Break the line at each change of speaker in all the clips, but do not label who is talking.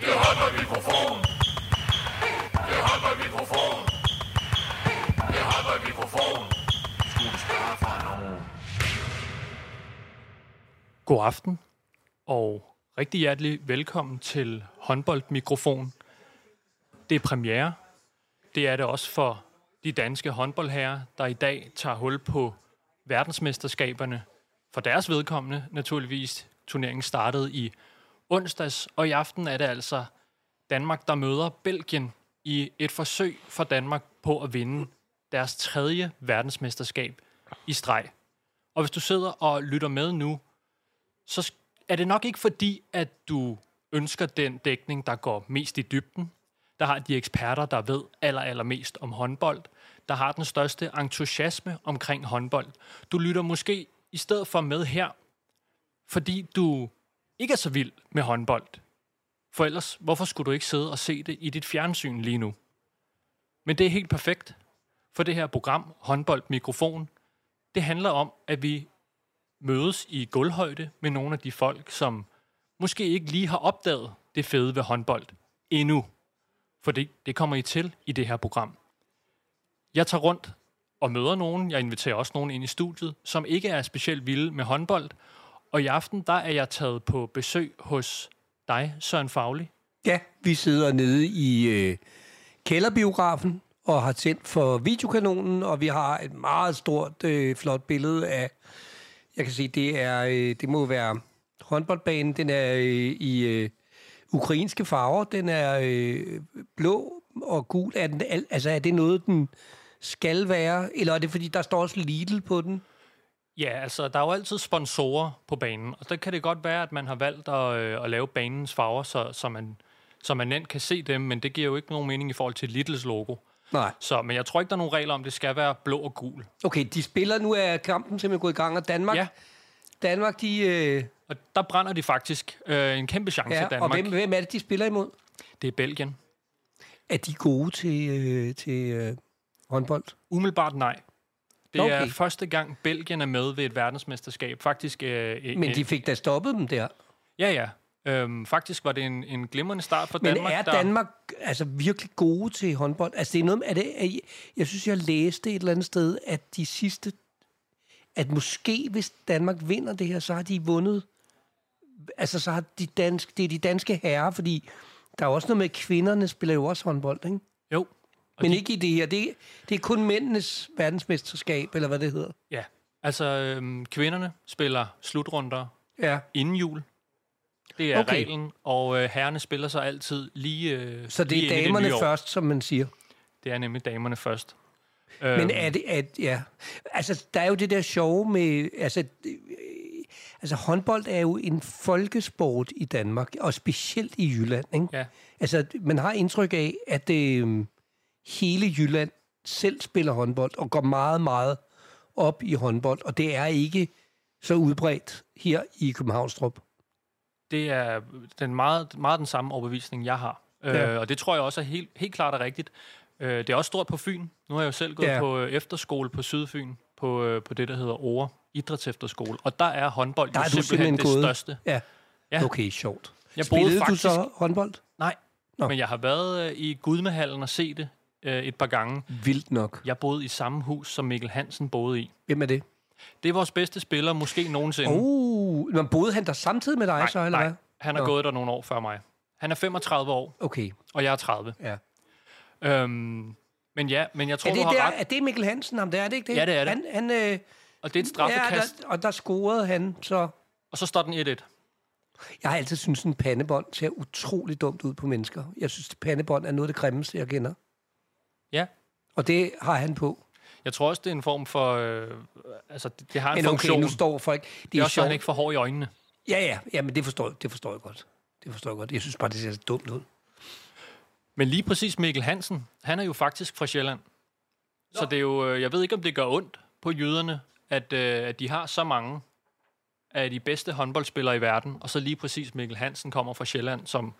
Det holder mikrofon. Det holder mikrofon. Det holder mikrofon. Skulle spørge fra nogen.
God aften, og rigtig hjertelig velkommen til håndboldmikrofon. Det er premiere. Det er det også for de danske håndboldherrer, der i dag tager hul på verdensmesterskaberne. For deres vedkommende naturligvis. Turneringen startede i onsdags, og i aften er det altså Danmark, der møder Belgien i et forsøg for Danmark på at vinde deres tredje verdensmesterskab i streg. Og hvis du sidder og lytter med nu, så sk- er det nok ikke fordi, at du ønsker den dækning, der går mest i dybden, der har de eksperter, der ved aller, allermest om håndbold, der har den største entusiasme omkring håndbold. Du lytter måske i stedet for med her, fordi du ikke er så vild med håndbold. For ellers, hvorfor skulle du ikke sidde og se det i dit fjernsyn lige nu? Men det er helt perfekt, for det her program, Håndbold Mikrofon, det handler om, at vi mødes i gulvhøjde med nogle af de folk, som måske ikke lige har opdaget det fede ved håndbold endnu. For det, det kommer I til i det her program. Jeg tager rundt og møder nogen. Jeg inviterer også nogen ind i studiet, som ikke er specielt vilde med håndbold. Og i aften, der er jeg taget på besøg hos dig, Søren Fagli.
Ja, vi sidder nede i øh, kælderbiografen og har tændt for videokanonen, og vi har et meget stort, øh, flot billede af, jeg kan se, det er, øh, det må være håndboldbanen, den er øh, i øh, ukrainske farver, den er øh, blå og gul. Er, den, al- altså, er det noget, den skal være, eller er det fordi, der står også Lidl på den?
Ja, altså, der er jo altid sponsorer på banen, og der kan det godt være, at man har valgt at, øh, at lave banens farver, så, så, man, så man nemt kan se dem, men det giver jo ikke nogen mening i forhold til Littles logo.
Nej.
Så, men jeg tror ikke, der er nogen regler om, det skal være blå og gul.
Okay, de spiller, nu er kampen simpelthen gået i gang, og Danmark,
Ja.
ja. Danmark de... Øh,
Og der brænder de faktisk øh, en kæmpe chance ja,
ja, og
Danmark.
hvem, hvem er det, de spiller imod?
Det er Belgien.
Er de gode til, øh, til øh, håndbold?
Umiddelbart nej. Det okay.
Okay.
er første gang, Belgien er med ved et verdensmesterskab. Faktisk, øh, øh,
Men
øh,
de fik da stoppet dem der.
Ja, ja. Øhm, faktisk var det en, en glimrende start for
Men
Danmark.
er Danmark altså virkelig gode til håndbold? Altså det er noget, er det, er, jeg synes, jeg læste et eller andet sted, at de sidste, at måske hvis Danmark vinder det her, så har de vundet, altså så har de dansk, det er de danske herrer, fordi der er også noget med, at kvinderne spiller jo også håndbold, ikke?
Der, jo. Og
Men
de-
ikke i det her. Det, det er kun mændenes verdensmesterskab, eller hvad det hedder.
Ja. Altså, øhm, kvinderne spiller slutrunder
Ja.
inden jul. Det er okay.
Okay.
reglen. Og øh, herrerne spiller så altid lige øh,
Så det
lige
er
inden
damerne
nye år.
først, som man siger.
Det er nemlig damerne først. Øhm,
Men er det, at, ja. Altså, der er jo det der sjove med, altså, øh, altså håndbold er jo en folkesport i Danmark, og specielt i Jylland, ikke?
Ja.
Altså, man har indtryk af, at øh, hele Jylland selv spiller håndbold, og går meget, meget op i håndbold, og det er ikke så udbredt her i Københavnstrup.
Det er den meget, meget den samme overbevisning, jeg har. Ja.
Ja.
Øh, og det tror jeg også er helt, helt klart er rigtigt. Øh, det er også stort på Fyn. Nu har jeg jo selv gået ja.
Ja.
på øh, efterskole på Sydfyn, på, øh, på det, der hedder Ore Idrætsefterskole. Og der er håndbold
Der
jo
er du
simpelthen,
simpelthen
det
gået.
største.
Ja.
Ja.
ja. Okay, sjovt.
Jeg boede
Spillede
faktisk...
du så håndbold?
Nej, Nå.
Nå.
men jeg har været øh, i Gudmehallen og set det øh, et par gange.
Vildt nok.
Jeg boede i samme hus, som Mikkel Hansen boede i.
Hvem er det?
Det er vores bedste spiller, måske nogensinde.
Oh, men boede han der samtidig med dig, så, eller
nej,
hvad?
han har
Nå.
gået der nogle år før mig. Han er 35 år,
Okay,
og jeg er 30.
ja.
Øhm, men ja, men jeg tror,
Er det,
du har
der,
ret,
er det Mikkel Hansen, ham der? Er det ikke det?
Ja, det er det.
Han, han, øh,
og det er et
ja,
straffekast,
der, og der scorede han, så...
og så står den 1-1.
Jeg har altid syntes, at pandebånd ser utrolig dumt ud på mennesker. Jeg synes, at pandebånd er noget af det grimmeste, jeg kender.
Ja,
Og det har han på.
jeg tror også, det er en form for... Øh, altså, det, det har en
Men okay,
funktion.
nu står folk... Det,
det er
er
også, så
sjovt.
han ikke får hår i øjnene.
Ja, ja, ja, men det forstår, det forstår jeg godt. Det forstår jeg godt. Jeg synes bare, det ser så dumt ud.
Men lige præcis Mikkel Hansen, han er jo faktisk fra Sjælland. Så det er jo, øh, jeg ved ikke, om det gør ondt på jøderne, at, øh, at de har så mange af de bedste håndboldspillere i verden, og så lige præcis Mikkel Hansen kommer fra Sjælland, som,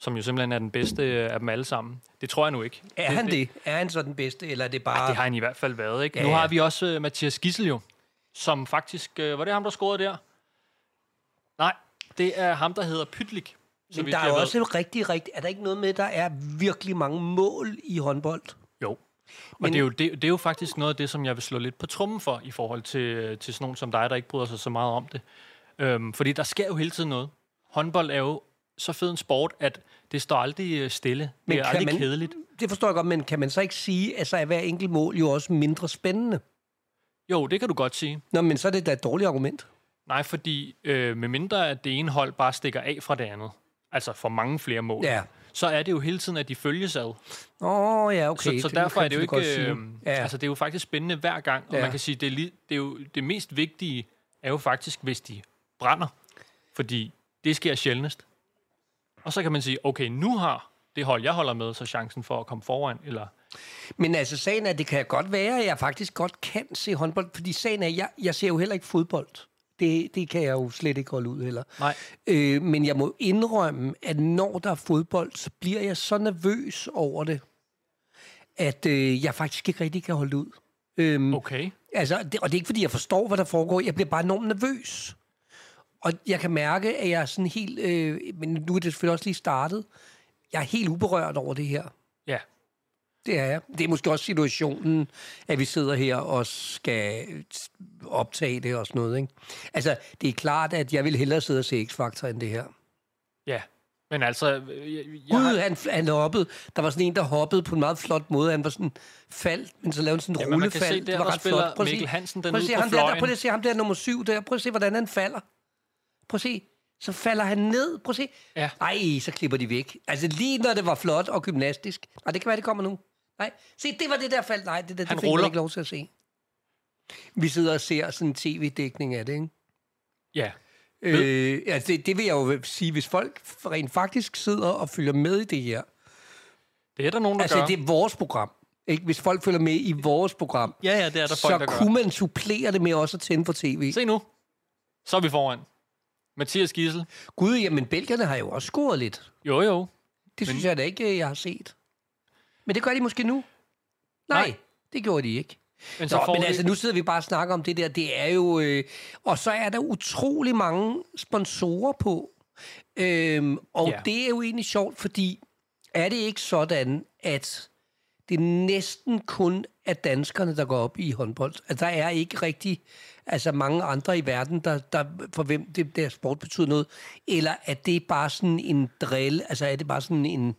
som jo simpelthen er den bedste øh, af dem alle sammen. Det tror jeg nu ikke.
Er han det? Er han så den bedste, eller er det bare...
Det har han i hvert fald været, ikke? Ja.
Ja,
Nu
ja.
har vi også øh, Mathias Gissel jo, som faktisk... Øh, var det ham, der scorede der? Nej, det er ham, der hedder Pytlik. så
Men
vidt
der er
jeg
jo
ved.
også rigtig, rigtig... Er der ikke noget med, der er virkelig mange mål i håndbold?
Jo. Og det, er jo, det, det er jo faktisk noget af det, som jeg vil slå lidt på trummen for, i forhold til, øh, til sådan nogen som dig, der ikke bryder sig så meget om det. Øhm, fordi der sker jo hele tiden noget. Håndbold er jo så fed en sport, at det står aldrig øh, stille. Men det er
kan
aldrig
man-
man... kedeligt.
Det forstår jeg godt, men kan man så ikke sige, at så er hver enkelt mål jo også mindre spændende?
Jo, det kan du godt sige.
Nå, men så er det da et dårligt argument.
Nej, fordi øh, med mindre at det ene hold bare stikker af fra det andet, altså for mange flere mål,
Ja.
så er det jo hele tiden, at de følges ad.
Åh, oh, ja, okay.
Okay, så, så
kan
derfor
man
er det jo
selvfølgelig
ikke... Øh,
godt sige.
ja.
Ja.
Altså, det er jo faktisk spændende hver gang, og
Ja.
ja. man kan sige, det, er li- det er jo det mest vigtige er jo faktisk, hvis de brænder, fordi det sker sjældnest. Og så kan man sige, okay, nu har det hold, jeg holder med, så chancen for at komme foran, eller...
Men altså, sagen er, at det kan godt være, at jeg faktisk godt kan se håndbold, fordi sagen er, at jeg, jeg ser jo heller ikke fodbold. Det, det kan jeg jo slet ikke holde ud heller.
Nej.
Øh, men jeg må indrømme, at når der er fodbold, så bliver jeg så nervøs over det, at øh, jeg faktisk ikke rigtig kan holde det ud. Øhm,
Okay,
Altså, det, og det er ikke, fordi jeg forstår, hvad der foregår. Jeg bliver bare enormt nervøs. Og jeg kan mærke, at jeg er sådan helt... Øh, men nu er det selvfølgelig også lige startet. Jeg er helt uberørt over det her.
ja.
Det er jeg. Det er måske også situationen, at vi sidder her og skal optage det og sådan noget. Ikke? Altså, det er klart, at jeg vil hellere sidde og se X-Factor end det her.
Ja. Men altså... øh, Jeg, jeg,
Gud, han, han hoppede. Der var sådan en, der hoppede på en meget flot måde. Han var sådan faldt, men så lavede han sådan en
Jamen, man kan
rullefald.
se der,
det var
der
ret
spiller
flot. Prøv at se-
Mikkel Hansen den
prøv at
ude
se
på
ham der, der,
fløjen.
prøv lige at se ham der nummer syv der. Prøv at se, hvordan han falder. Prøv at se. Så falder han ned. Prøv at se.
Ja.
Ej, så klipper de væk. Altså lige når det var flot og gymnastisk. Nej, det kan være, det kommer nu. Nej, se, det var det der fald. Nej, det, der,
Han
det fik man
ruller.
ikke lov til at se. Vi sidder og ser sådan en tv-dækning af det, ikke?
ja.
Øh, altså det, det vil jeg jo sige, hvis folk rent faktisk sidder og følger med i det her.
Det er der nogen, der
Altså,
gør.
det er vores program. Ikke? Hvis folk følger med i vores program,
Ja, ja, det er der folk, der
så
gør.
kunne man supplere det med også at tænde for tv.
Se nu. Så er vi foran. Mathias Gissel.
Gud, jamen, belgierne har jo også scoret lidt.
Jo, jo.
Det synes jeg da ikke, øh, jeg har set. Men det gør de måske nu. Nej, Nej.
Nej.
det gjorde de ikke.
Men så
Nå,
får
men
vi-
altså, nu sidder vi bare og snakker om det der. Det er jo... Øh, og så er der utrolig mange sponsorer på. Øhm, og
Ja.
det er jo egentlig sjovt, fordi er det ikke sådan, at det næsten kun er danskerne, der går op i håndbold? Altså, der er ikke rigtig altså, mange andre i verden, der, der, for hvem det der sport betyder noget. Eller er det bare sådan en drill? Altså, er det bare sådan en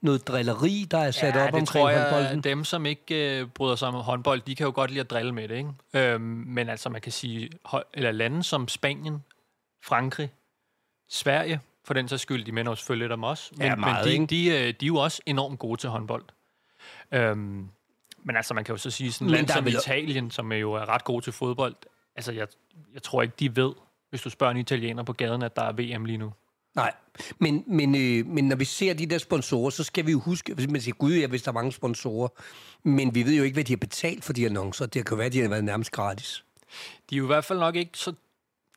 noget drilleri, der er sat op
det
omkring
tror jeg,
håndbolden?
dem, som ikke øh, bryder sig om håndbold, de kan jo godt lide at drille med det, ikke? Øhm, men altså, man kan sige, hø- eller lande som Spanien, Frankrig, Sverige, for den sags skyld, de minder jo selvfølgelig dem også. Men,
Ja, meget, ikke?
men de, de, øh, de er jo også enormt gode til håndbold. Øhm, men altså, man kan jo så sige, sådan et
Men
land
der er
som
vel-
Italien, som er jo er ret god til fodbold, altså, jeg, jeg tror ikke, de ved, hvis du spørger en italiener på gaden, at der er VM lige nu.
Nej, men, men, øh, men når vi ser de der sponsorer, så skal vi jo huske, hvis man siger, gud ja, hvis der er mange sponsorer, men vi ved jo ikke, hvad de har betalt for de annoncer. Det kan være, de har været nærmest gratis.
De er jo i hvert fald nok ikke så...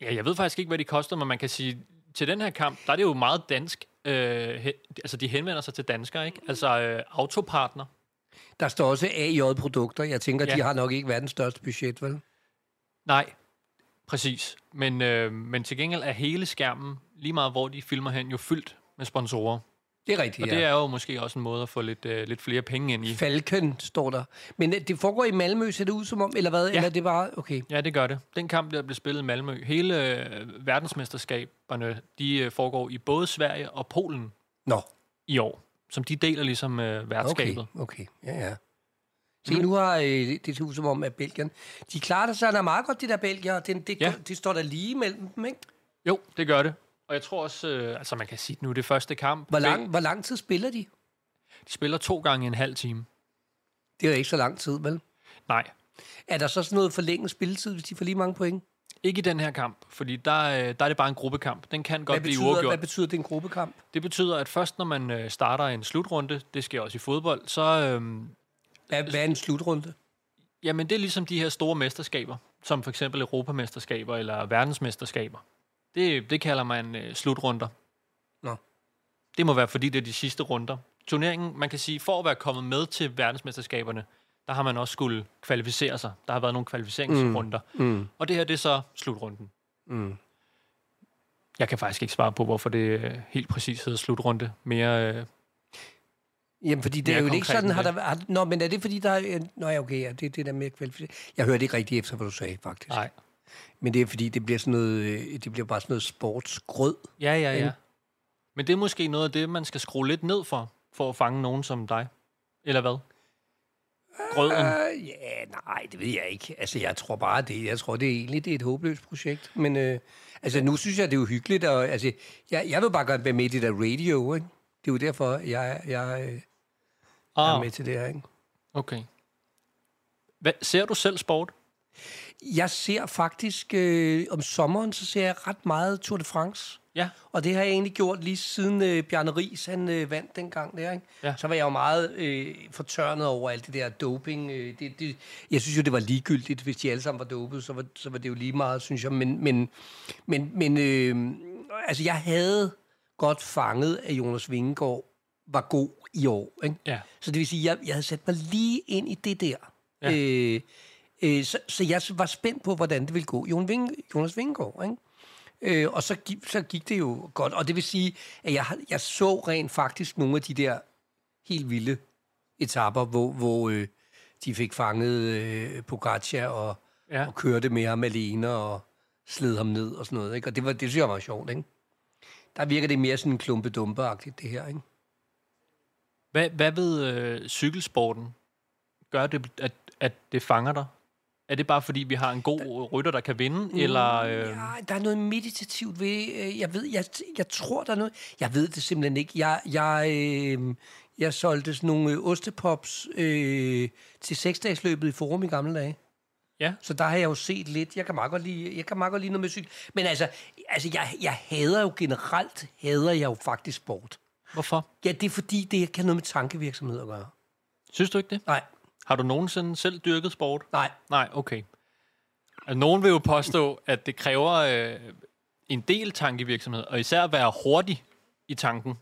Ja, jeg ved faktisk ikke, hvad de koster, men man kan sige, til den her kamp, der er det jo meget dansk. Øh, he, altså, de henvender sig til danskere, ikke? Altså, øh, autopartner.
Der står også AJ-produkter. Jeg tænker, ja.
Ja.
de har nok ikke verdens største budget, vel?
Nej, præcis. Men, øh, men til gengæld er hele skærmen, lige meget hvor de filmer hen, jo fyldt med sponsorer.
Det er rigtigt,
Og ja. det er jo måske også en måde at få lidt, øh, lidt flere penge ind i.
Falken står der. Men øh, det foregår i Malmø, ser det ud som om, eller hvad? Ja. Eller er det bare, okay.
Ja, det gør det. Den kamp, der blev spillet i Malmø, hele øh, verdensmesterskaberne, de øh, foregår i både Sverige og Polen
Nå,
i år, som de deler ligesom øh,
okay,
værtskabet.
okay, ja, ja. Se,
Mhm.
nu har øh, det ser ud som om, at Belgien... De klarer sig, der er meget godt, de der Belgier. Det, det, ja.
Ja.
det står der lige mellem dem, ikke?
Jo, det gør det. Og jeg tror også, øh, altså man kan sige, at nu er det første kamp.
Hvor lang, hvor lang tid spiller de?
De spiller to gange en halv time.
Det er jo ikke så lang tid, vel?
Nej,
Er der så sådan noget forlænget spilletid, hvis de får lige mange point?
ikke i den her kamp, fordi der, øh, der er det bare en gruppekamp. Den kan
Hvad
godt blive
betyder, hvad
uafgjort.
betyder det en gruppekamp?
Det betyder, at først når man øh, starter en slutrunde, det sker også i fodbold, så øh,
Hvad, hvad er en slutrunde?
jamen det er ligesom de her store mesterskaber, som for eksempel europamesterskaber eller verdensmesterskaber. Det, det kalder man øh, slutrunder.
Nå.
Det må være, fordi det er de sidste runder. Turneringen, man kan sige, for at være kommet med til verdensmesterskaberne, der har man også skulle kvalificere sig. Der har været nogle kvalificeringsrunder. Mm. Og det her, det er så slutrunden.
Mm.
Jeg kan faktisk ikke svare på, hvorfor det øh, helt præcis hedder slutrunde. Mere, øh,
Jamen, fordi det
Mere
er jo ikke
konkret
sådan,
end
har
det.
der, har, nå, men er det fordi, der er, nå ja, okay, ja, det er det der med kvalificering. Jeg hørte ikke rigtigt efter, hvad du sagde, faktisk.
nej.
Men det er fordi, det bliver sådan noget, øh, det bliver bare sådan noget sportsgrød.
Ja, ja,
ja.
ja. Men det er måske noget af det, man skal skrue lidt ned for, for at fange nogen som dig. Eller hvad? Grøden.
Øh, ja, nej, det ved jeg ikke. Altså, jeg tror bare, det, jeg tror, det er egentlig det er et håbløst projekt. Men øh, altså, nu synes jeg, det er jo hyggeligt. Og, altså, jeg, jeg vil bare godt være med i det der radio, ikke? Det er jo derfor, jeg, jeg øh, er
Ah,
med til det her, ikke?
okay. Hvad, ser du selv sport?
Jeg ser faktisk, øh, om sommeren, så ser jeg ret meget Tour de France.
Ja.
Og det har jeg egentlig gjort lige siden øh, Bjarne Ries, han øh, vandt dengang der, ikke?
Ja.
Så var jeg jo meget øh, fortørnet over alt det der doping. Øh, det, det, jeg synes jo, det var ligegyldigt, hvis de alle sammen var dopet, så var, så var det jo lige meget, synes jeg. Men, men, men, men øh, altså, jeg havde godt fanget, at Jonas Vingegaard var god i år, ikke?
Ja.
Så det vil sige, at jeg, jeg havde sat mig lige ind i det der.
Ja.
Øh, øh, så, så jeg var spændt på, hvordan det ville gå. Jon Ving, Jonas Vingegaard, ikke? Øh, og så gik, så gik det jo godt. Og det vil sige, at jeg, har- jeg så rent faktisk nogle af de der helt vilde etapper, hvor, hvor øh, de fik fanget øh, Pogacar og, ja.
Ja.
og kørte med ham alene og sled ham ned og sådan noget. Ikke? Og det, var, det synes jeg var sjovt, ikke? Der virker det mere sådan klumpedumpeagtigt, det her, ikke?
Hvad, hvad ved øh, cykelsporten gør det, at, at det fanger dig? Er det bare fordi, vi har en god øh, rytter, der kan vinde? eller, øh,
Ja, der er noget meditativt ved, øh, jeg ved, jeg, jeg tror, der er noget, jeg ved det simpelthen ikke. Jeg, jeg, øh, jeg solgte sådan nogle øh, ostepops øh, til seksdagsløbet i Forum i gamle dage.
Ja.
Så der har jeg jo set lidt. Jeg kan meget godt lide, jeg kan meget godt lide noget med cykel. Men altså, altså jeg, jeg hader jo generelt, hader jeg jo faktisk sport.
Hvorfor?
Ja, det er fordi, det kan noget med tankevirksomhed at gøre.
Synes du ikke det?
Nej,
Har du nogensinde selv dyrket sport?
nej,
Nej, okay. Altså, nogen vil jo påstå, at det kræver øh, en del tankevirksomhed, og især at være hurtig i tanken.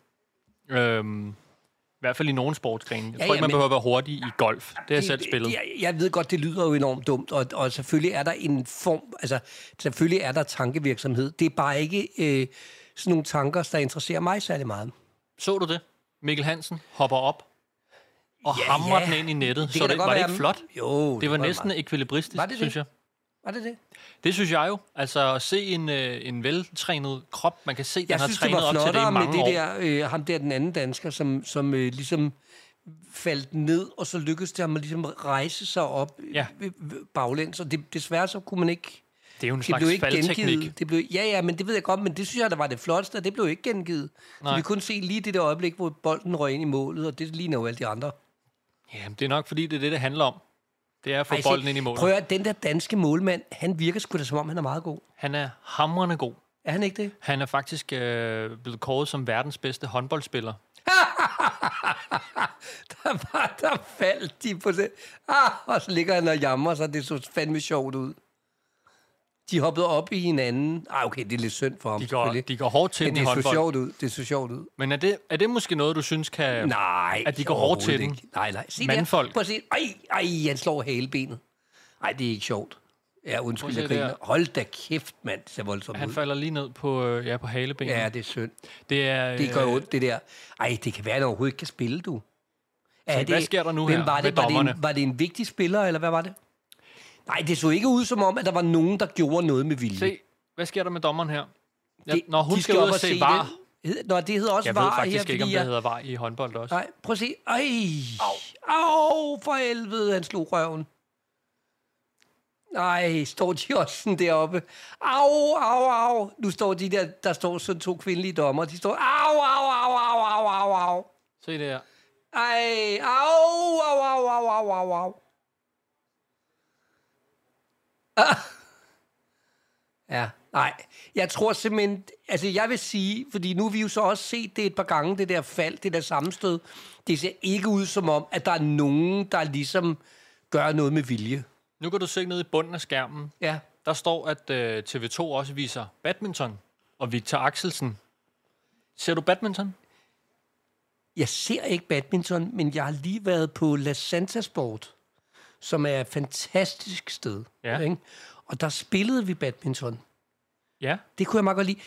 Øhm, I hvert fald i nogle sportsgrene. Jeg
Ja,
tror
ja,
ikke, man
men-
behøver at være hurtig i golf. Det har jeg selv spillet.
Jeg, jeg ved godt, det lyder jo enormt dumt, og, og selvfølgelig er der en form, altså selvfølgelig er der tankevirksomhed. Det er bare ikke øh, sådan nogle tanker, der interesserer mig særlig meget.
Så du det? Mikkel Hansen hopper op og
Ja,
ja, hamrer
ja.
ja. den ind i nettet.
Det
Det
kan
så
da
det,
godt
var det
være,
ikke flot?
Jo,
Det var
det
næsten
meget.
ekvilibristisk,
Var det det?
synes jeg.
Var det det?
Det synes jeg jo. Altså at se en, øh, en veltrænet krop, man kan se, den
Jeg
har
synes, det
trænet
var
op til det
flottere
i
med
mange år.
det der, øh, ham der, den anden dansker, som, som øh, ligesom faldt ned, og så lykkedes det ham at ligesom rejse sig op
Ja.
øh, øh, baglæns, og det, desværre så kunne man ikke
Det er jo en
Det blev
slags
ikke
faldteknik.
gengivet. Det blev, ja, ja, men det ved jeg godt, men det synes jeg, der var det flotteste, og det blev ikke gengivet. Nej. Så
Nej.
vi kunne se lige det der øjeblik, hvor bolden røg ind i målet, og det ligner jo alle de andre.
Jamen, det er nok, fordi det er det, det handler om. Det er at få
Ej, se,
bolden ind i målet.
Prøv at høre, den der danske målmand, han virker sgu da som om, han er meget god.
Han er hamrende god.
Er han ikke det?
Han er faktisk øh, blevet kåret som verdens bedste håndboldspiller.
Der, var, der faldt de på det. Ah, og så ligger han og jammer sig, det så fandme sjovt ud. De hoppede op i hinanden. Ah, okay, det er lidt synd for ham,
De går,
selvfølgelig.
de går hårdt til
men
den i
det så
håndbold.
sjovt ud. Det så sjovt ud.
Men er det, er det måske noget, du synes kan...
Nej.
At de går hårdt til den.
overhovedet ikke. Nej, nej. Se Der.
Mandfolk.
Prøv at se. Ej, ej, han slår halebenet. Nej, det er ikke sjovt. Ja, undskyld,
Prøv
jeg
at se
griner.
der.
Hold da kæft, mand. Det ser voldsomt
Han
ud.
falder lige ned på, øh, ja, på halebenet.
Ja, det er synd.
det, er,
Det gør
øh,
ondt, det der. Ej, det kan være, at han overhovedet ikke kan spille, du. Er
hvad sker der nu
hvem
her
Var
med
det? Var, det en,
dommerne?
var det en vigtig spiller, eller hvad var det? Nej, det så ikke ud som om, at der var nogen, der gjorde noget med vilje.
Se, hvad sker der med dommeren her? Ja,
det,
når hun
de
skal, ud
op
og se, var...
den. Hed- Nå, det hedder også
Jeg
var
ved
her,
faktisk ikke, om
fordi
det
jeg-
hedder var i håndbold også.
Nej, prøv at se. Ej. Au. Au, for helvede, han slog røven. Nej, står de også sådan deroppe? Au, au, au. Nu står de der, der står sådan to kvindelige dommer. De står, au, au, au, au, au, au, au.
Se det her.
Ej, au, au, au, au, au, au, au. Ah. Ja, nej. Jeg tror simpelthen, altså jeg vil sige, fordi nu har vi jo så også set det et par gange, det der fald, det der sammenstød. Det ser ikke ud som om, at der er nogen, der ligesom gør noget med vilje.
Nu kan du se ned i bunden af skærmen.
Ja.
Der står, at øh, TV2 også viser badminton og Victor Axelsen. Ser du badminton?
Jeg ser ikke badminton, men jeg har lige været på La Santa Sport, som er et fantastisk sted.
Ja.
Ikke? Og der spillede vi badminton.
Ja.
Det kunne jeg meget godt lide.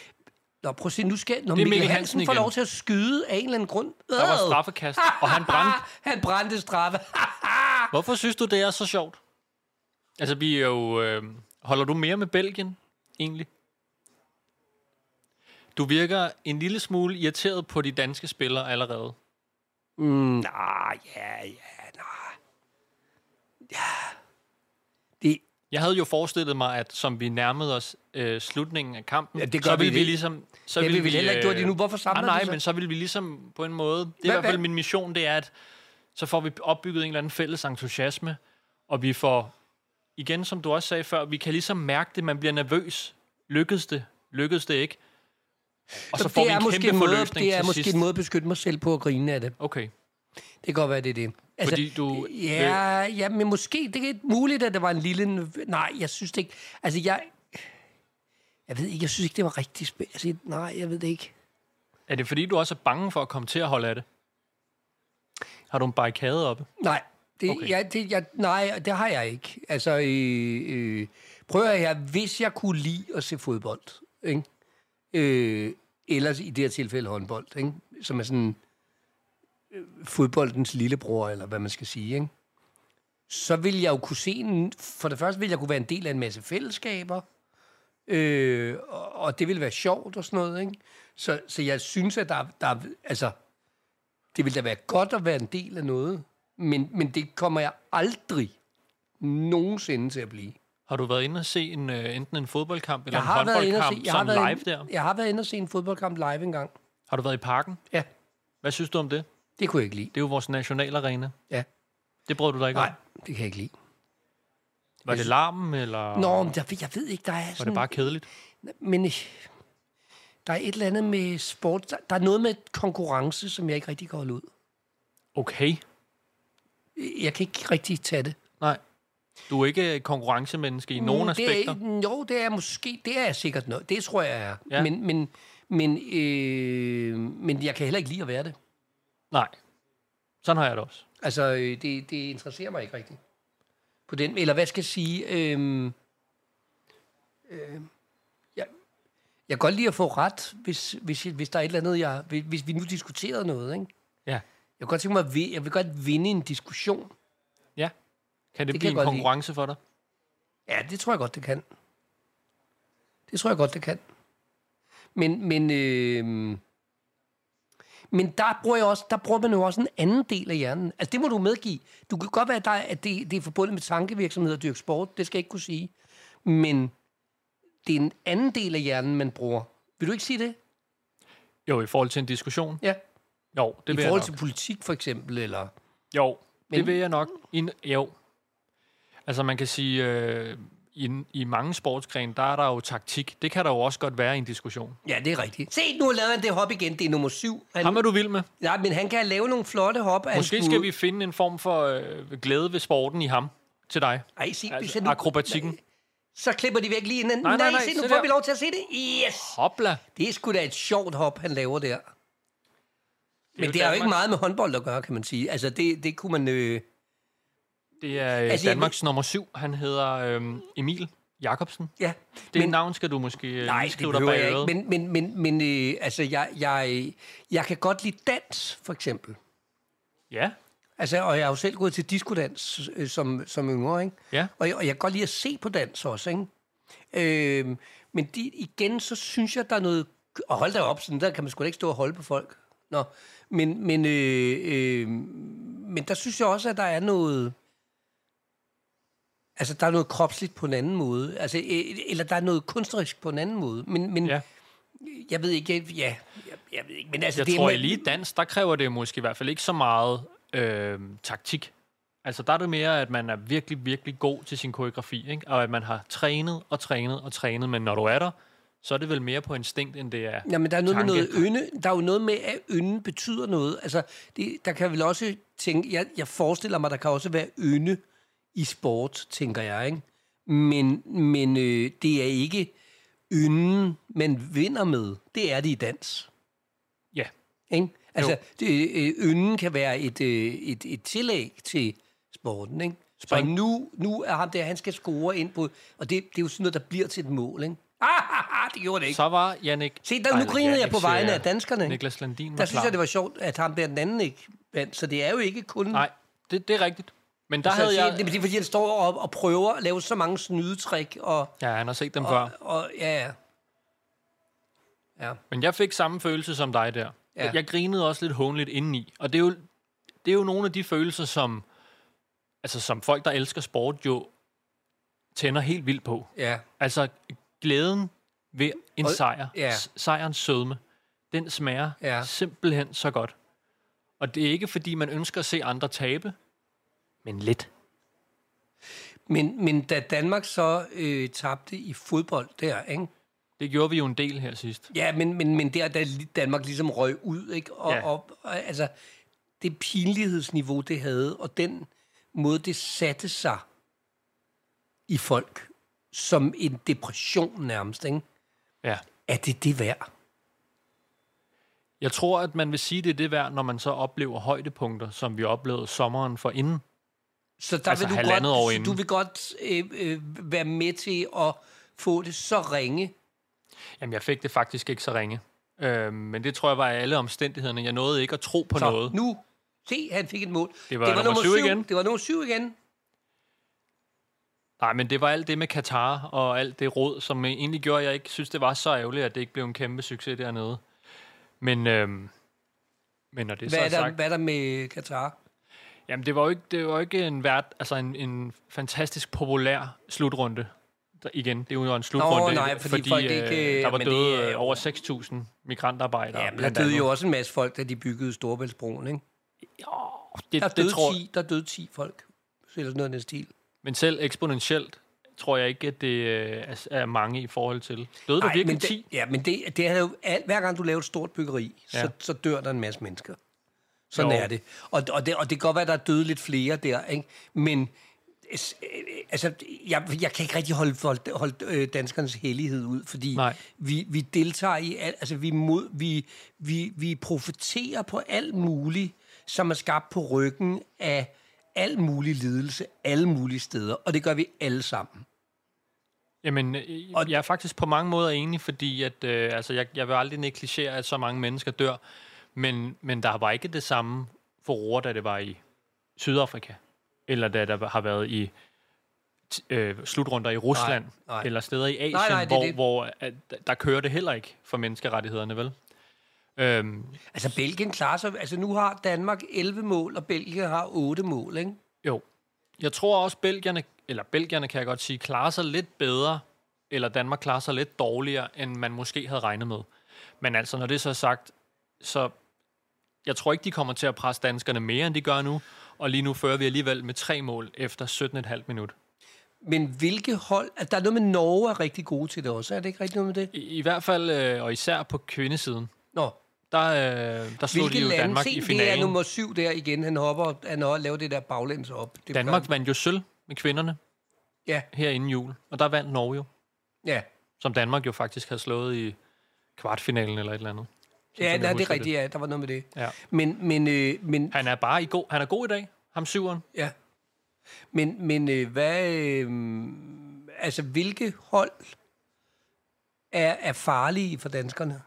Nå, prøv at se, nu skal... Når
Det er
Mikkel
Mikkel
Hansen,
Hansen
får
igen.
lov til at skyde af en eller anden grund.
Der var straffekast, og han brændte.
han brændte straffe.
Hvorfor synes du, det er så sjovt? Altså, vi er jo... Øh, holder du mere med Belgien, egentlig? Du virker en lille smule irriteret på de danske spillere allerede.
Mm, nej, ja, ja, nej. Ja. Det,
Jeg havde jo forestillet mig, at som vi nærmede os øh, slutningen af kampen,
Ja, det gør
så
vi
ville vi
ikke.
ligesom... Så
Ja,
ville
vi ville heller ikke gøre det nu. Hvorfor samler
nej, nej,
de sig?
men så ville vi ligesom på en måde... Det er i
Hvad-
hvert fald
hvad-
min mission, det er, at så får vi opbygget en eller anden fælles entusiasme, og vi får, igen som du også sagde før, vi kan ligesom mærke det, man bliver nervøs. Lykkedes det? Lykkedes det ikke? Og så
det
får vi
er
en
måske
kæmpe
en måde,
forløsning
Det er
til
måske
sidst.
en måde at beskytte mig selv på at grine af det.
Okay,
Det kan godt være, det er det. Altså,
fordi du...
Ja, ja, men måske, det er muligt, at det var en lille... Nej, jeg synes det ikke. Altså, jeg... Jeg ved ikke, jeg synes ikke, det var rigtig spil. Altså, nej, jeg ved det ikke.
Er det fordi, du også er bange for at komme til at holde af det? Har du en barrikade oppe?
Nej, det,
Okay.
okay. jeg, det, jeg, nej, det har jeg ikke. Altså, øh, øh, prøv at her, hvis jeg kunne lide at se fodbold, ikke? Øh, eller i det her tilfælde håndbold, ikke? som er sådan øh, fodboldens lillebror, eller hvad man skal sige, ikke? så vil jeg jo kunne se en, for det første vil jeg kunne være en del af en masse fællesskaber, øh, og, og det vil være sjovt og sådan noget, ikke? Så, så jeg synes, at der, er- der, er- altså, det ville da være godt at være en del af noget, men, men det kommer jeg aldrig nogensinde til at blive.
Har du været inde og se en, øh, enten en fodboldkamp eller
Jeg
en
har, været inde og se,
håndboldkamp
jeg, har
sådan
været
live der?
inde, jeg har været inde og se en fodboldkamp live engang.
Har du været i parken?
Ja,
Hvad synes du om det?
det kunne jeg ikke lide.
Det er jo vores nationalarena.
Ja.
Det brød du dig ikke
Nej,
om?
det kan jeg ikke lide.
Var det larmen, eller
Nå, men der, jeg ved ikke, der er
var
sådan...
det bare kedeligt?
Men øh, der er et eller andet med sport. Der, der er noget med konkurrence, som jeg ikke rigtig kan holde ud.
Okay.
Jeg kan ikke rigtig tage det.
Nej. Du er ikke et konkurrencemenneske i
Mm,
nogen
det
aspekter.
Er, jo, det er måske, det er jeg sikkert noget. Det tror jeg jeg er.
Ja.
Ja. Men, men, men, øh, men jeg kan heller ikke lide at være det.
Nej. Sådan har jeg det også.
Altså, øh, det, det interesserer mig ikke rigtigt. På den, eller hvad skal jeg sige? Øh, øh, jeg, jeg kan godt lide at få ret, hvis, hvis, hvis der er et eller andet, jeg... Hvis, hvis vi nu diskuterede noget, ikke?
Ja.
Jeg kunne godt tænke mig, at vi- jeg vil godt vinde en diskussion.
Ja. Kan det,
Det kan
det blive
jeg
en
godt lide.
konkurrence for dig?
Ja, det tror jeg godt, det kan. Det tror jeg godt, det kan. Men, men, øh, men der, bruger jeg også, der bruger man jo også en anden del af hjernen. Altså, det må du medgive. Du kan godt være, at, der, er- at det, det er forbundet med tankevirksomhed og dyrke sport. Det skal jeg ikke kunne sige. Men det er en anden del af hjernen, man bruger. Vil du ikke sige det?
Jo, i forhold til en diskussion?
Ja.
Jo, det vil
I
jeg
forhold
nok.
til politik, for eksempel, eller...
Jo, Men... det
Men-
vil jeg nok. I, en- jo. Altså man kan sige, øh, i, en- i mange sportsgrene, der er der jo taktik. Det kan der jo også godt være i en diskussion.
Ja, det er rigtigt. Se, nu lavede han det hop igen. Det er nummer syv. Han,
Ham er du vild med.
nej, men han kan lave nogle flotte hop. at han
Måske
skulle-
skal vi finde en form for øh, glæde ved sporten i ham til dig.
Ej, se, hvis jeg
Altså,
nu...
akrobatikken.
Så klipper de væk lige inden.
Nej,
Nej,
nej,
nej,
nej,
se, nu
se
får
der.
vi lov til at se det. Yes!
Hopla.
Det er sgu da et sjovt hop, han laver der. Men
jo
det, er jo ikke
Danmark.
meget med håndbold at gøre, kan man sige. Altså, det, det kunne man... Øh...
Det er altså,
Altså, jeg
Danmarks nummer syv. Han hedder øh, Emil Jakobsen.
Ja.
Det men, navn skal du måske øh,
nej,
lige
det
skrive dig
behøver
bag
jeg
øret.
ikke. Men, men, men, men øh, altså, jeg, jeg, jeg kan godt lide dans, for eksempel.
Ja,
Altså, og jeg har jo selv gået til diskodans øh, som, som yngre, ikke?
ja.
Og jeg, og jeg kan godt lide at se på dans også, ikke? Øhm, men de, igen, så synes jeg, der er noget... Og hold da op, sådan der kan man sgu da ikke stå og holde på folk. Nå, men, men, øh, øh, men der synes jeg også, at der er noget... Altså, der er noget kropsligt på en anden måde. Altså, øh, eller der er noget kunstnerisk på en anden måde. Men, men
Ja.
ja. jeg ved ikke... Jeg, ja, jeg, jeg ved ikke, men altså...
Jeg
det er
tror,
med-
i lige dans, der kræver det måske i hvert fald ikke så meget øh, taktik. Altså, der er det mere, at man er virkelig, virkelig god til sin koreografi, ikke? og at man har trænet og trænet og trænet, men når du er der, så er det vel mere på instinkt, end det er.
Ja, men der er noget tanke. med
tanke.
noget ynde. Der er jo noget med, at ynde betyder noget. Altså, det, der kan vel også tænke... Jeg, jeg forestiller mig, der kan også være ynde i sport, tænker jeg, ikke? Men, men øh, det er ikke ynden, man vinder med. Det er det i dans,
Ja,
ikke? Altså,
Jo.
det, øh, ynden kan være et, øh, et, et tillæg til sporten, ikke? Så
Spring.
nu, nu er ham der, han skal score ind på... Og det, det er jo sådan noget, der bliver til et mål, ikke? Ah, ah, ah, det gjorde det ikke.
Så var Jannik...
Se, der, nu grinede jeg på vegne af danskerne. ikke?
Niklas Landin var
Der synes
klar.
jeg, det var sjovt, at ham der den anden ikke vandt. Så det er jo ikke kun...
Nej, det, det er rigtigt. Men der
der
havde jeg...
Altså, Det er fordi, han står og, og prøver at lave så mange snydetrik, og,
Ja, han har set dem før.
og ja, ja. Ja,
Men jeg fik samme følelse som dig der.
Ja.
Ja. Jeg grinede også lidt hånligt indeni. Og det er, jo, det er jo nogle af de følelser, som, altså, som folk, der elsker sport, jo tænder helt vildt på.
ja.
Altså glæden ved en
Og-
sejr,
ja.
s- sejrens sødme, den smager
Ja.
ja. simpelthen så godt. Og det er ikke, fordi man ønsker at se andre tabe, men lidt.
Men, men da Danmark så øh, tabte i fodbold der, ikke?
Det gjorde vi jo en del her sidst.
Ja, men, men, men der, da li- Danmark ligesom røg ud, ikke? Og, ja.
Ja.
og, og altså, det pinlighedsniveau, det havde, og den måde, det satte sig i folk, som en depression nærmest, ikke?
Ja.
Er det det værd?
Jeg tror, at man vil sige, det er det værd, når man så oplever højdepunkter, som vi oplevede sommeren for inden.
Så der
Altså
vil du godt,
halvandet år
så
inden.
du vil godt øh, øh, være med til at få det så ringe.
Jamen, jeg fik det faktisk ikke så ringe. Øh, men det tror jeg var af alle omstændighederne. Jeg nåede ikke at tro på
Så
noget.
nu, se, han fik et mål.
Det var nummer syv igen.
Det var nummer syv igen.
Nej, men det var alt det med Katar og alt det råd, som egentlig gjorde, at jeg ikke synes, det var så ærgerligt, at det ikke blev en kæmpe succes dernede. Men, øhm, men når det
Hvad
så
er,
er
der,
sagt,
hvad er der med Katar?
jamen det var jo ikke, det var jo ikke en, vært, altså en, en fantastisk populær slutrunde. Der, igen, det er jo en slutrunde,
nej, fordi folk
fordi
ikke, øh,
der var
men det
døde
er jo-
øh, over 6.000 migrantarbejdere.
Ja, men der
blandt
døde
andet.
jo også en masse folk, da de byggede Storebæltsbroen, ikke?
det,
Der
det
døde,
tror,
10, der døde 10 folk. Eller sådan noget i den stil.
Men selv eksponentielt tror jeg ikke, at det øh, er, er mange i forhold til. Døde der
Ej, men
virkelig
det,
10?
ja, men det, det er jo alt, hver gang du laver et stort byggeri, ja.
Ja.
så, så dør der en masse mennesker. Sådan jo.
Jo.
er det. Og, og det. og det kan godt være, der er døde lidt flere der, ikke? men s- øh, altså, jeg, jeg kan ikke rigtig holde, holde, holde øh, danskernes hellighed ud, fordi
Nej.
vi, vi deltager i alt, altså vi, mod, vi, vi, vi profiterer på alt muligt, som er skabt på ryggen af al mulig lidelse, alle mulige steder, og det gør vi alle sammen.
Jamen, øh,
Og-
jeg er faktisk på mange måder enig, fordi at, øh, altså, jeg, jeg vil aldrig negligere, at så mange mennesker dør, men, men der var ikke det samme forroer, da det var i Sydafrika, eller da der har været i t- øh, slutrunder i Rusland,
Nej, nej.
eller steder i Asien,
Nej, nej, det er
hvor,
det.
hvor at, der kører det heller ikke for menneskerettighederne, vel? Øhm,
Altså, Belgien klarer sig... Altså, nu har Danmark 11 mål, og Belgien har 8 mål, ikke?
Jo. Jeg tror også, belgierne, eller belgierne kan jeg godt sige, klarer sig lidt bedre, eller Danmark klarer sig lidt dårligere, end man måske havde regnet med. Men altså, når det så er sagt, så jeg tror ikke, de kommer til at presse danskerne mere, end de gør nu. Og lige nu fører vi alligevel med tre mål efter 17,5 minut.
Men hvilke hold... Altså, der er noget med Norge er rigtig gode til det også. Er det ikke rigtigt noget med det?
I, i hvert fald, øh, og især på kvindesiden,
Nå,
der, øh, der slog
hvilke
de jo
lande...
Danmark
Se,
i
det er
finalen.
nummer syv der igen. Han hopper han og laver det der baglæns op. Det
Danmark
Gør,
vandt jo sølv med kvinderne
ja,
her inden jul, og der vandt Norge jo,
ja.
som Danmark jo faktisk havde slået i kvartfinalen eller et eller andet.
Ja,
jeg
nej, det
husker
er
det.
rigtigt, ja. Der var noget med det.
Ja.
Men, men, øh, men,
Han er bare i god, han er god i dag, ham syveren.
ja. Men, men øh, hvad... Øh, altså, hvilke hold er, er farlige for danskerne?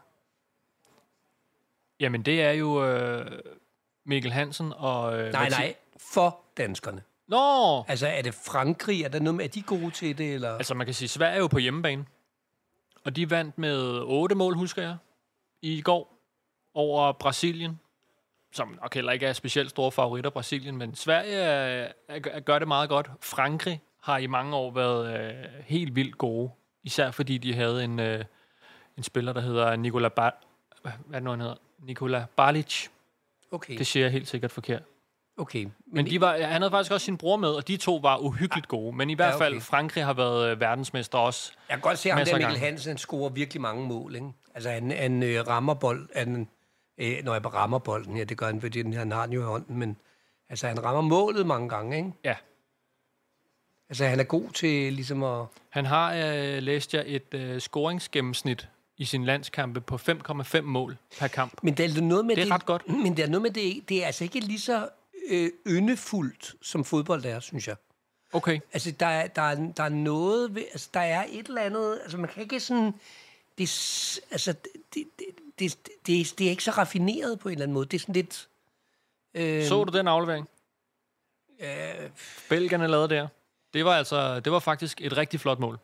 Jamen, det er jo øh, Mikkel Hansen og... Øh,
Nej,
Mathi-
nej. For danskerne.
Nå!
Altså, er det Frankrig? Er der noget med, er de gode til det, eller? Altså,
Altså, man kan sige, Sverige er jo på hjemmebane. Og de vandt med otte mål, husker jeg, i går over Brasilien. Som nok heller ikke er specielt store favoritter, Brasilien, men Sverige er, er, er- gør det meget godt. Frankrig har i mange år været øh, helt vildt gode. Især fordi de havde en, øh, en spiller, der hedder Nicola, Bar- hvad er det nu, han hedder? Nicola Barlic.
okay,
Det siger jeg helt sikkert forkert.
okay.
Men de var, han havde faktisk også sin bror med, og de to var uhyggeligt gode. Men i hvert
Ah. Ja,
ja,
okay.
okay. fald, Frankrig har været øh, verdensmester også.
Jeg kan godt se, at ham
Masser
der
af
Mikkel
gange.
Hansen, han scorer virkelig mange mål, ikke? Altså, han, han øh, rammer bold, han, øh, når jeg bare rammer bolden, ja, det gør han, fordi den- han har den jo i hånden, men altså, han rammer målet mange gange, ikke?
Ja.
Altså, han er god til ligesom at...
Han har, øh, læste jeg, et øh, scoringsgennemsnit i sin landskampe på 5,5 mål per kamp.
Men der er noget med
Det er ret godt.
Men der er noget med det, det er altså ikke lige så øh, yndefuldt, som fodbold er, synes jeg.
Okay.
Altså, der, er- der, er- der er noget... Ved, altså, der er et eller andet... Altså, man kan ikke sådan... Det, er s- altså, det, det, det, det, det, er- det er ikke så raffineret på en eller anden måde. Det er sådan lidt... Øh,
Så du den aflevering? Ja. Belgierne lavede der. Det var altså, det var faktisk et rigtig flot mål.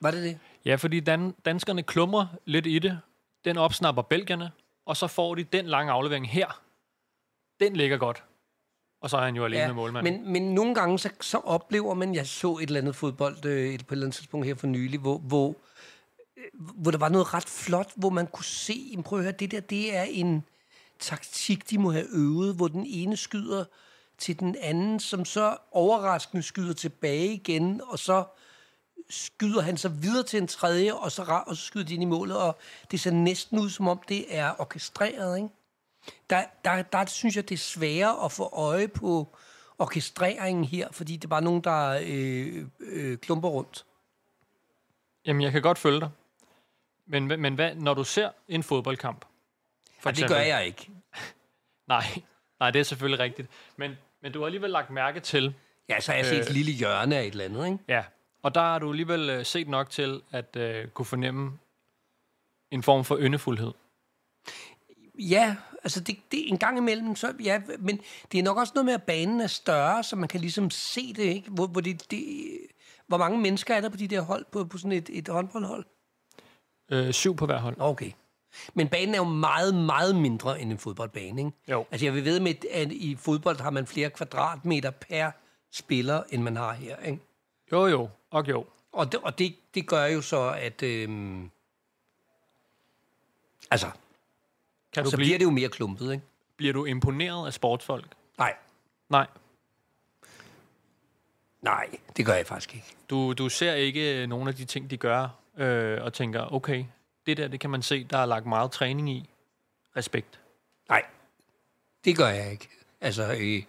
Var det det?
Ja, fordi dan- danskerne klumrer lidt i det. Den opsnapper belgierne, og så får de den lange aflevering her. Den ligger godt. Og så er han jo alene ja, med målmanden.
men, men nogle gange så, så oplever man, jeg så et eller andet fodbold øh, et- på et eller andet tidspunkt her for nylig, hvor, hvor, øh, hvor der var noget ret flot, hvor man kunne se, "Jamen, prøv at høre, det der, det er en taktik, de må have øvet, hvor den ene skyder til den anden, som så overraskende skyder tilbage igen, og så skyder han så videre til en tredje, og så, ra- og så skyder de ind i målet, og det ser næsten ud, som om det er orkestreret, ikke? der, der, der synes jeg, det er sværere at få øje på orkestreringen her, fordi det er bare nogen, der øh, øh, klumper rundt.
Jamen, jeg kan godt følge dig. Men, hva- men hvad, når du ser en fodboldkamp? For
Og det gør jeg ikke.
Nej, nej, det er selvfølgelig rigtigt. Men, men du har alligevel lagt mærke til,
Ja, så har jeg set et lille hjørne af et eller andet, ikke?
Ja, og der har du alligevel øh, set nok til at øh, kunne fornemme en form for yndefuldhed.
Ja, altså det, det en gang imellem, så, ja, men det er nok også noget med, at banen er større, så man kan ligesom se det, ikke? Hvor, hvor, det, det, hvor mange mennesker er der på de der hold, på, på sådan et, et håndboldhold?
Øh, syv på hver hånd.
Nå, Okay. Men banen er jo meget, meget mindre end en fodboldbane, ikke?
Jo.
Altså, jeg vil ved med, at i fodbold har man flere kvadratmeter per spiller, end man har her, ikke?
Jo, jo, og jo.
Og det, og det, det gør jo så, at... Øhm, altså,
Kan du blive, Altså,
så bliver
bliver,
det jo mere klumpet, ikke?
bliver du imponeret af sportsfolk?
Nej,
Nej,
nej, det gør jeg faktisk ikke.
du, du ser ikke øh, nogen af de ting, de gør, øh, og tænker, okay, det der, det kan man se, der er lagt meget træning i. Respekt.
Nej, det gør jeg ikke. Altså, øh,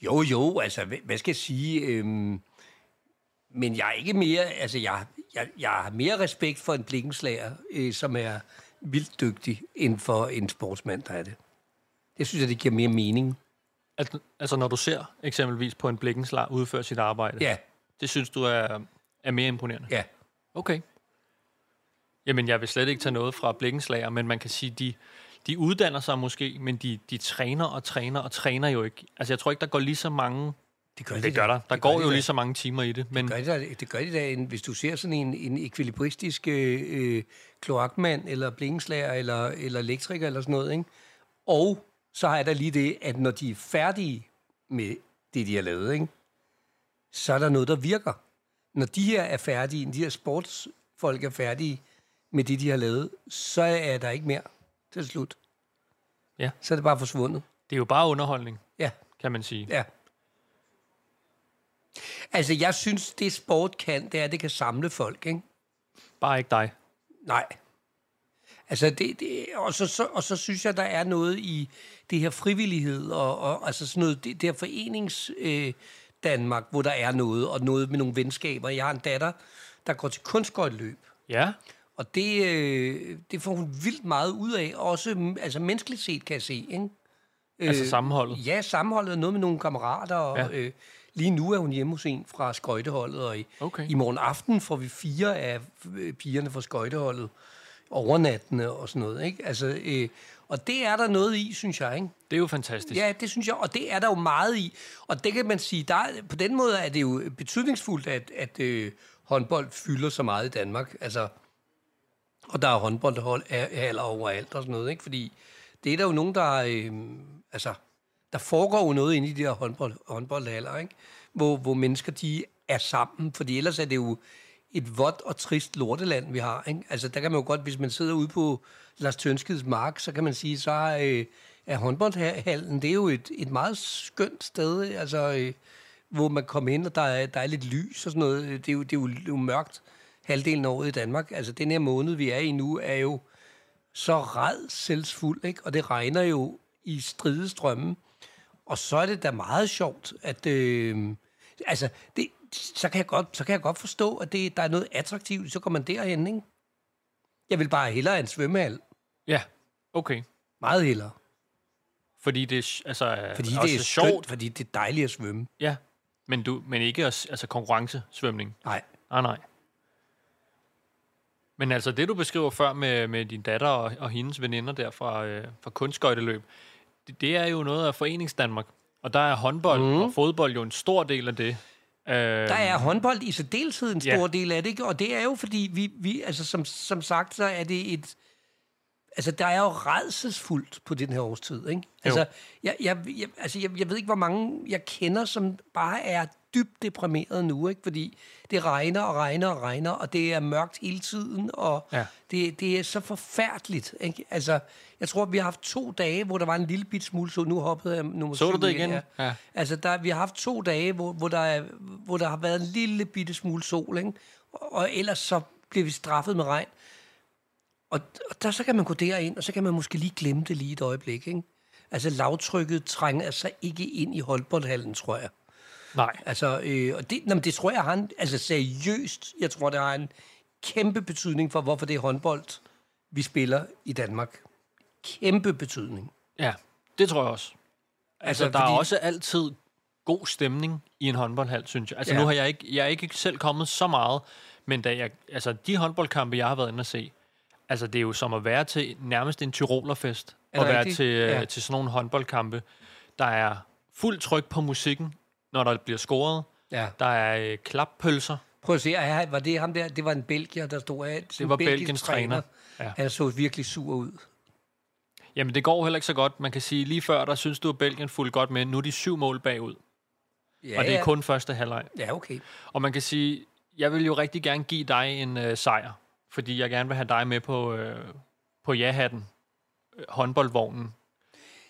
jo, jo, altså, hvad, hvad skal jeg sige? Øh, men jeg er ikke mere, altså, jeg, jeg, jeg har mere respekt for en blikkenslager, øh, som er vildt dygtig, end for en sportsmand, der er det. Det synes jeg, det giver mere mening.
Al- altså, når du ser eksempelvis på en blikkenslag udføre sit arbejde,
Ja,
det synes du er, er mere imponerende?
ja.
Okay. Jamen, jeg vil slet ikke tage noget fra blikkenslager, men man kan sige, de, de uddanner sig måske, men de, de træner og træner og træner jo ikke. Altså, jeg tror ikke, der går lige så mange...
Det gør,
Det gør der. Der
Det
går
de
jo
da.
lige så mange timer i det, men
Gør de da, det gør de da, en, hvis du ser sådan en, en ekvilibristisk øh, øh, kloakmand, eller blingeslager, eller, eller elektriker, eller sådan noget, ikke? Og så har jeg da lige det, at når de er færdige med det, de har lavet, ikke? så er der noget, der virker. Når de her er færdige, de her sportsfolk er færdige med det, de har lavet, så er der ikke mere til slut.
Ja.
Så er det bare forsvundet.
det er jo bare underholdning,
Ja.
kan man sige.
Ja. Altså, jeg synes, det sport kan, det er, at det kan samle folk, ikke?
Bare ikke dig.
Nej. Altså, det, det, og, så, så, og så synes jeg, der er noget i det her frivillighed, og, og altså sådan noget, det, det her forenings øh, Danmark, hvor der er noget, og noget med nogle venskaber. Jeg har en datter, der går til kunstgøjtløb,
Ja,
og det, øh, det får hun vildt meget ud af, også m- altså menneskeligt set, kan jeg se, ikke?
altså sammenholdet.
Øh, Ja, sammenholdet er noget med nogle kammerater, og
Ja.
ja. øh, lige nu er hun hjemme hos en fra skøjteholdet, og i,
Okay.
i morgen aften får vi fire af øh, pigerne fra skøjteholdet overnattende og sådan noget, ikke? Altså, øh, og det er der noget i, synes jeg, ikke?
Det er jo fantastisk.
Ja, det synes jeg, og det er der jo meget i. Og det kan man sige, der, er- på den måde er det jo betydningsfuldt, at, at øh, håndbold fylder så meget i Danmark. Altså, og der er håndboldhaller overalt og sådan noget, ikke? Fordi det er der jo nogen, der... Øh, altså, der foregår jo noget inde i de her håndbold, håndboldhaller, ikke? Hvor, hvor mennesker, de er sammen, fordi ellers er det jo et vådt og trist lorteland, vi har. Ikke? Altså, der kan man jo godt, hvis man sidder ude på Lars Tønskeds mark, så kan man sige, så er, øh, er håndboldhallen, det er jo et, et meget skønt sted, ikke? altså, øh, hvor man kommer hen, og der er, der er lidt lys og sådan noget. Det er jo, det er jo, det er jo mørkt halvdelen af året i Danmark. Altså, den her måned, vi er i nu, er jo så redselsfuld, ikke? Og det regner jo i stridestrømme. Og så er det da meget sjovt, at... Øh, altså, det, så, kan jeg godt, så kan jeg godt forstå, at det, der er noget attraktivt, så går man derhen, ikke? Jeg vil bare hellere have en svømmehal.
ja. okay.
Meget hellere.
Fordi det, er sj- altså,
Fordi
også
det er
sjovt.
Skønt, fordi det er dejligt at svømme.
Ja, Men, du, men ikke os- altså konkurrencesvømning?
Nej.
Ah, Nej, nej. Men altså det, du beskriver før med, med din datter og, og hendes veninder der fra, øh, fra kunstskøjteløb, det, det er jo noget af Forenings Danmark. Og der er håndbold mm. og fodbold jo en stor del af det. Øh,
Der er håndbold i særdeleshed en
Ja.
stor del af det, ikke? og det er jo fordi, vi, vi altså som, som sagt, så er det et... Altså, der er jo redselsfuldt på den her årstid, ikke? Altså, jeg, jeg, jeg, altså jeg, jeg ved ikke, hvor mange jeg kender, som bare er dybt deprimeret nu, ikke? Fordi det regner og regner og regner, og det er mørkt hele tiden, og
Ja.
ja. det, det er så forfærdeligt, ikke? Altså, jeg tror, vi har haft to dage, hvor der var en lille bit smule sol. Nu hoppede jeg nummer
Så du
syv
det
igen,
igen?
Ja.
Ja.
Altså, der, vi har haft to dage, hvor, hvor, der, er, hvor der har været en lille bitte smule sol, ikke? Og, og ellers så bliver vi straffet med regn. Og, og der, så kan man gå derind, og så kan man måske lige glemme det lige et øjeblik, ikke? Altså, lavtrykket trænger altså ikke ind i håndboldhallen, tror jeg.
Nej.
Altså, øh, og det, nå, men det tror jeg har en, altså seriøst, jeg tror, det har en kæmpe betydning for, hvorfor det er håndbold, vi spiller i Danmark. Kæmpe betydning.
Ja, det tror jeg også. Altså, altså der fordi... er også altid god stemning i en håndboldhal, synes jeg. Altså, ja.
Ja.
nu har jeg ikke, jeg er ikke selv kommet så meget, men da jeg, altså, de håndboldkampe, jeg har været inde at se, altså, det er jo som at være til nærmest en tyrolerfest,
Er det
og være
rigtigt?
til, ja.
Ja.
til sådan nogle håndboldkampe. Der er fuld tryk på musikken, når der bliver scoret.
Ja.
Der er øh, klappølser.
Prøv at se, og her var det ham der, det var en belgier, der stod af. Sådan
var
en belgisk
Belgiens træner.
Ja.
Ja.
Han så virkelig sur ud.
Jamen, det går jo heller ikke så godt. Man kan sige, lige før, der synes du, at Belgien fulgte godt med. Nu er de syv mål bagud,
Ja,
ja, og det er
ja.
kun første halvleg.
Ja, okay.
Og man kan sige, jeg vil jo rigtig gerne give dig en øh, sejr, fordi jeg gerne vil have dig med på, øh, på ja-hatten, øh, håndboldvognen.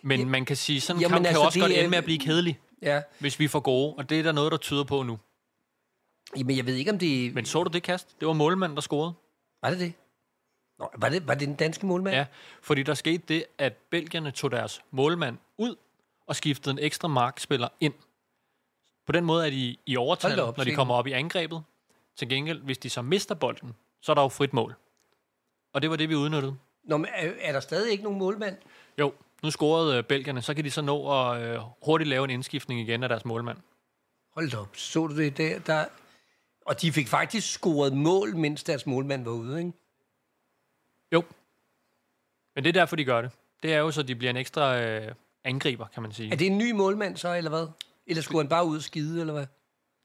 Men ja, man kan sige, sådan en
jamen
kamp altså,
altså,
kan jo også
det
godt
er-
ende med at blive kedelig,
Ja.
hvis vi får gode, og det er der noget, der tyder på nu.
Jamen, jeg ved ikke, om det...
Men så du det kast? Det var målmanden, der scorede.
Var det det? Nå, var det, var det den danske målmand?
Ja, fordi der skete det, at belgierne tog deres målmand ud og skiftede en ekstra markspiller ind. På den måde er de i
Hold
overtal,
da op,
når de
sikke.
kommer op i angrebet. Til gengæld, hvis de så mister bolden, så er der jo frit mål. Og det var det, vi udnyttede.
Nå, men er, er der stadig ikke nogen målmand?
Jo, nu scorede øh, belgierne, så kan de så nå at øh, hurtigt lave en indskiftning igen af deres målmand.
Hold da op, så du det der? der... Og de fik faktisk scoret mål, mens deres målmand var ude, ikke?
Jo. Men det er derfor, de gør det. Det er jo så, de bliver en ekstra øh, angriber, kan man sige.
Er det en ny målmand så, eller hvad? Eller skulle han bare ud og skide, eller hvad?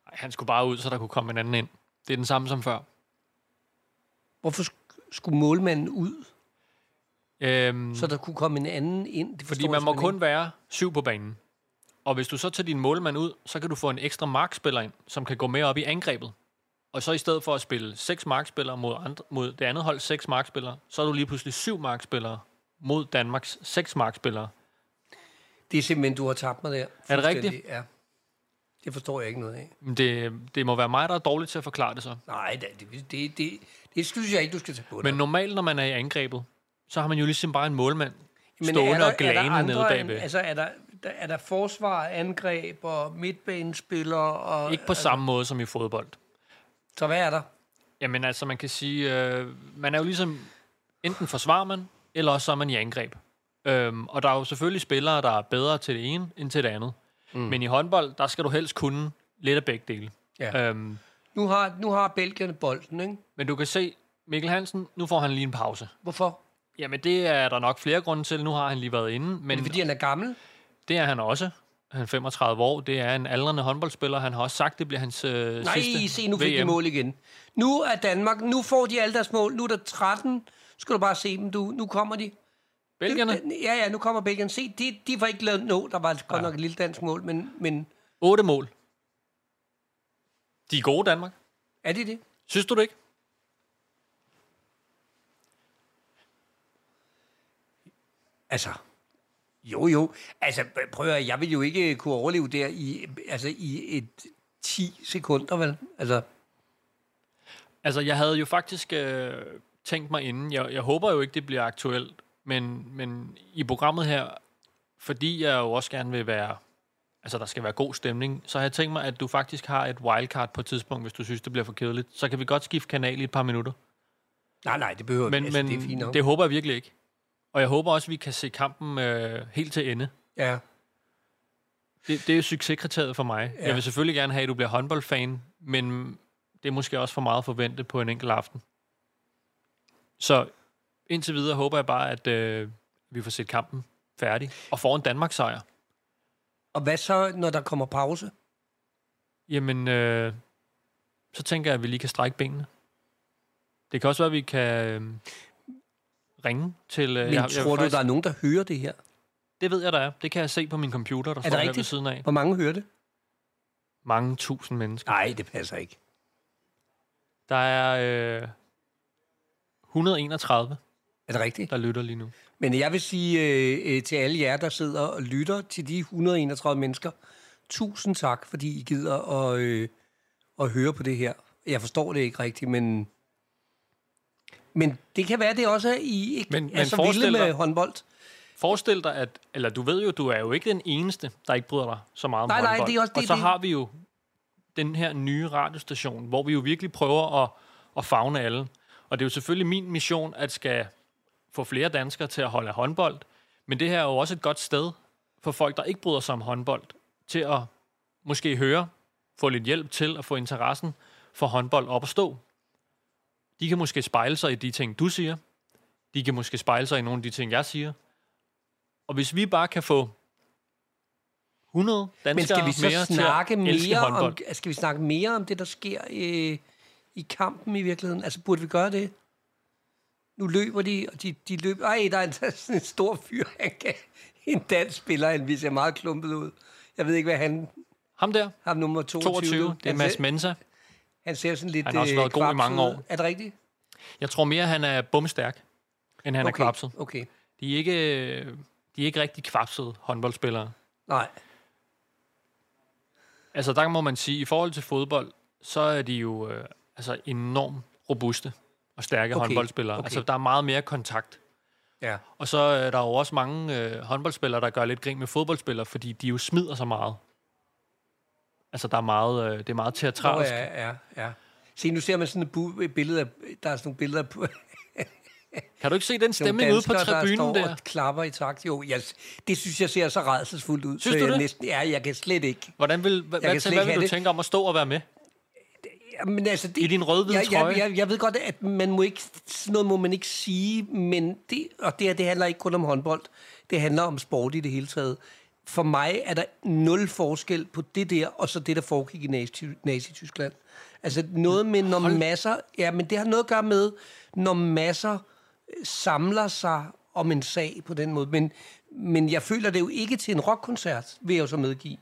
Ej, han skulle bare ud, så der kunne komme en anden ind. Det er den samme som før.
Hvorfor sk- skulle målmanden ud,
Øhm,
så der kunne komme en anden ind?
Fordi
Det forstår
man
jeg
må
simpelthen
kun være syv på banen. Og hvis du så tager din målmand ud, så kan du få en ekstra markspiller ind, som kan gå med op i angrebet. Og så i stedet for at spille seks markspillere mod, andre, mod det andet hold seks markspillere, så er du lige pludselig syv markspillere mod Danmarks seks markspillere.
ikke. Det er simpelthen, du har tabt mig der.
Er det rigtigt?
Fuldstændig, Ja. Det forstår jeg ikke noget af.
Men Det, det må være mig, der er dårlig til at forklare det så.
Nej, da- det, det, det, det synes jeg ikke, du skal tage på dig.
Men normalt, når man er i angrebet, så har man jo ligesom bare en målmand
Men
stående og glane nede
andre end-
bagved.
Altså, er der, der, er der forsvar, angreb og midtbanespillere? Og,
Ikke på samme måde som i fodbold.
Så hvad er der?
Jamen altså, man kan sige, øh, man er jo ligesom, enten forsvarer man, eller også så er man i angreb. Øhm, og der er jo selvfølgelig spillere, der er bedre til det ene end til det andet. Mm. Men i håndbold, der skal du helst kunne lidt af begge dele.
Ja.
Øhm,
Nu har, nu har Belgierne bolden, ikke?
men du kan se, Mikkel Hansen, nu får han lige en pause.
Hvorfor?
Jamen det er der nok flere grunde til, nu har han lige været inde,
Er
men
det,
det,
fordi han er gammel?
det er han også. Han er 35 år, det er en aldrende håndboldspiller. Han har også sagt, det bliver hans øh,
Nej,
sidste
se, nu fik
VM.
de mål igen. Nu er Danmark, nu får de alle deres mål. Nu er der 13. Skal du bare se dem, du. Nu kommer de.
Belgierne,
Ja, ja, nu kommer Belgierne. Se, de, de var ikke lavet nå. Der var altså godt nok et lille dansk mål, men, men
8 mål. De er gode, Danmark.
er det det?
Synes du det ikke?
Altså, jo jo. Altså, prøv at høre, jeg vil jo ikke kunne overleve der i, altså, i et 10 sekunder, vel? Altså,
Altså, jeg havde jo faktisk øh, tænkt mig inden. Jeg, jeg håber jo ikke, det bliver aktuelt. Men, men i programmet her, fordi jeg jo også gerne vil være... Altså, der skal være god stemning. Så har jeg tænkt mig, at du faktisk har et wildcard på et tidspunkt, hvis du synes, det bliver for kedeligt. Så kan vi godt skifte kanal i et par minutter.
nej, nej, det behøver
Men,
altså,
men
det er fint nok.
det, det håber jeg virkelig ikke. Og jeg håber også, at vi kan se kampen øh, helt til ende.
Ja.
Det, det er succeskriteriet for mig. Ja. Jeg vil selvfølgelig gerne have, at du bliver håndboldfan, men det er måske også for meget at forvente på en enkelt aften. Så indtil videre håber jeg bare, at øh, vi får set kampen færdig og får en Danmark-sejr.
Og hvad så, når der kommer pause?
Jamen, øh, så tænker jeg, at vi lige kan strække benene. Det kan også være, at vi kan øh, ringe til... Øh,
Men jeg, tror jeg, du, faktisk, der er nogen, der hører det her?
Det ved jeg, der er. Det kan jeg se på min computer, der
det
står der ved
rigtigt?
siden af.
Hvor mange hører det?
Mange tusind mennesker.
Nej, det passer ikke.
Der er øh, 131,
Er det rigtigt?
der lytter lige nu.
Men jeg vil sige øh, øh, til alle jer, der sidder og lytter til de 131 mennesker, tusind tak, fordi I gider at, øh, at høre på det her. Jeg forstår det ikke rigtigt, men... Men det kan være, det også er, I ikke
Men-
men, er
men
så
forestil
vilde med
dig-
håndbold.
Forestil dig, at... Eller du ved jo, du er jo ikke den eneste, der ikke bryder dig så meget om
Nej, nej,
håndbold.
det er også det,
Og så
det-
har vi jo den her nye radiostation, hvor vi jo virkelig prøver at, at fagne alle. Og det er jo selvfølgelig min mission, at skal få flere danskere til at holde af håndbold. Men det her er jo også et godt sted for folk, der ikke bryder sig om håndbold, til at måske høre, få lidt hjælp til at få interessen for håndbold op at stå. De kan måske spejle sig i de ting, du siger. De kan måske spejle sig i nogle af de ting, jeg siger. Og hvis vi bare kan få 100 danskere
Men skal vi så
mere
snakke
til at elske
mere om,
håndbold,
skal vi snakke mere om det, der sker øh, i kampen i virkeligheden? Altså, burde vi gøre det? Nu løber de, og de, de løber... Ej, der er en, der er sådan en stor fyr, han kan, en dansk spiller, han viser meget klumpet ud. Jeg ved ikke, hvad han...
ham der,
Ham nummer 22.
22, det er
han,
Mads
ser-
Mensa.
han ser sådan lidt...
Han har også
øh,
været god i
kvapset
mange
ud.
år.
Er det rigtigt?
Jeg tror mere, han er bumstærk, end han okay. er kvapset.
okay.
De er ikke, øh, de er ikke rigtig kvapsede håndboldspillere.
Nej.
Altså, der må man sige, i forhold til fodbold, så er de jo øh, altså enormt robuste og stærke
Okay,
okay. håndboldspillere.
okay.
Okay. Altså, der er meget mere kontakt.
Ja.
Og så øh, der er der jo også mange øh, håndboldspillere, der gør lidt grin med fodboldspillere, fordi de jo smider så meget. Altså, der er meget, øh, det er meget
Nå,
teatralsk.
ja, ja, ja. Se, nu ser man sådan et, bu- et billede af... Der er sådan nogle billeder på,
Kan du ikke se den
Nogle
stemning ude på
danskere,
tribunen
der, står
der?
Og klapper i takt. Jo, jeg, det synes jeg ser så redselsfuldt ud.
Synes
så
du
jeg
det?
Næsten, ja, jeg kan slet ikke.
Hvordan vil, hvad,
kan
hvad, til,
slet
hvad
ikke
vil
have
du
det.
tænke om at stå og være med?
Jamen, altså, det,
I din rødhvide
jeg,
trøje?
Jeg, jeg, jeg ved godt, at man må ikke, sådan noget må man ikke sige, men det, og det her, det handler ikke kun om håndbold. Det handler om sport i det hele taget. For mig er der nul forskel på det der, og så det, der foregik i Nazi- Nazi-Tyskland. Altså noget med, når masser... Ja, men det har noget at gøre med, når masser øh, samler sig om en sag på den måde. Men, men jeg føler det jo ikke til en rockkoncert, vil jeg jo så medgive.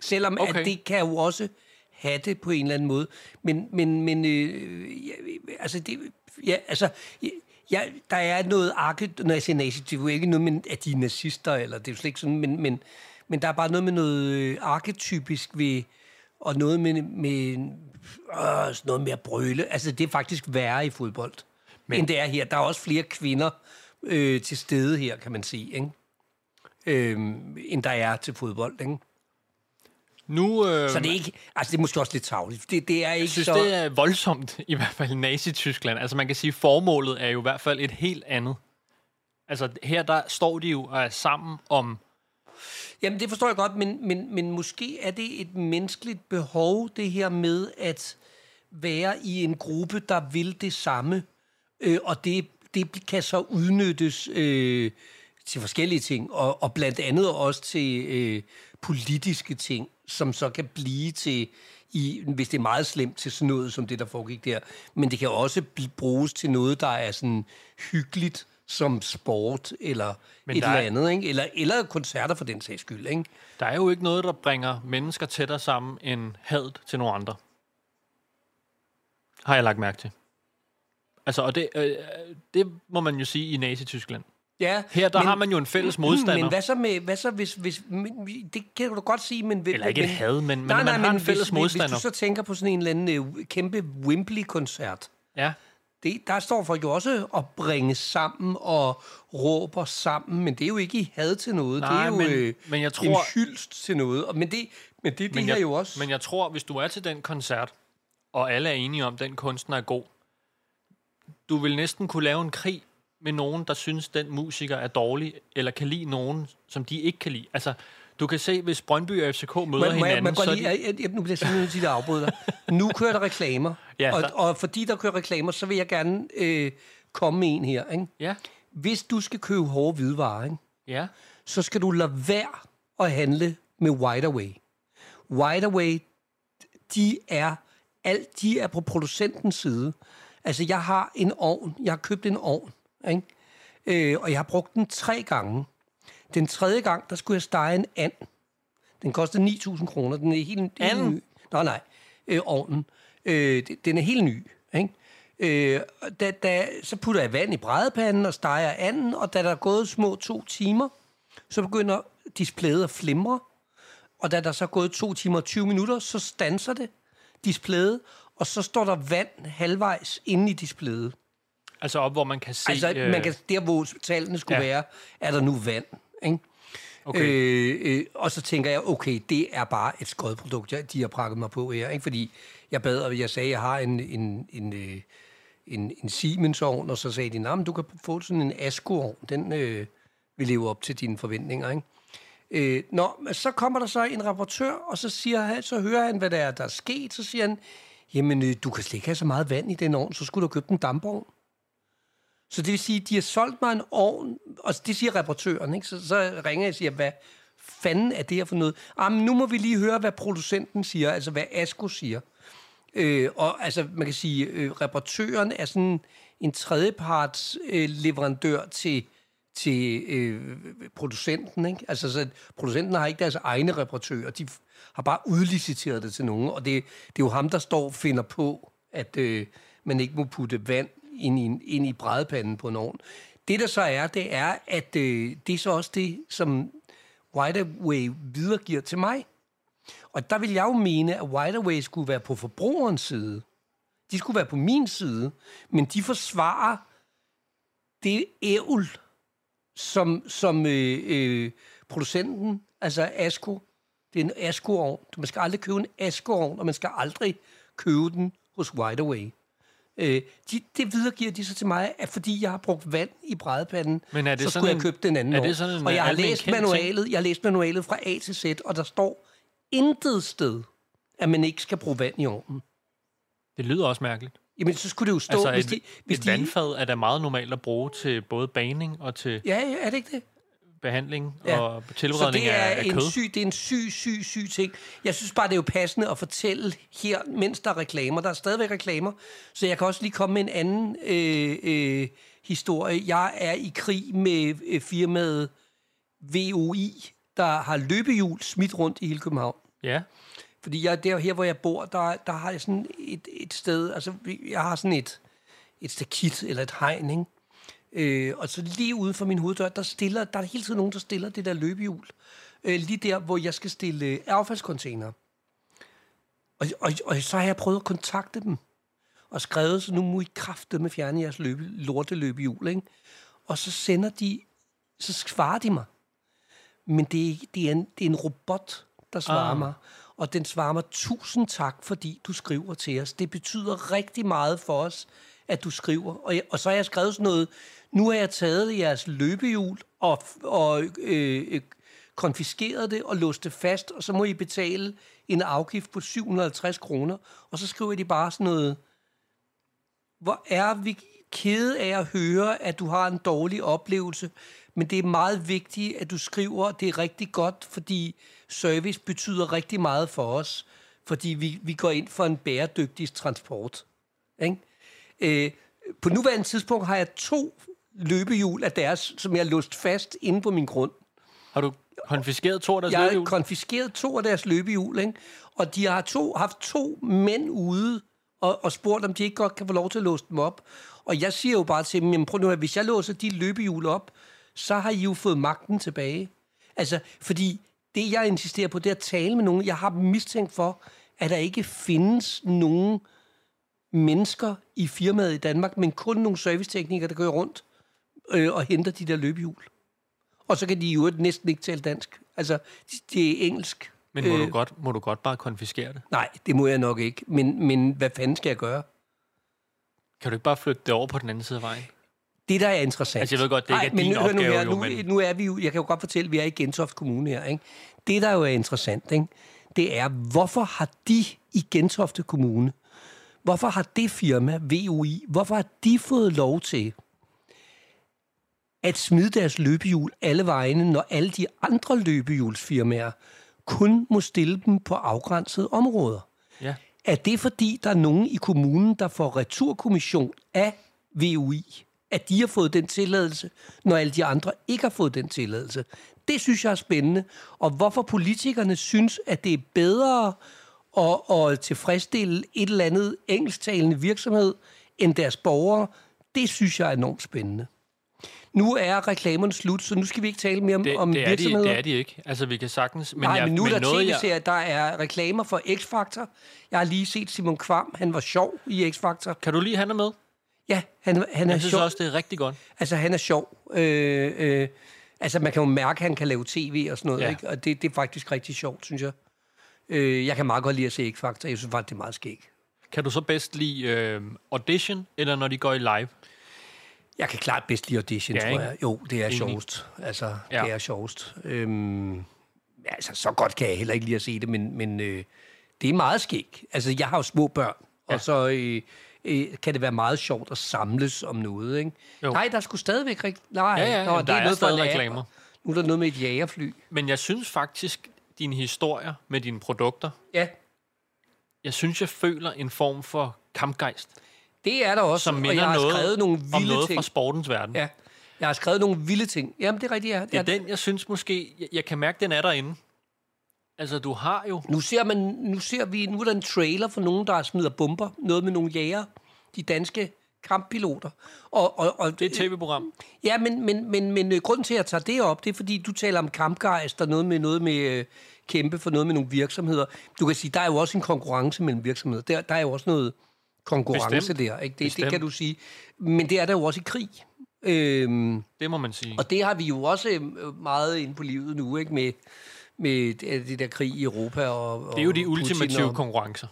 Selvom okay.
Okay.
at det kan jo også have det på en eller anden måde. Men, men, men øh, ja, altså, det, ja, altså ja, ja, der er noget arke, når jeg siger nazi, det er jo ikke noget med, at de er nazister, eller det er jo slet ikke sådan, men, men, men der er bare noget med noget øh, arketypisk ved, og noget med, med øh, sådan noget med at brøle. Altså, det er faktisk værre i fodbold, men. end det er her. Der er også flere kvinder øh, til stede her, kan man sige, ikke? Øh, end der er til fodbold, ikke?
Nu, øh,
Så det er ikke, altså det er måske også lidt tavligt. Det, det er ikke
Jeg synes,
så...
det er voldsomt, i hvert fald i Nazi-Tyskland. Altså man kan sige, formålet er jo i hvert fald et helt andet. Altså her, der står de jo og er sammen om...
Jamen det forstår jeg godt, men, men, men måske er det et menneskeligt behov, det her med at være i en gruppe, der vil det samme. Øh, og det, det kan så udnyttes øh, til forskellige ting, og, og blandt andet også til øh, politiske ting, som så kan blive til, i, hvis det er meget slemt, til sådan noget som det, der foregik der. Men det kan også bl- bruges til noget, der er sådan hyggeligt, som sport eller
Men
et
der
eller
er-
andet, ikke? Eller, eller koncerter for den sags skyld. Ikke?
Der er jo ikke noget, der bringer mennesker tættere sammen end hadet til nogle andre. Har jeg lagt mærke til. Altså, og det, øh, det må man jo sige i Nazi-Tyskland.
Ja,
Her, der har man jo en fælles modstander.
Men hvad så, med, hvad så hvis... hvis men, vi- det kan du godt sige, men...
Eller ikke et
men,
had, men- men man har en fælles
hvis,
modstander.
Hvis du så tænker på sådan en eller anden øh, kæmpe Wembley-koncert,
Ja.
det, der står folk jo også at bringe sammen og råber sammen, men det er jo ikke i had til noget. det
Nej,
er jo
men-
øh,
men jeg
en
tror-
hyldst til noget. Og, men det, men det, det
Men
men her
jeg,
jo også...
Men jeg tror, hvis du er til den koncert, og alle er enige om, at den kunstner er god, du vil næsten kunne lave en krig med nogen, der synes, den musiker er dårlig, eller kan lide nogen, som de ikke kan lide. Altså, Du kan se, hvis Brøndby og FCK møder
Må, må, jeg,
hinanden,
må jeg
så
godt
er
lige, jeg, jeg, jeg, nu bliver jeg simpelthen nødt til at afbryde dig. Nu kører der reklamer,
Ja,
og,
der-
og fordi der kører reklamer, så vil jeg gerne øh, komme med en her. Ikke?
de... Ja,
Hvis du skal købe hårde hvidevarer, ikke?
ja.
så skal du lade være at handle med Wide Away. Wide Away, de er, alt, de er på producentens side. Altså, jeg har en ovn. Jeg har købt en ovn, ikke? Øh, og jeg har brugt den tre gange. Den tredje gang, der skulle jeg stege en and. Den koster 9.000 kroner. Den er helt, helt
Anden?
ny. Nej, nej. Øh, ovnen. Øh, de- den er helt ny. Ikke? Øh, og da, da, så putter jeg vand i brædepanden og steger anden, og da der er gået små to timer, så begynder displayet at flimre, og da der så er gået 2 timer og 20 minutter, så stanser det displayet, og så står der vand halvvejs inde i displayet.
Altså op, hvor man kan se...
Altså, øh, man kan, der hvor tallene skulle
ja.
ja. være, er der nu vand. Ikke?
Okay.
Øh, øh, og så tænker jeg, okay, det er bare et skodprodukt, jeg, de har prakket mig på her. Ikke? Fordi jeg bad, og jeg sagde, jeg har en, en, en, øh, en, en Siemens-ovn, og så sagde de, nah, men du kan få sådan en Asko-ovn, den øh, vil leve op til dine forventninger. Ikke? Øh, nå, men så kommer der så en rapportør, og så, siger han, så hører han, hvad der er, der er sket. Så siger han, jamen, øh, du kan slet ikke have så meget vand i den ovn, så skulle du have købt en dampovn. Så det vil sige, de har solgt mig en ovn, og det siger reparatøren, ikke? Så, så ringer jeg og siger, hvad fanden er det her for noget? Ah, men nu må vi lige høre, hvad producenten siger, altså hvad Asko siger. Øh, og altså, man kan sige, øh, reparatøren er sådan en tredjeparts øh, leverandør til, til øh, producenten, ikke? Altså, så producenten har ikke deres egne reparatører, de f- har bare udliciteret det til nogen, og det, det er jo ham, der står og finder på, at øh, man ikke må putte vand ind i, en- ind i brædepanden på en ovn. Det, der så er, det er, at øh, det er så også det, som Wide Away videregiver til mig. Og der vil jeg jo mene, at Wide Away skulle være på forbrugerens side. De skulle være på min side, men de forsvarer det ævl, som, som øh, øh, producenten, altså Asko, det er en Asko-ovn. Du- Man skal aldrig købe en Asko-ovn, og man skal aldrig købe den hos Wide Away. Øh, de, det videregiver de så til mig, at fordi jeg har brugt vand i brædepanden,
Men er det
så
sådan
skulle
en-
jeg købe den anden
er det
ovn.
sådan en øh,
Og jeg har
almen
læst
kendt ting?
manualet, jeg har læst manualet fra A til Z, og der står intet sted, at man ikke skal bruge vand i ovnen.
Det lyder også mærkeligt.
Jamen, så skulle det jo stå,
Altså,
hvis
et,
de... Hvis
et
de
vandfad er da meget normalt at bruge til både baning og til
ja, ja, er det ikke det?
behandling
Ja.
og
Så
tilredning
det er,
af, af
en
kød.
syg, det er en syg, syg, syg ting. Jeg synes bare, det er jo passende at fortælle her, mens der er reklamer. Der er stadigvæk reklamer, så jeg kan også lige komme med en anden øh, øh, historie. Jeg er i krig med øh, firmaet VOI, der har løbehjul smidt rundt i hele København.
Ja,
Fordi jeg, der, her, hvor jeg bor, der, der har jeg sådan et, et sted, altså vi- jeg har sådan et, et stakit eller et hegn, ikke? Øh, og så lige uden for min hoveddør, der, stiller, der er hele tiden nogen, der stiller det der løbehjul. Øh, lige der, hvor jeg skal stille øh, affaldscontainer. Og, og, og så har jeg prøvet at kontakte dem. Og skrevet, så nu må I kraftedeme fjerne jeres løbe, lorteløbehjul, ikke? Og så sender de, så svarer de mig. Men det er, ikke- det er, en, det er en robot, der svarer
Ah.
ah. mig. Og den svarer mig, tusind tak, fordi du skriver til os. Det betyder rigtig meget for os, at du skriver. Og, jeg, og så har jeg skrevet sådan noget, nu har jeg taget jeres løbehjul og, og øh, øh, konfiskeret det og låst det fast, og så må I betale en afgift på 750 kroner. Og så skriver de bare sådan noget, hvor er vi kede af at høre, at du har en dårlig oplevelse, men det er meget vigtigt, at du skriver, at det er rigtig godt, fordi service betyder rigtig meget for os, fordi vi, vi går ind for en bæredygtig transport. Ikke? Øh, på nuværende tidspunkt har jeg to løbehjul af deres, som jeg har låst fast inde på min grund.
har du konfiskeret to af deres
Jeg har
løbehjul?
konfiskeret to af deres løbehjul, ikke? og de har to, haft to mænd ude og, og spurgt, om de ikke godt kan få lov til at låse dem op. Og jeg siger jo bare til dem, jamen prøv nu at hvis jeg låser de løbehjul op, så har I jo fået magten tilbage. Altså, fordi det, jeg insisterer på, det er at tale med nogen. Jeg har dem mistænkt for, at der ikke findes nogen mennesker i firmaet i Danmark, men kun nogle serviceteknikere, der går rundt øh, og henter de der løbehjul. Og så kan de jo næsten ikke tale dansk. Altså, de- det er engelsk.
Men må,
Øh,
du godt, må du godt bare konfiskere det?
Nej, det må jeg nok ikke. Men, men hvad fanden skal jeg gøre?
Kan du ikke bare flytte det over på den anden side af vejen?
Det, der er interessant...
Altså, jeg ved godt, det ikke
Ej,
er
men
din
nu, hør
opgave,
nu, her,
jo,
nu,
men-
nu er vi jo... Jeg kan jo godt fortælle, at vi er i Gentofte Kommune her, ikke? Det, der jo er interessant, ikke? det er, hvorfor har de i Gentofte Kommune, hvorfor har det firma, VOI, hvorfor har de fået lov til at smide deres løbehjul alle vegne, når alle de andre løbehjulsfirmaer kun må stille dem på afgrænsede områder?
Ja.
Er det fordi, der er nogen i kommunen, der får returkommission af VUI? At de har fået den tilladelse, når alle de andre ikke har fået den tilladelse? Det synes jeg er spændende. Og hvorfor politikerne synes, at det er bedre at, at tilfredsstille et eller andet engelsktalende virksomhed end deres borgere, det synes jeg er enormt spændende. Nu er reklamerne slut, så nu skal vi ikke tale mere om,
Det,
om
det, er de,
virksomheder.
det er de ikke. Altså, vi kan sagtens... Men
Men Nej,
jeg,
men nu er der
noget, jeg,
tv-serier, der er reklamer for X-Factor. Jeg har lige set Simon Kvam, han var sjov i X-Factor.
Kan du lige have noget med?
Ja, han, han er
Jeg synes
sjov.
også, det er rigtig godt.
Altså, han er sjov. Øh, øh, altså, man kan jo mærke, at han kan lave tv og sådan noget,
Ja.
ja. ikke? Og det, det er faktisk rigtig sjovt, synes jeg. Øh, jeg kan meget godt lide at se X-Factor. Jeg synes faktisk, det er meget skægt.
Kan du så bedst lide øh, audition, eller når de går i live?
Jeg kan klart bedst lide audition,
Ja,
ja, tror
ikke?
jeg. Jo, det er
Enig.
sjovest. Altså,
Ja.
ja. det er sjovest. Øhm, altså, så godt kan jeg heller ikke lide at se det, men, men øh, det er meget skægt. Altså, jeg har jo små børn, ja. og så øh, øh, kan det være meget sjovt at samles om noget, ikke?
Jo.
Jo. Nej, der skulle stadigvæk ikke... Nej,
Ja, ja,
nå,
jamen,
det
der er
noget for
stadig
en app.
reklamer.
Nu er der noget med et jagerfly.
Men jeg synes faktisk, dine historier med dine produkter,
Ja,
jeg synes, jeg føler en form for kampgejst,
det er der også,
som
og
minder
jeg har
noget,
skrevet nogle
om
vilde
noget
ting.
fra sportens verden.
Ja, jeg har skrevet nogle vilde ting. Jamen, det er rigtigt, ja.
Det er
Jeg,
den, jeg synes måske, jeg, jeg kan mærke, den er derinde. Altså, du har jo...
Nu ser, man, nu ser vi, nu er der en trailer for nogen, der smider bomber. Noget med nogle jæger, de danske kamppiloter. Og, og, og,
Det er et tv-program.
Ja, men, men, men, men øh, grunden til, at jeg tager det op, det er, fordi du taler om kampgejst og noget med, noget med øh, kæmpe for noget med nogle virksomheder. Du kan sige, der er jo også en konkurrence mellem virksomheder. Der, der er jo også noget konkurrence
Bestemt.
der, ikke? Det,
Bestemt.
det kan du sige. Men det er der jo også i krig. Øhm,
Det må man sige.
og det har vi jo også øh, meget inde på livet nu, ikke? Med, med det det der krig i Europa og
Det er jo de
og Putin
ultimative
og-
konkurrencer.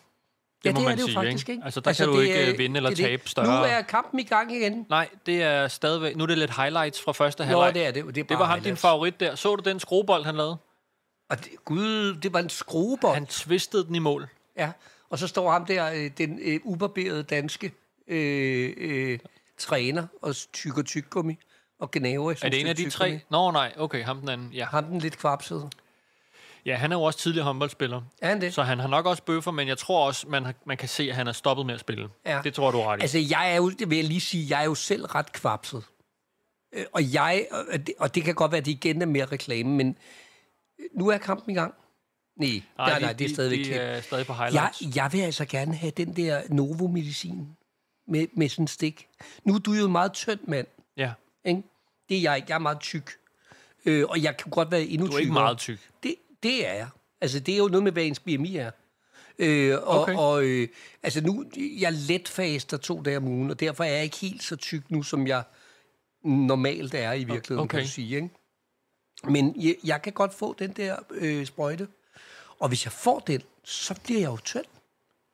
Det
Ja,
må
det er
man
det jo
sige,
faktisk
ikke?
ikke.
Altså, der kan du
det
ikke,
er-
øh, vinde eller
det er det.
tabe større.
Nu er kampen i gang igen.
Nej, det er stadigvæk... Nu er det lidt highlights fra første
Nå,
halvleg.
det er det. jo. Det, er
Det
bare
var ham, din
highlights.
favorit der. Så du den skruebold, han lavede?
Og det, gud, det var en skruebold.
Han tvistede den i mål.
Ja. Og så står ham der, øh, den øh, ubarberede danske øh, øh, træner og tykker tyggegummi og gnaver.
Er det en af de tre? Nå, nej. Okay, ham den anden. Ja,
Ham den lidt kvapsede.
ja han er jo også tidligere håndboldspiller.
Er han det?
Så han har nok også bøffer, men jeg tror også, man, har, man kan se, at han er stoppet med at spille.
Ja.
Det tror jeg, du er ret i.
Altså, jeg er jo, det vil jeg lige sige, jeg er jo selv ret kvapset. Øh, Og jeg, og det, og det kan godt være, at det igen er mere reklame, men øh, nu er kampen i gang. Nej, nej, nej,
de-
det er
de-
stadigvæk
de,
klip.
er stadig på
Jeg,
highlights.
jeg vil altså gerne have den der Novo-medicin med, med sådan en stik. Nu er du jo en meget tynd mand,
Ja.
ikke? Det er jeg ikke. Jeg er meget tyk. Øh, og jeg kan godt være endnu
Du er ikke
tykkere.
meget tyk.
Det, det er jeg. Altså, det er jo noget med, hvad ens BMI er. Øh, og,
Okay.
okay. og øh, altså nu, jeg letfaster to dage om ugen, og derfor er jeg ikke helt så tyk nu, som jeg normalt er i virkeligheden, okay.
Okay.
kan du sige. Ikke? Men jeg, jeg kan godt få den der øh, sprøjte, og hvis jeg får den, så bliver jeg jo tynd.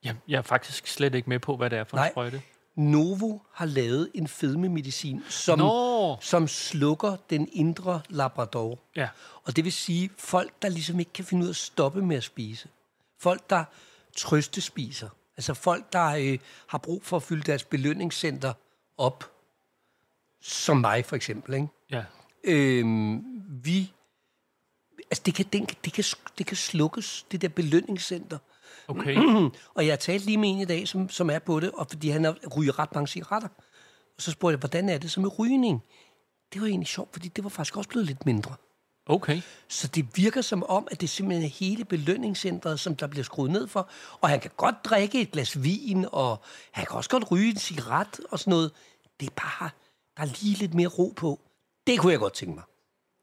Jeg, jeg er faktisk slet ikke med på, hvad det er for en
Nej.
sprøjte.
Novo har lavet en fedmemedicin, som,
Nå!
som slukker den indre labrador.
Ja.
Og det vil sige, folk, der ligesom ikke kan finde ud af at stoppe med at spise. Folk, der trøstespiser. Altså folk, der øh, har brug for at fylde deres belønningscenter op. Som mig, for eksempel. Ikke?
ja.
Øhm, vi... Altså, det kan, den, det, kan, det kan slukkes, det der belønningscenter.
Okay.
Og jeg talte lige med en i dag, som, som er på det, og fordi han har- ryger ret mange cigaretter. Og så spurgte jeg, hvordan er det så med rygning? Det var egentlig sjovt, fordi det var faktisk også blevet lidt mindre.
Okay.
Så det virker som om, at det simpelthen er hele belønningscentret, som der bliver skruet ned for. Og han kan godt drikke et glas vin, og han kan også godt ryge en cigaret og sådan noget. Det er bare, der er lige lidt mere ro på. Det kunne jeg godt tænke mig.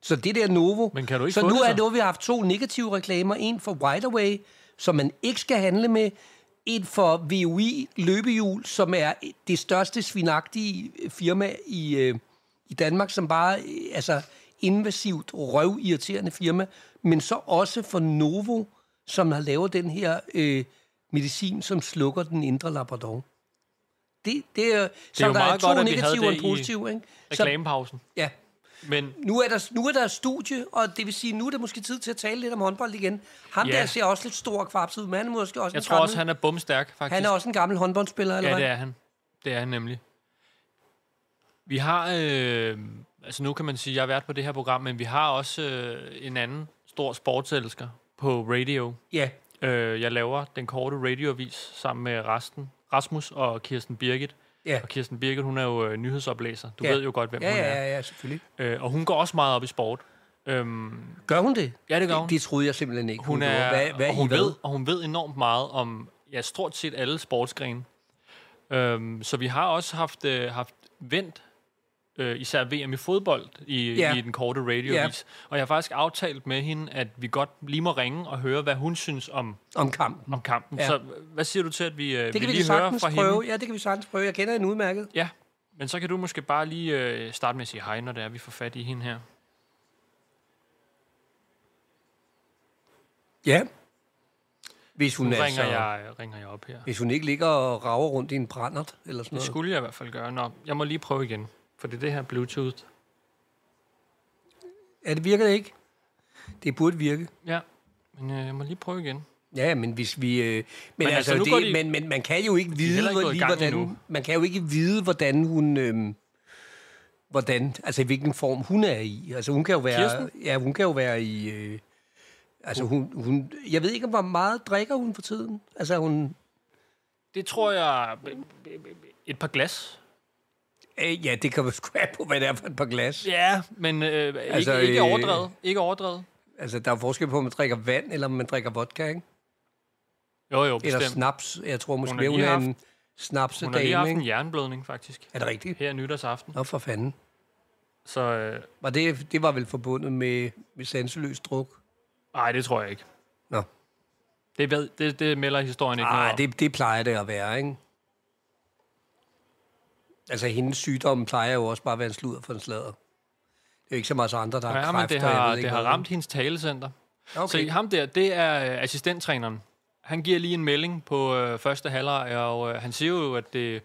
Så det der Novo.
Men kan du ikke
så
få
nu
det,
er
så?
det, jo, vi har haft to negative reklamer. En for Wide Away, som man ikke skal handle med. En for VUI Løbehjul, som er det største svinagtige firma i, øh, i Danmark, som bare øh, altså invasivt, røvirriterende firma. Men så også for Novo, som har lavet den her øh, medicin, som slukker den indre labrador. det, det, er,
Det er
så
jo
der er
meget
to
godt, at vi havde
negative og
det
en
i
positiv, ikke? Så,
Reklamepausen.
ja.
Men
Nu er, der, nu er der studie, og det vil sige, nu er det måske tid til at tale lidt om håndbold igen. Ham
Ja.
der ser også lidt stor og kvapset ud, men han er måske også
jeg
en
tror
gammel,
også, han er bumstærk, faktisk.
han er også en gammel håndboldspiller, eller
Ja,
hvad?
det er han. Det er han nemlig. Vi har, øh, altså nu kan man sige, at jeg har været på det her program, men vi har også øh, en anden stor sportselsker på radio.
Ja,
Øh, jeg laver den korte radioavis sammen med resten, Rasmus og Kirsten Birgit.
ja.
Og Kirsten Birgit, hun er jo øh, nyhedsoplæser. Du
Ja.
ved jo godt, hvem
Ja,
hun
ja,
er.
ja, ja, selvfølgelig.
Øh, og hun går også meget op i sport. Øhm,
Gør hun det?
ja, det gør hun.
Det, det troede jeg simpelthen ikke.
Hun
gjorde.
er,
hvad, hvad
og hun
I hvad?
ved, og hun ved enormt meget om ja, stort set alle sportsgrene. Øhm, så vi har også haft, øh, haft vendt øh, især VM i fodbold i,
Ja.
yeah. i den korte radiovis.
Ja.
Og jeg har faktisk aftalt med hende, at vi godt lige må ringe og høre, hvad hun synes om,
Om kampen.
om kampen.
Ja.
Så hvad siger du til, at vi, øh,
Det kan vi,
vi
vi
lige hører
sagtens
fra
prøve.
hende?
Ja, det kan vi sagtens prøve. Jeg kender hende udmærket.
Ja, men så kan du måske bare lige øh, starte med at sige hej, når det er, vi får fat i hende her.
Ja. Hvis
Nu
hun, altså,
ringer, jeg, ringer jeg op her.
hvis hun ikke ligger og rager rundt i en brændert eller sådan
Det
noget.
skulle jeg i hvert fald gøre. Nå, jeg må lige prøve igen, for det er det her Bluetooth.
Ja, det virker det ikke. Det burde virke.
Ja, men øh, jeg må lige prøve igen.
Ja, men hvis vi... Øh, men, men,
altså,
altså,
nu
altså,
går
det,
de-
de, men, men man kan jo ikke
heller
vide,
ikke
hvor,
gået i
lige,
gang
hvordan,
endnu.
man kan jo ikke vide, hvordan hun... Øh, hvordan, altså i hvilken form hun er i. Altså hun kan jo være...
Kirsten?
Ja, hun kan jo være i... Øh, altså hun, hun... Jeg ved ikke, hvor meget drikker hun for tiden. Altså er hun...
Det tror jeg... Et par glas.
Øh, ja, det kan man sgu have på, hvad det er for et par glas.
Ja, men øh, altså,
Altså,
ikke, ikke
øh,
overdrevet. Ikke overdrevet.
Altså, der er jo forskel på, om man drikker vand, eller om man drikker vodka, ikke?
Jo, jo,
Eller
bestemt.
snaps. Jeg tror måske,
har
hun,
lige
hun er
haft-
en
Hun har lige
snapsedame,
haft en
ikke?
jernblødning, faktisk.
Er det rigtigt?
Her nytårsaften.
Nå, for fanden.
Så øh,
Var det, det var vel forbundet med, med sanseløs druk?
nej, det tror jeg ikke.
Nå.
Det, ved, det, det melder historien ikke noget
Ah,
om.
det, det plejer det at være, ikke? Altså, hendes sygdom plejer jo også bare at være en sludder for en slader. Det er jo ikke så meget så andre, der har
Ja,
kræft.
men det
og jeg
har,
ved ikke
det har
hvad.
ramt hendes talecenter. Okay.
Okay.
Så ham der, det er øh, assistenttræneren. Han giver lige en melding på øh, første halvleg, og øh, han siger jo, at det,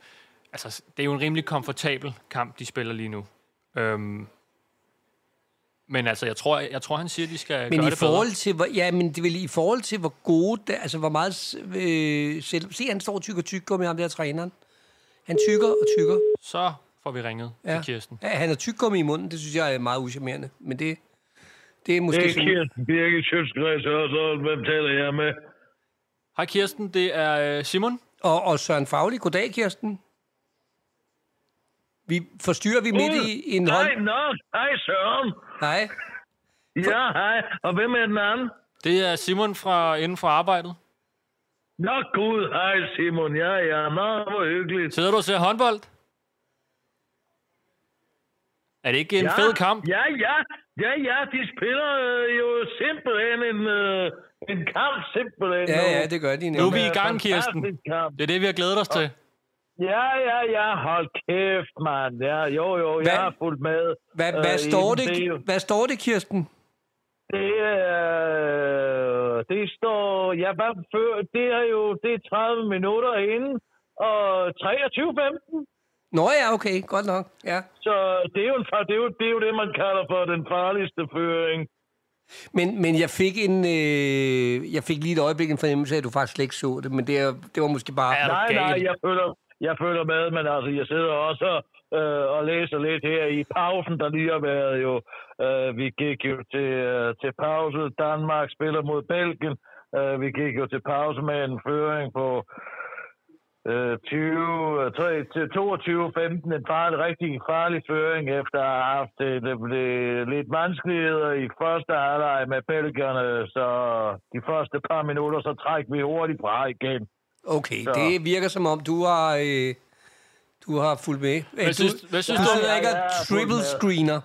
altså, det er jo en rimelig komfortabel kamp, de spiller lige nu. Øhm, men altså, jeg tror, jeg tror han siger, at de skal
Men
gøre
i
det bedre.
forhold til, hvor, ja, men det vil i forhold til, hvor gode, det, altså hvor meget s- øh, selv, se, han står og tykker tykker med ham der træneren. Han tykker og tykker.
Så får vi ringet ja. til Kirsten.
Ja, han har tykker i munden, det synes jeg er meget uschammerende, men det, det er måske
Det er
sådan,
Kirsten Birgit Sjøtskreds Hørsholm. Hvem taler jeg med?
Hej Kirsten, det er øh, Simon.
Og, og Søren Fagli, goddag Kirsten. Vi forstyrrer vi midt i en
Mm, Nej,
hånd...
nok. Hej, Søren.
Nej.
Ja, hej. Og hvem er den anden?
Det er Simon fra inden for arbejdet.
Nå, Gud. Hej, Simon. Ja, ja. Nå, hvor hyggeligt.
Sidder du og ser håndbold? Er det ikke en
ja,
fed kamp?
Ja, ja. Ja, ja. De spiller øh, jo simpelthen en, øh, en kamp, simpelthen.
Ja,
nu.
ja, det gør de
Nu er
nemlig.
vi i
Ja,
gang, Kirsten.
fantastisk kamp.
Det er det, vi har glædet os til.
Ja, ja, ja. Hold kæft, mand. Ja, jo, jo. Jeg
Hvad-
har fulgt med.
Hvad,
øh,
hvad,
i
står
den del.
det, hvad står det, Kirsten?
Det er... Det står... Ja, hvad før? Det er jo det er 30 minutter inden, og 23.15.
Nå ja, okay, godt nok. Ja.
Så det er, jo en, fa- det, er jo, det er jo det, man kalder for den farligste føring.
Men, men jeg fik en, øh, jeg fik lige et øjeblik en fornemmelse af, at du faktisk slet ikke så det, men det, er, det var måske bare...
Ja. Er du
Nej,
gal?
nej, jeg følger, jeg følger med, men altså, jeg sidder også øh, og læser lidt her i pausen, der lige har været jo. Øh, vi gik jo til, øh, til pause. Danmark spiller mod Belgien. Øh, vi gik jo til pause med en føring på øh, 20, øh, tre- til 22-15. En farlig, rigtig farlig føring, efter at have haft øh, det blev lidt vanskeligheder i første halvleg med belgierne. Så de første par minutter, så træk vi hurtigt fra igen.
Okay,
Så.
det virker som om, du har, øh, du har fulgt med. Øh,
Hvad synes,
du,
hvad synes
du
du om
sidder ikke
Ja,
og
jeg har fulgt
triple
med.
screener.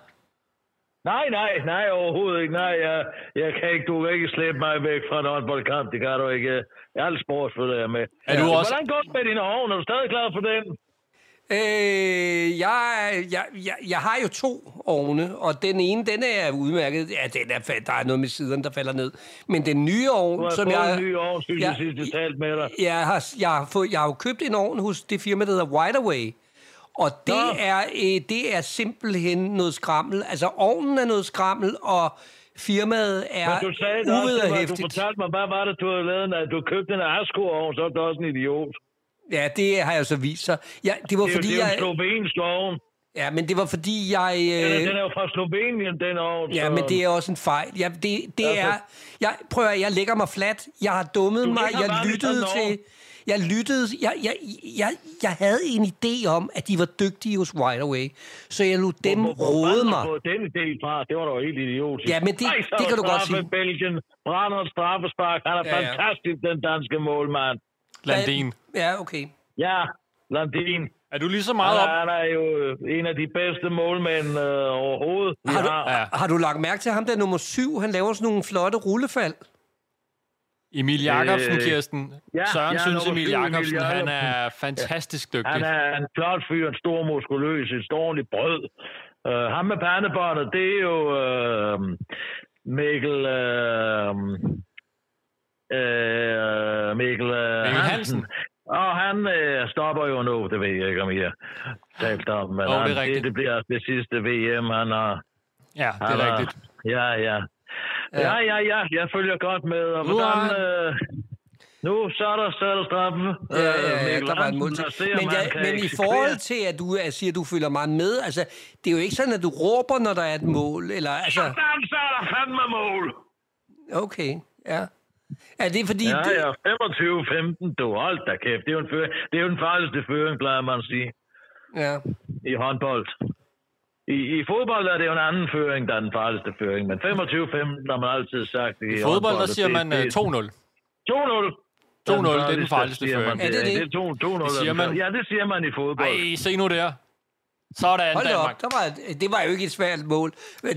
Nej, nej, nej, overhovedet ikke. Nej, jeg, jeg kan ikke, du kan ikke slæbe mig væk fra en håndboldkamp. Det kan du ikke. Alt sport følger jeg med.
Er du også-
Hvordan går det med din ovn? Er du stadig klar for den?
Øh, jeg, jeg, jeg, jeg har jo to ovne, og den ene, den er udmærket. Ja, den er, fa- der er noget med siderne, der falder ned. Men den nye
Du
ovn,
har
som
fået
jeg...
en ny ovn, synes jeg,
Ja,
sidst jeg talte med dig.
Jeg har, jeg, har fået, jeg har jo købt en ovn hos det firma, der hedder Wideaway. Og det
Nå.
er, øh, det er simpelthen noget skrammel. Altså, ovnen er noget skrammel, og firmaet er
Men du sagde det også, til mig, du
uvederhæftigt.
fortalte mig, hvad var det, du havde lavet, at du købte en Asko-ovn, så er du også en idiot.
Ja, det har jeg så vist sig. Ja, det var
Det er
fordi,
jo det er jo en
jeg...
slovensk ovn.
Ja, men det var fordi, jeg...
Eller,
Øh,
Den er jo fra Slovenien, den ovn.
Ja,
så-
men det er også en fejl. Jeg, det, det
Altså-
er, jeg, prøv at, høre, jeg lægger mig fladt. Jeg har dummet
Du
mig.
ligger
Jeg
bare lidt
lyttede
sådan over.
til... Jeg lyttede... Jeg, jeg, jeg, jeg havde en idé om, at de var dygtige hos Wideaway. Så jeg lod dem
Hvor- hvor
råde
fanden har
mig.
du fået den del fra, det var da jo helt idiotisk.
Ja, men det-
Ej, så
det kan
var
du godt
straffe
sige.
Belgien, brænder et straffespark. Han er
Ja, ja.
fantastisk, den danske målmand.
Landin.
Ja, okay.
Ja, Landin.
Er du lige så
Han
meget
er,
op?
han er jo øh, en af de bedste målmænd øh, overhovedet. vi
Har du,
har.
Ja.
har du lagt mærke til ham, der er nummer syv? Han laver sådan nogle flotte rullefald.
Emil Jakobsen,
Øh,
Kirsten.
ja,
Søren
jeg er
synes,
nummer
Emil
syv,
Jakobsen,
Emil
han
Jakobsen.
er fantastisk dygtig.
Han er en flot fyr, en stor muskuløs, et stort ordentligt brød. Uh, ham med pandebåndet, det er jo uh, Mikkel... Uh, uh, Mikkel, uh,
Mikkel Hansen.
Og han øh, stopper jo nu, det ved jeg ikke, om I har talt om. Men
Jo, det er
han,
rigtigt.
det, det bliver det sidste VM, han har.
Ja, det
han
er
har-
rigtigt.
Ja, ja. Ja, ja, ja, jeg følger godt med. Og
Nu
hvordan,
har-
øh, nu så er der, så er der straffen.
Ja, ja, ja,
Mikkel
Øh, der var en
Hansen,
måltid.
og se, om
Men,
han
jeg,
kan
men i
eksekvere.
forhold til, at du er, siger, at du følger meget med, altså, det er jo ikke sådan, at du råber, når der er et mål, eller altså...
Sådan, så er der fandme mål.
Okay, ja. Er det fordi...
Ja,
det,
ja, 25-15, du, hold da kæft. Det er jo en, føring. det er jo den farligste føring, plejer man at sige,
ja.
i håndbold. I, I fodbold er det jo en anden føring, der er den farligste føring, men 25-15 har man altid sagt i,
I fodbold, der
håndbold, og
siger
det-
man øh,
det-
2-0.
2-0.
2-0, det er den farligste
siger man.
føring.
Er det det?
det er 2 2-0.
Det siger
er den-
man.
Ja, det siger man i fodbold.
Ej, se nu der. Sådan,
Hold da
Danmark.
op, der var, det var jo ikke et svært mål.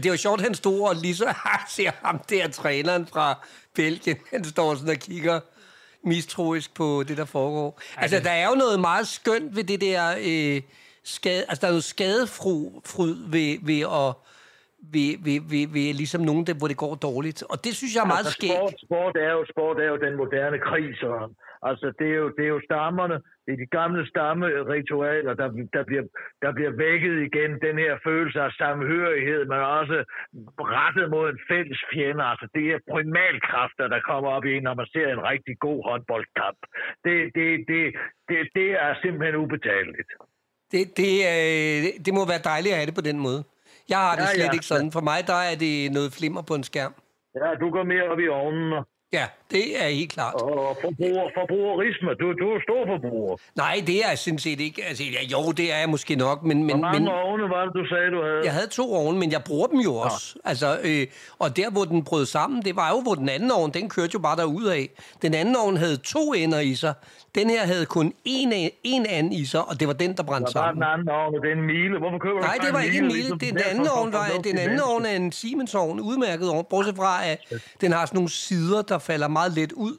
Det var sjovt, han stod og lige så ser ham der, træneren fra Belgien, han står sådan og kigger mistroisk på det, der foregår. Altså,
det-
der er jo noget meget skønt ved det der øh, skade... Altså, der er noget skadefryd ved, ved at... Ved, ved, ved, ved, ligesom nogen, der, hvor det går dårligt. Og det synes jeg er meget
Altså,
skægt.
Sport, sport, er jo, sport er jo den moderne krig, Søren. Altså, det er jo, det er jo stammerne, det er de gamle stammeritualer, der, der, bliver, der bliver vækket igen den her følelse af samhørighed, men også rettet mod en fælles fjende. Altså, det er primalkræfter, der kommer op i en, når man ser en rigtig god håndboldkamp. Det, det, det, det, det er simpelthen ubetaleligt.
Det, det, øh, det må være dejligt at have det på den måde. Jeg har det
Ja,
slet
ja.
ikke sådan. For mig, der er det noget flimmer på en skærm.
Ja, du går mere op i ovnen og-
Ja, det er helt klart.
og forbruger, forbrugerisme. Du, du er stor forbruger.
Nej, det er jeg sådan set ikke. Altså, ja, jo, det er jeg måske nok, men, men,
Hvor mange
men
ovne var det, du sagde, du havde?
jeg havde to ovne, men jeg bruger dem jo også. Altså, øh, og der, hvor den brød sammen, det var jo, hvor den anden ovn, den kørte jo bare derudad. Den anden ovn havde to ender i sig. Den her havde kun én, a- én and i sig, og det var den, der brændte
Der var
sammen.
den anden ovn, og det er en mile. Hvorfor køber
Nej,
du
det var ikke en mile.
ligesom?
Det er den
Derfor
anden
får
ovn,
du
var,
luft i
den anden
næsen.
ovn er en Siemens ovn, udmærket ovn, bortset fra, at den har sådan nogle sider, der falder meget let ud.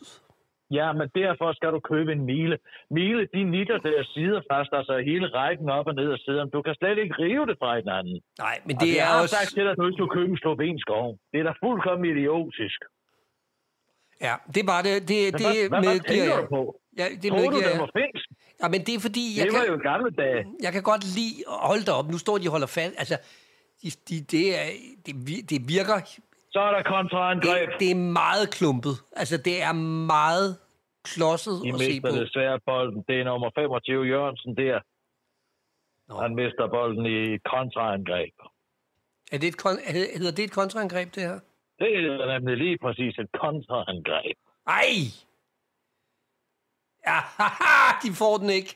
Ja, men derfor skal du købe en mile. Mile, de nitter der sider fast, altså hele rækken op og ned af siderne. Du kan slet ikke rive det fra hinanden.
Nej, men
Og
det
jeg
er
har
også...
sagt til dig, at du ikke skulle købe en slovensk ovn. Det er da fuldkommen idiotisk.
Ja, det var det. Det,
Men
det
hvad, hvad, hvad
medgiver
tænker
jeg.
du på?
Ja, det
Tror du,
medgiver
den
jeg.
var finsk?
Ja, men det er fordi, jeg
Det var
kan,
jo i gamle dage.
jeg kan godt lide... og Hold da op, nu står de og holder fast. Altså, de, de, det, er, det, vi- det virker...
Så er der kontraangreb.
Det, det er meget klumpet. Altså, det er meget klodset
I
at se på.
mister desværre bolden. Det er nummer 25, Jørgensen, der.
Nå.
Han mister bolden i kontraangreb.
Er det et, kon- er det- hedder det et kontraangreb, det her?
Det er nemlig lige præcis et kontraangreb.
Ej! Ja, haha, de får den ikke.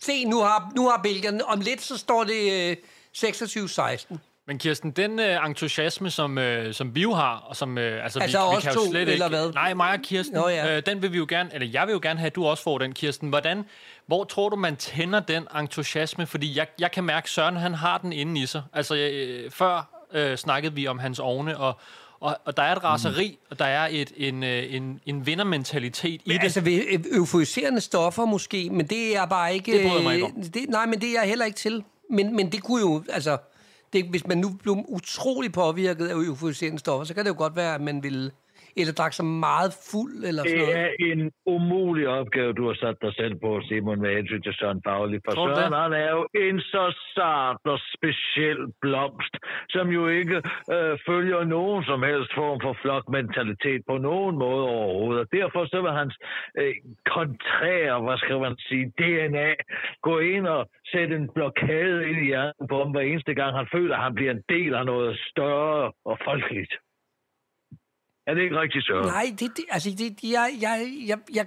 Se, nu har, nu har Belgierne... Om lidt, så står det øh, 26-16.
Men Kirsten, den øh, entusiasme, som, øh, som vi jo har, og som, øh, altså,
Altså
vi, vi
os
kan
to,
jo slet
eller
ikke...
hvad?
Nej, mig og Kirsten,
Nå ja.
øh, den vil vi jo gerne, eller jeg vil jo gerne have, at du også får den, Kirsten. Hvordan, hvor tror du, man tænder den entusiasme? Fordi jeg, jeg kan mærke, Søren, han har den inde i sig. Altså, øh, før øh, snakkede vi om hans ovne, og, Og, og der er et raseri, og der er et, en, øh, en, en vindermentalitet i
Mm. Men
det.
altså, ved- øh, euforiserende stoffer måske, men det er bare ikke...
Det bryder jeg mig ikke om.
øh, Det, nej, men det er jeg heller ikke til. Men, men det kunne jo, altså... Det, hvis man nu blev utrolig påvirket af euforiserende stoffer, så kan det jo godt være, at man ville... Eller drak sig meget fuld, eller sådan
Det
noget.
er en umulig opgave, du har sat dig selv på, Simon, med hensyn til Søren Fagli. For
Tror du
Søren,
det?
han er jo en så sart og speciel blomst, som jo ikke øh, følger nogen som helst form for flokmentalitet på nogen måde overhovedet. Og derfor så vil hans øh, kontrære, hvad skal man sige, DNA, gå ind og sætte en blokade ind i hjernen på ham hver eneste gang, han føler, at han bliver en del af noget større og folkeligt. Er det ikke rigtigt, Søren?
Nej, det, det, altså, det, jeg, jeg, jeg, jeg,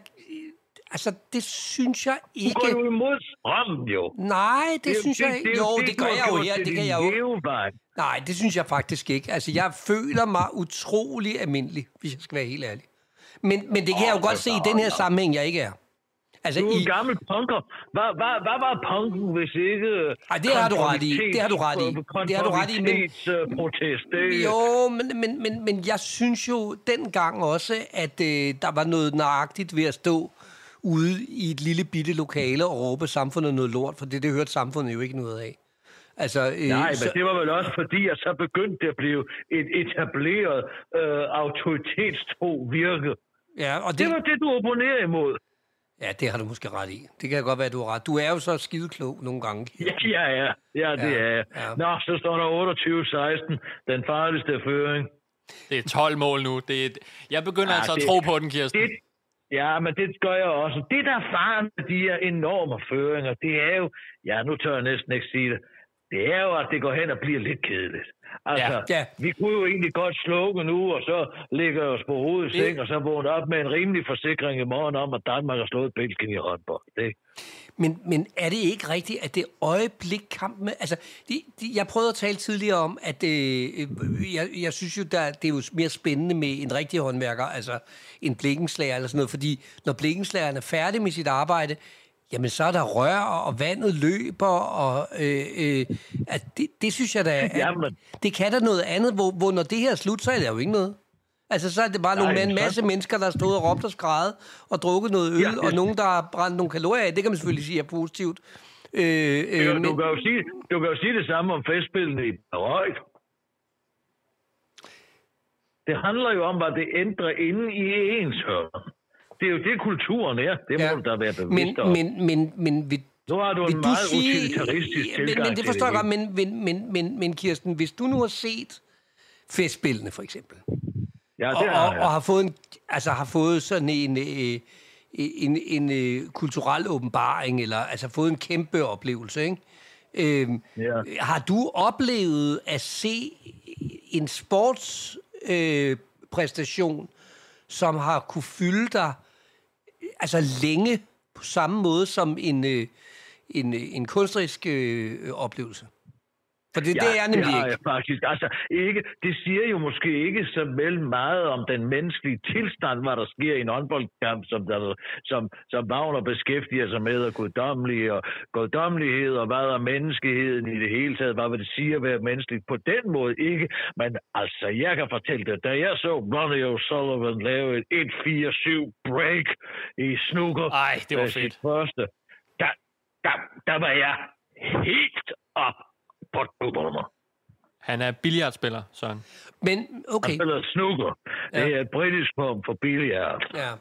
altså, det synes jeg
Du går
ikke...
jo imod strømmen, jo.
Nej, det, det synes jeg ikke. Jo, det, det
du
gør
har
jeg jo
gjort
her.
til
Det kan
din
jeg jo
levevej.
Nej, det synes jeg faktisk ikke. Altså, jeg føler mig utrolig almindelig, hvis jeg skal være helt ærlig. Men, men det kan jeg jo godt se i den her sammenhæng, jeg ikke er. Altså,
Du er
i,
en gammel punker. Hvad, hvad, hvad var punken, hvis ikke...
Ej, det har du ret i. Det har du ret i. Det har du ret i, men-
Konformitetsprotest. Det,
jo, men, men, men, men jeg synes jo dengang også, at øh, der var noget nøjagtigt ved at stå ude i et lille bitte lokale og råbe samfundet noget lort, for det, det hørte samfundet jo ikke noget af. Altså, øh,
Nej, men
så-
det var vel også fordi, at så begyndte det at blive et etableret øh, autoritetstro virke.
ja, og
Det
det,
var det, du opponerede imod.
ja, det har du måske ret i. Det kan godt være, du har ret. Du er jo så skideklog nogle gange.
Ja, ja, ja, ja det
Ja,
er jeg.
ja.
Nå, så står der 28-16. Den farligste føring.
Det er 12 mål nu. Det er et... Jeg begynder
Ah,
altså at
det-
tro på den, Kirsten.
det, ja, men det gør jeg også. Det, der er faren med de her enorme føringer, det er jo, ja, nu tør jeg næsten ikke sige det, det er jo, at det går hen og bliver lidt kedeligt. Altså,
Ja,
ja,
ja.
ja. vi kunne jo egentlig godt slukke nu, og så ligge os på hovedet i seng, og så vågne op med en rimelig forsikring i morgen om, at Danmark har slået Belgien i håndbold. Det,
Men, men er det ikke rigtigt, at det øjeblik kampen... Altså, de, de, jeg prøvede at tale tidligere om, at øh, øh, jeg, jeg synes jo, der, det er jo mere spændende med en rigtig håndværker, altså en blikkenslager eller sådan noget, fordi når blikkenslageren er færdig med sit arbejde, jamen så er der rør, og vandet løber, og øh, øh, at det, det synes jeg da... At,
Jamen.
det kan da noget andet, hvor, hvor når det her er slut, så er der jo ikke noget. Altså, så er det bare nogle,
Nej,
en
så-
masse mennesker, der har stået og råbt og skrejet og drukket noget øl, ja.
Ja.
og nogen, der har brændt nogle kalorier af. Det kan man selvfølgelig sige er positivt. Øh,
det
øh,
du,
men,
kan jo sige, du kan jo sige det samme om festspillene i Bayreuth. Det handler jo om, hvad det ændrer inde i ens hørn. Det er jo det, kulturen er. Det
Ja.
må du da være bevidst
men,
om.
men, men, men vil,
Nu har du en
vil
meget
du sige...
utilitaristisk
men,
tilgang
men det
til
forstår jeg
det
godt, men, men, men, men, men Kirsten, hvis du nu har set festspillene, for eksempel,
Ja,
og,
det
og,
har jeg.
og har fået en, altså har fået sådan en øh, en, en, en kulturel åbenbaring eller altså fået en kæmpe oplevelse, ikke? Øhm,
Ja.
Har du oplevet at se en sports øh, præstation, som har kunne fylde dig øh, altså længe på samme måde som en øh, en, øh, en kunstnerisk øh, oplevelse? For det, det er jeg nemlig
det har
ikke.
Jeg faktisk. Altså, ikke, det siger jo måske ikke så vel meget om den menneskelige tilstand, hvad der sker i en håndboldkamp, som, der, som, som Wagner beskæftiger sig med, og guddommelig og guddommelighed, og hvad er menneskeheden i det hele taget, hvad vil det sige at være menneskeligt på den måde, ikke? Men altså, jeg kan fortælle dig, da jeg så Ronnie O'Sullivan lave et 1-4-7 break i snooker,
Ej, det var
med sit
fedt.
Første, der, der, der var jeg helt op på dupperne.
Han er billiardspiller, Søren.
Men
Han
okay,
spiller snooker. Ja. Det
Ja.
er et britisk form for billiard.
ja.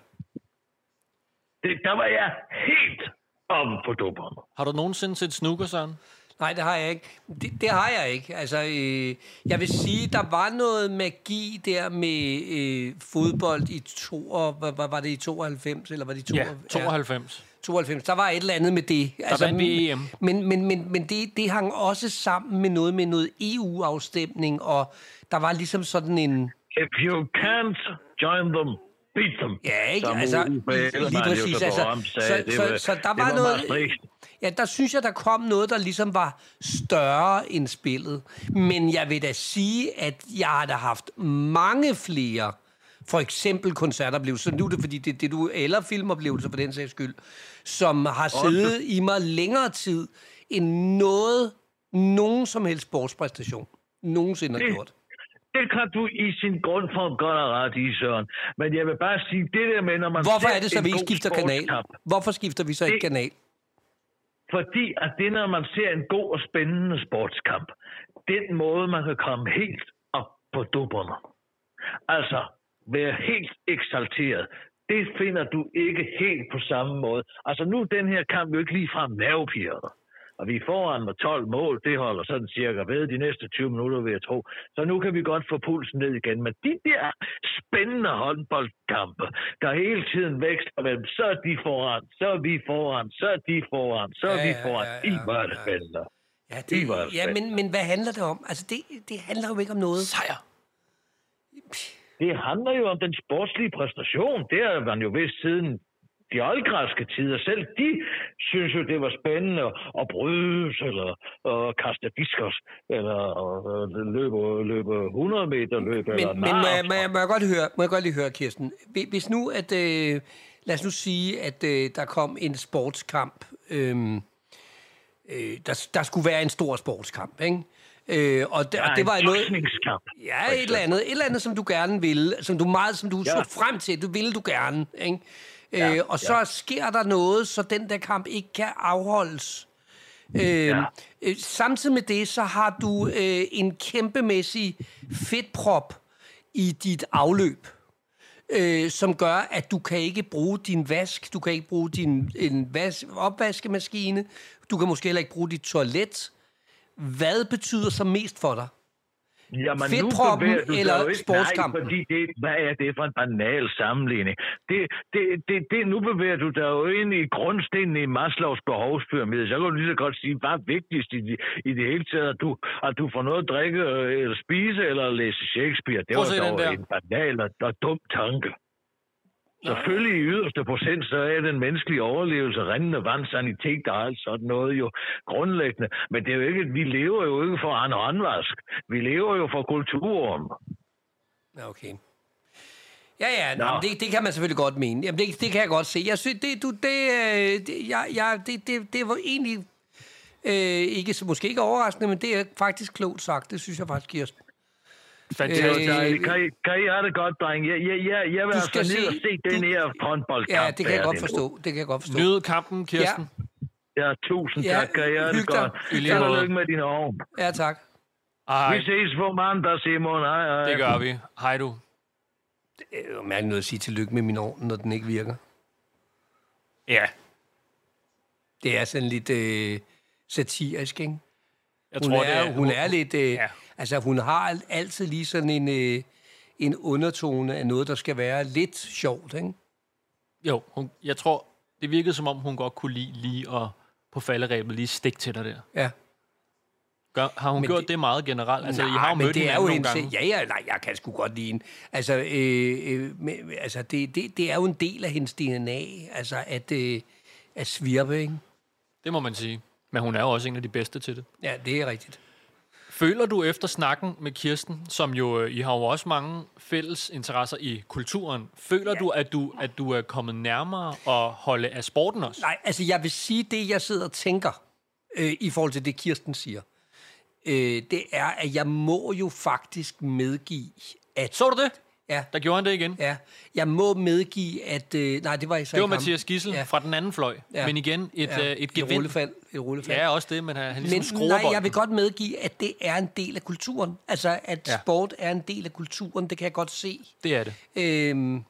Det, der var jeg helt oppe på dupperne.
Har du nogensinde set snooker, Søren?
Nej, det har jeg ikke. Det, det har jeg ikke. Altså, øh, jeg vil sige, der var noget magi der med øh, fodbold i to, og, hvad, hvad var det i 92, eller var det i to,
Ja, 92.
92? Der var et eller andet med det. Der
vandt vi E EM.
Men, men, men, men det, det hang også sammen med noget med noget EU-afstemning, og der var ligesom sådan en...
If you can't join them, beat them.
Ja, ikke?
Som
Altså,
Uffe Ellemann
lige
jo
præcis.
så
Altså,
berømt
så,
sagde. Det
så,
var-
så der
det
var
var
noget...
Maastricht.
Ja, der synes jeg, der kom noget, der ligesom var større end spillet. Men jeg vil da sige, at jeg har da haft mange flere for eksempel koncertoplevelser, nu er det fordi, det er det, du, eller filmoplevelser for den sags skyld, som har siddet i mig længere tid, end noget, nogen som helst sportspræstation nogensinde har gjort.
det kan du i sin grundform godt have ret i, Søren. Men jeg vil bare sige, det der med, når man...
Hvorfor
ser
er det så,
en
vi ikke
god
skifter kanal?
sportskamp,
Hvorfor skifter vi så ikke
Det-
kanal?
Fordi at det, når man ser en god og spændende sportskamp, den måde, man kan komme helt op på dupperne. Altså, være helt eksalteret. Det finder du ikke helt på samme måde. Altså, nu er den her kamp jo ikke ligefrem nervepirret. Og vi er foran med 12 mål, det holder sådan cirka ved de næste 20 minutter, vil jeg tro. Så nu kan vi godt få pulsen ned igen. Men de der spændende håndboldkampe, der hele tiden vækster mellem, så er de foran, så er vi foran, så er de foran, så er
Ja,
vi
ja,
foran.
ja, ja,
I var det
ja.
spændende.
Ja,
det var
det, ja
fedt.
men, men hvad handler det om? Altså, det, det handler jo ikke om noget.
Sejr.
Det handler jo om den sportslige præstation. Det har man jo vidst siden de oldgræske tider. Selv de synes jo, det var spændende at brydes, eller at kaste diskos, eller at løbe, løbe 100 meter løb, eller
Men, men må, jeg, må, jeg, må, jeg godt høre, må jeg godt lige høre, Kirsten. Hvi- Hvis nu, at... Øh, lad os nu sige, at øh, der kom en sportskamp. Øh, øh, der, der skulle være en stor sportskamp, ikke? Øh, og, det, og det var noget...
noget...
Ja, et eller andet. Et eller andet, som du gerne ville. Som du meget, som du ja.
Ja.
så frem til. Du ville du gerne. Ikke? Ja, øh, og så ja. sker der noget, så den der kamp ikke kan afholdes. Øh, ja. øh, samtidig med det, så har du øh, en kæmpemæssig fedtprop i dit afløb. Øh, som gør, at du kan ikke bruge din vask, du kan ikke bruge din en vas, opvaskemaskine, du kan måske heller ikke bruge dit toilet. Hvad betyder så mest for dig?
Jamen,
Fedtproppen
bevæger du dig
eller
jo ikke-
sportskampen?
Nej, fordi det, hvad er det for en banal sammenligning? Det, det, det, det, nu bevæger du dig jo ind i grundstenen i Maslows behovspyramide. Så kan du lige så godt sige, hvad er vigtigst i, de- i det hele taget? At du, at du får noget at drikke, øh, eller spise, eller læse Shakespeare. Det
Prøv
var
at se den
dog
der.
en banal og, og dum tanke. Selvfølgelig i yderste procent, så er den menneskelige overlevelse, rendende vand, sanitet og alt sådan noget jo grundlæggende. Men det er jo ikke, vi lever jo ikke for en håndvask. Vi lever jo for kulturen.
Ja, Okay. Ja, ja, nå, men det, det kan man selvfølgelig godt mene. Jamen, det, det kan jeg godt se. Jeg synes, det, du, det, øh, det, jeg, jeg, det, det, det var egentlig øh, ikke, så- måske ikke overraskende, men det er faktisk klogt sagt. Det synes jeg faktisk, Kirsten.
Fantastisk.
Øh,
Øh,
Kan I, kan I have det godt, dreng? Jeg, jeg, jeg, jeg vil
Du
altså
skal
ned
se-
og se den
du-
her håndboldkamp.
Ja, det kan jeg godt forstå. Det kan jeg godt forstå.
Nyd kampen, Kirsten. Ja.
Ja, tusind
Ja,
ja, tak. Kan I have det
hyg dig.
godt?
I lige
Held og
måde.
lykke med din ovn.
Ja, tak.
Ej,
Vi ses på mandag, Simon. Hej, hej.
det gør vi. Hej du.
Det er jo mærkeligt noget at sige tillykke med min ovn, når den ikke virker.
Ja.
Det er sådan lidt øh, satirisk, ikke?
Jeg
Hun,
tror,
er,
det er,
hun er lidt... Øh, ja.
Ja.
Altså, hun har al- altid lige sådan en, øh, en undertone af noget, der skal være lidt sjovt, ikke?
Jo, hun, jeg tror, det virkede som om, hun godt kunne lide lige at på falderæbet lige stikke til dig der.
Ja.
Gør, har hun
Men
men gjort det,
det-
det meget generelt? Altså,
Nej,
I har jo
men
mødt
det er jo
hinanden nogle
hendes-
gange.
Ja, ja, nej, jeg kan sgu godt lide hende. Altså, øh, øh, men, altså det, det, det er jo en del af hendes DNA, altså at, øh, at svirpe, ikke?
Det må man sige. Men hun er jo også en af de bedste til det.
Ja, det er rigtigt.
Føler du efter snakken med Kirsten, som jo, øh, I har jo også mange fælles interesser i kulturen, føler ja. du, at du, at du er kommet nærmere at holde af sporten også?
Nej, altså jeg vil sige, det jeg sidder og tænker øh, i forhold til det, Kirsten siger, øh, det er, at jeg må jo faktisk medgive, at...
Så du det?
Ja,
Der gjorde han det igen. Ja,
ja, jeg må medgive, at... Øh, nej, det var ikke så
det var
ikke ham.
Mathias Gissel ja.
Ja.
fra den anden fløj. Ja. Men igen, et, ja. øh, et
et
gevind.
rullefald. Et rullefald.
Ja, også det, men han, han ligesom
Men
skruer
nej,
bolden.
jeg vil godt medgive, at det er en del af kulturen. Altså, at ja.
Ja.
sport er en del af kulturen, det kan jeg godt se.
Det er det.
Øhm,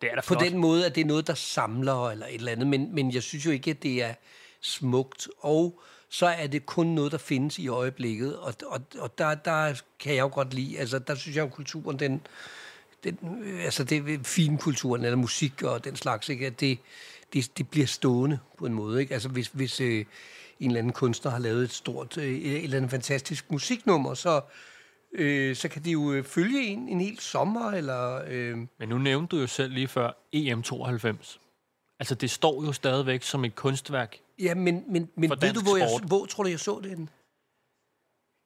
Det er da
på
flot.
den måde, at det er noget, der samler eller et eller andet. Men, men jeg synes jo ikke, at det er smukt. Og så er det kun noget, der findes i øjeblikket. Og, og, og der, der kan jeg jo godt lide, altså der synes jeg jo, kulturen, den, den, øh, altså det er finkulturen, eller musik og den slags, ikke? at det, det, det bliver stående på en måde. Ikke? Altså hvis, hvis øh, en eller anden kunstner har lavet et stort, øh, et eller andet fantastisk musiknummer, så, øh, så kan det jo øh, følge en en hel sommer, eller... Øh,
Men nu nævnte du jo selv lige før EM92. Altså, det står jo stadigvæk som et kunstværk.
Ja, men, men, men
For
ved du,
dansk
hvor, jeg,
sport.
hvor tror du, jeg så det henne?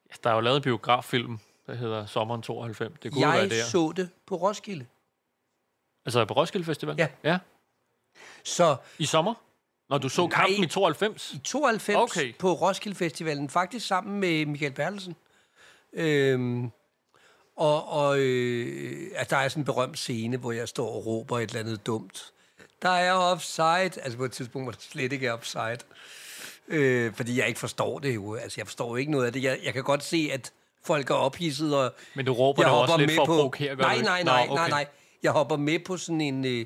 Altså, Der er jo lavet en biograffilm, der hedder Sommeren 92. Det kunne jo være
Jeg
der.
så det på Roskilde.
Altså på Roskilde Festival?
Ja.
ja.
Så
I sommer? Når du så Nej. kampen i 92?
i 92 okay.
Okay.
på Roskilde Festivalen, faktisk sammen med Michael Bertelsen. Øhm, Og, og øh, at der er sådan en berømt scene, hvor jeg står og råber et eller andet dumt. Der er offside. Altså på et tidspunkt, hvor der slet ikke er offside. Øh, fordi jeg ikke forstår det jo. Altså jeg forstår jo ikke noget af det. Jeg, jeg kan godt se, at folk er ophidset. Og
Men du råber
jeg
da også
hopper
lidt
med
for at
på-
provokere, gør du
Nej,
ikke?
nej,
Nå,
nej, nej,
okay.
nej. Jeg hopper med på sådan en øh,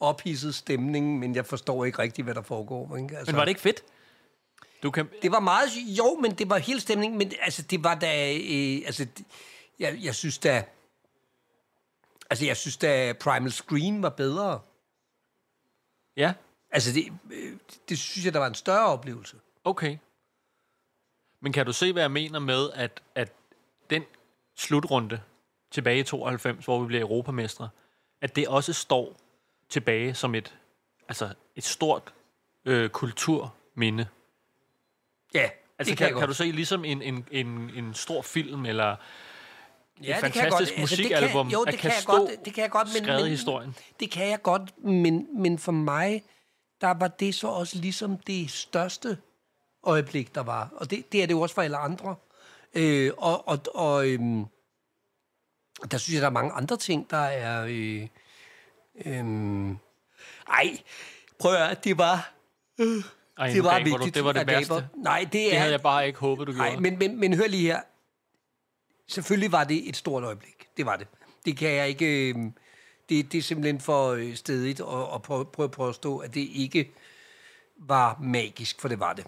ophidset stemning, men jeg forstår ikke rigtigt, hvad der foregår. Ikke? Altså,
Men var det ikke fedt? Du kan...
det var meget, jo, men det var hele stemningen, men altså, det var da, øh, altså, det- jeg, jeg synes da, altså, jeg synes da, Primal Screen var bedre.
Ja,
Altså, det, øh, det synes jeg, der var en større oplevelse.
Okay. Men kan du se, hvad jeg mener med, at, at den slutrunde tilbage i 92, hvor vi bliver europamestre, at det også står tilbage som et, altså et stort øh, kulturminde?
Ja,
Altså,
det
kan,
jeg
kan,
godt.
du se ligesom en, en, en, en stor film eller
ja,
et
det kan
fantastisk
jeg godt. Altså,
musikalbum,
det kan, jo,
at
det
kan
kan jeg
stå
godt, det kan jeg godt, men,
skrevet i
men,
historien?
Det kan jeg godt, men, men for mig, der var det så også ligesom det største øjeblik, der var. Og det, det er det jo også for alle andre. Øh, og og, og øhm, der synes jeg, der er mange andre ting, der er... Øh, øhm, ej, prøv at høre, det var...
Ej,
Det
nu
var
gaber du.
vigtigt.
Det var det
at gabe.
værste.
Nej, det,
Det
er...
havde jeg bare ikke håbet, du gjorde.
Nej, men, men, men hør lige her. Selvfølgelig var det et stort øjeblik. Det var det. Det kan jeg ikke... øhm, Det, det er simpelthen for øh, stedigt at, at prø- prøve at påstå, at det ikke var magisk, for det var det.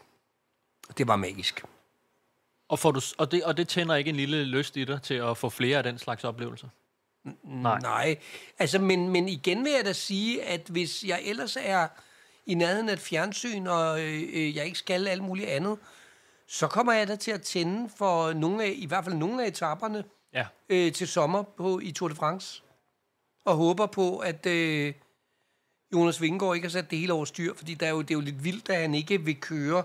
Det var magisk.
Og, får du, s- og, det, og det tænder ikke en lille lyst i dig til at få flere af den slags oplevelser? Nej.
Nej. Altså, men, men igen vil jeg da sige, at hvis jeg ellers er i nærheden af et fjernsyn, og øh, øh, jeg ikke skal alt muligt andet, så kommer jeg da til at tænde for nogle af, i hvert fald nogle af etaperne
Ja.
øh, til sommer på, i Tour de France. Og håber på, at øh, Jonas Vingegaard ikke har sat det hele over styr, fordi der er jo, det er jo lidt vildt, at han ikke vil køre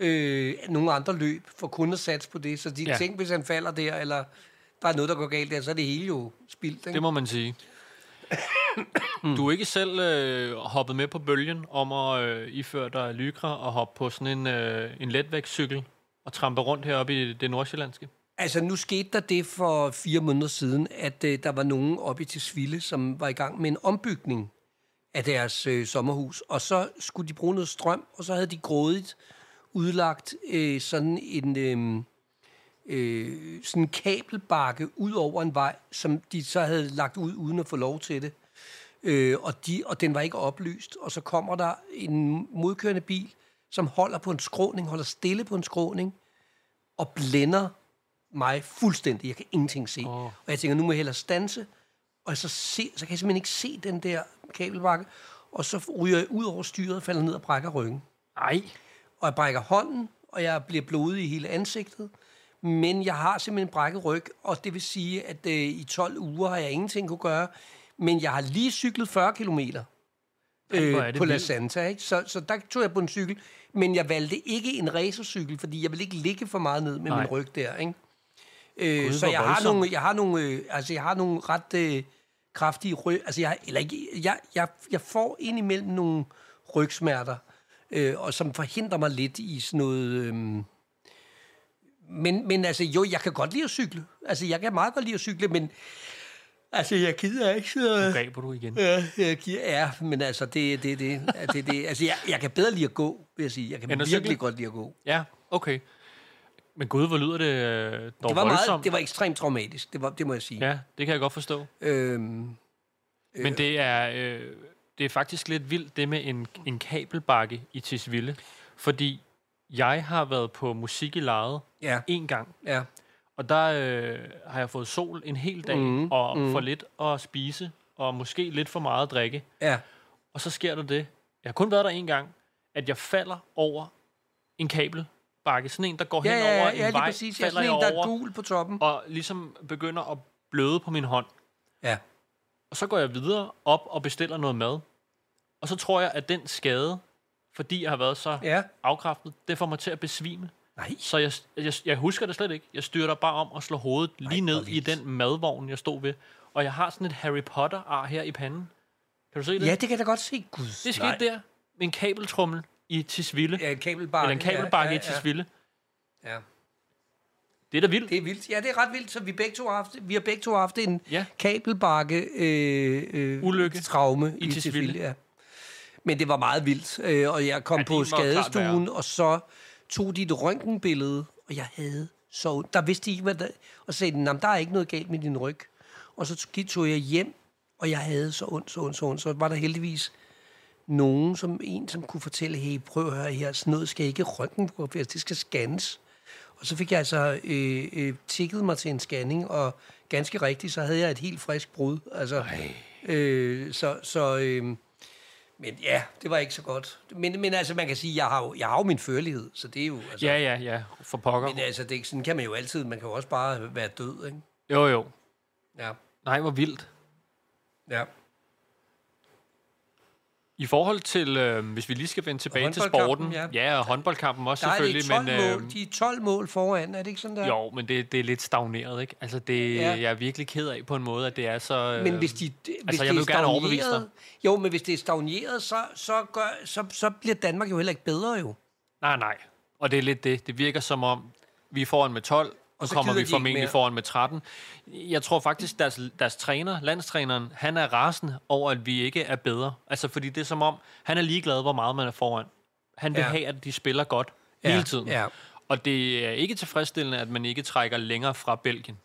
øh, nogle andre løb, for kun at satse på det. Så de
Ja.
ja. tænk, hvis han falder der, eller der er noget, der går galt der, så er det hele jo spildt. Ikke?
Det må man sige.
Mm.
Du er ikke selv øh, hoppet med på bølgen om at øh, iføre dig lycra og hoppe på sådan en, øh, en letvægtscykel og trampe rundt heroppe i det nordsjællandske.
Altså, nu skete der det for fire måneder siden, at øh, der var nogen oppe i Tisvilde, som var i gang med en ombygning af deres øh, sommerhus, og så skulle de bruge noget strøm, og så havde de grådigt udlagt øh, sådan en øh, øh, sådan en kabelbakke ud over en vej, som de så havde lagt ud uden at få lov til det. Øh, og, de, og den var ikke oplyst, og så kommer der en modkørende bil, som holder på en skråning, holder stille på en skråning, og blænder mig fuldstændig. Jeg kan ingenting se.
Åh.
Oh. Og jeg tænker, nu må jeg hellere stanse, og så, se, så kan jeg simpelthen ikke se den der kabelbakke, og så ryger jeg ud over styret, falder ned og brækker ryggen
Nej.
og jeg brækker hånden, og jeg bliver blodig i hele ansigtet. Men jeg har simpelthen brækket ryg, og det vil sige, at øh, i 12 uger har jeg ingenting kunne gøre. Men jeg har lige cyklet 40 km
hvor er
øh,
det
på La
vildt.
Santa. Ikke? Så, så der tog jeg på en cykel, men jeg valgte ikke en racercykel, fordi jeg ville ikke ligge for meget ned med
Nej.
min ryg der. Ikke? Øh,
Gud,
så
hvor
jeg har,
voldsomt.
nogle, jeg, har nogle, øh, altså, jeg har nogle ret øh, kraftige ryg... Altså, jeg, eller ikke, jeg, jeg, jeg får indimellem nogle rygsmerter, øh, og som forhindrer mig lidt i sådan noget... Øh, men, men altså, jo, jeg kan godt lide at cykle. Altså, jeg kan meget godt lide at cykle, men... Altså, jeg gider ikke sidde...
Nu
Okay.
gaber du igen.
Ja, jeg gider, ja, men altså, det er det, det, er det, det. Altså, jeg, jeg kan bedre lide at gå, vil jeg sige. Jeg kan
End at
virkelig
cykle?
godt lide at gå.
Ja, okay. Men gud, hvor lyder det øh, dog
Det var, meget,
voldsomt.
det var ekstremt traumatisk, det, var, det må jeg sige.
Ja, det kan jeg godt forstå.
Øhm,
Men det er, øh, det er faktisk lidt vildt, det med en, en kabelbakke i Tisvilde. Fordi jeg har været på musik i lejet
ja,
en gang,
ja.
Og der øh, har jeg fået sol en hel dag, mm, og mm. for lidt at spise, og måske lidt for meget at drikke.
Ja,
Og så sker der det, jeg har kun været der en gang, at jeg falder over en kabelbakke. Sådan en, der går
ja,
hen
ja,
over
ja,
en
ja lige
vej,
præcis. Ja,
falder
sådan en,
jeg
der er
over,
gul på toppen.
og ligesom begynder at bløde på min hånd.
Ja.
Og så går jeg videre op og bestiller noget mad. Og så tror jeg, at den skade, fordi jeg har været så
Ja.
afkræftet, det får mig til at besvime.
Nej.
Så jeg, jeg, jeg husker det slet ikke. Jeg styrter bare om og slår hovedet lige
hvor
ned i
vildt.
den madvogn, jeg stod ved. Og jeg har sådan et Harry Potter-ar her i panden. Kan du se det?
Ja, det kan jeg da godt se. Gud,
det skete der med en kabeltrummel i Tisvilde.
Ja, en kabelbakke.
eller en kabelbakke
ja,
i Tisvilde.
Ja, ja.
Det er da vildt.
Det er vildt. Ja, det er ret vildt, så vi, begge to har haft, vi har begge to haft en
Ja.
ja. kabelbakke øh, øh,
Ulykke.
traume
I
i
Tisvilde.
Tisvilde. Ja. Men det var meget vildt, øh, og jeg kom
Ja,
ja,
det må
på
klart
skadestuen, og så tog de et røntgenbillede, og jeg havde så ondt. Der vidste de ikke, hvad der... Og så sagde de, "Nå, men der er ikke noget galt med din ryg. Og så gik- tog jeg hjem, og jeg havde så ondt, så ondt, så ondt. Så var der heldigvis nogen, som en, som kunne fortælle, hey, prøv at høre her, sådan noget skal ikke røntgenfotograferes, det skal scannes. Og så fik jeg altså øh, øh, tikket mig til en scanning, og ganske rigtigt, så havde jeg et helt frisk brud. Altså, øh, så, så øh, men ja, det var ikke så godt. Men, men altså, man kan sige, jeg har jo, jeg har jo min førlighed, så det er jo... Altså,
Ja, ja, ja. For pokker.
Men altså, det, er ikke- sådan kan man jo altid, man kan jo også bare være død, ikke?
Jo, jo.
Ja,
Nej, hvor vildt.
ja.
I forhold til, øh, hvis vi lige skal vende tilbage til
håndboldkampen,
sporten. Ja.
ja.
ja, og håndboldkampen også
Der er det
selvfølgelig.
12
men, øh,
mål, de er 12 mål foran, er det ikke sådan der?
Jo, men det, det er lidt stagneret, ikke? Altså, det, ja.
Ja.
jeg er virkelig ked af på en måde, at det er så...
Men
øh,
hvis, de, hvis
jeg
det
vil
er
gerne overbevise dig.
stagneret, jo, men hvis det er stagneret, så, så, gør, så, så bliver Danmark jo heller ikke bedre jo.
Nej, nej. Og det er lidt det. Det virker som om, vi er foran med 12, og så
så
kommer
gider
vi
de ikke
formentlig
mere.
foran med 13. Jeg tror faktisk, deres, deres træner, landstræneren, han er rasende over, at vi ikke er bedre. Altså, fordi det er som om, han er ligeglad, hvor meget man er foran. Han vil ja.
Ja.
have, at de spiller godt ja.
Ja,
hele tiden.
ja.
Og det er ikke tilfredsstillende, at man ikke trækker længere fra Belgien.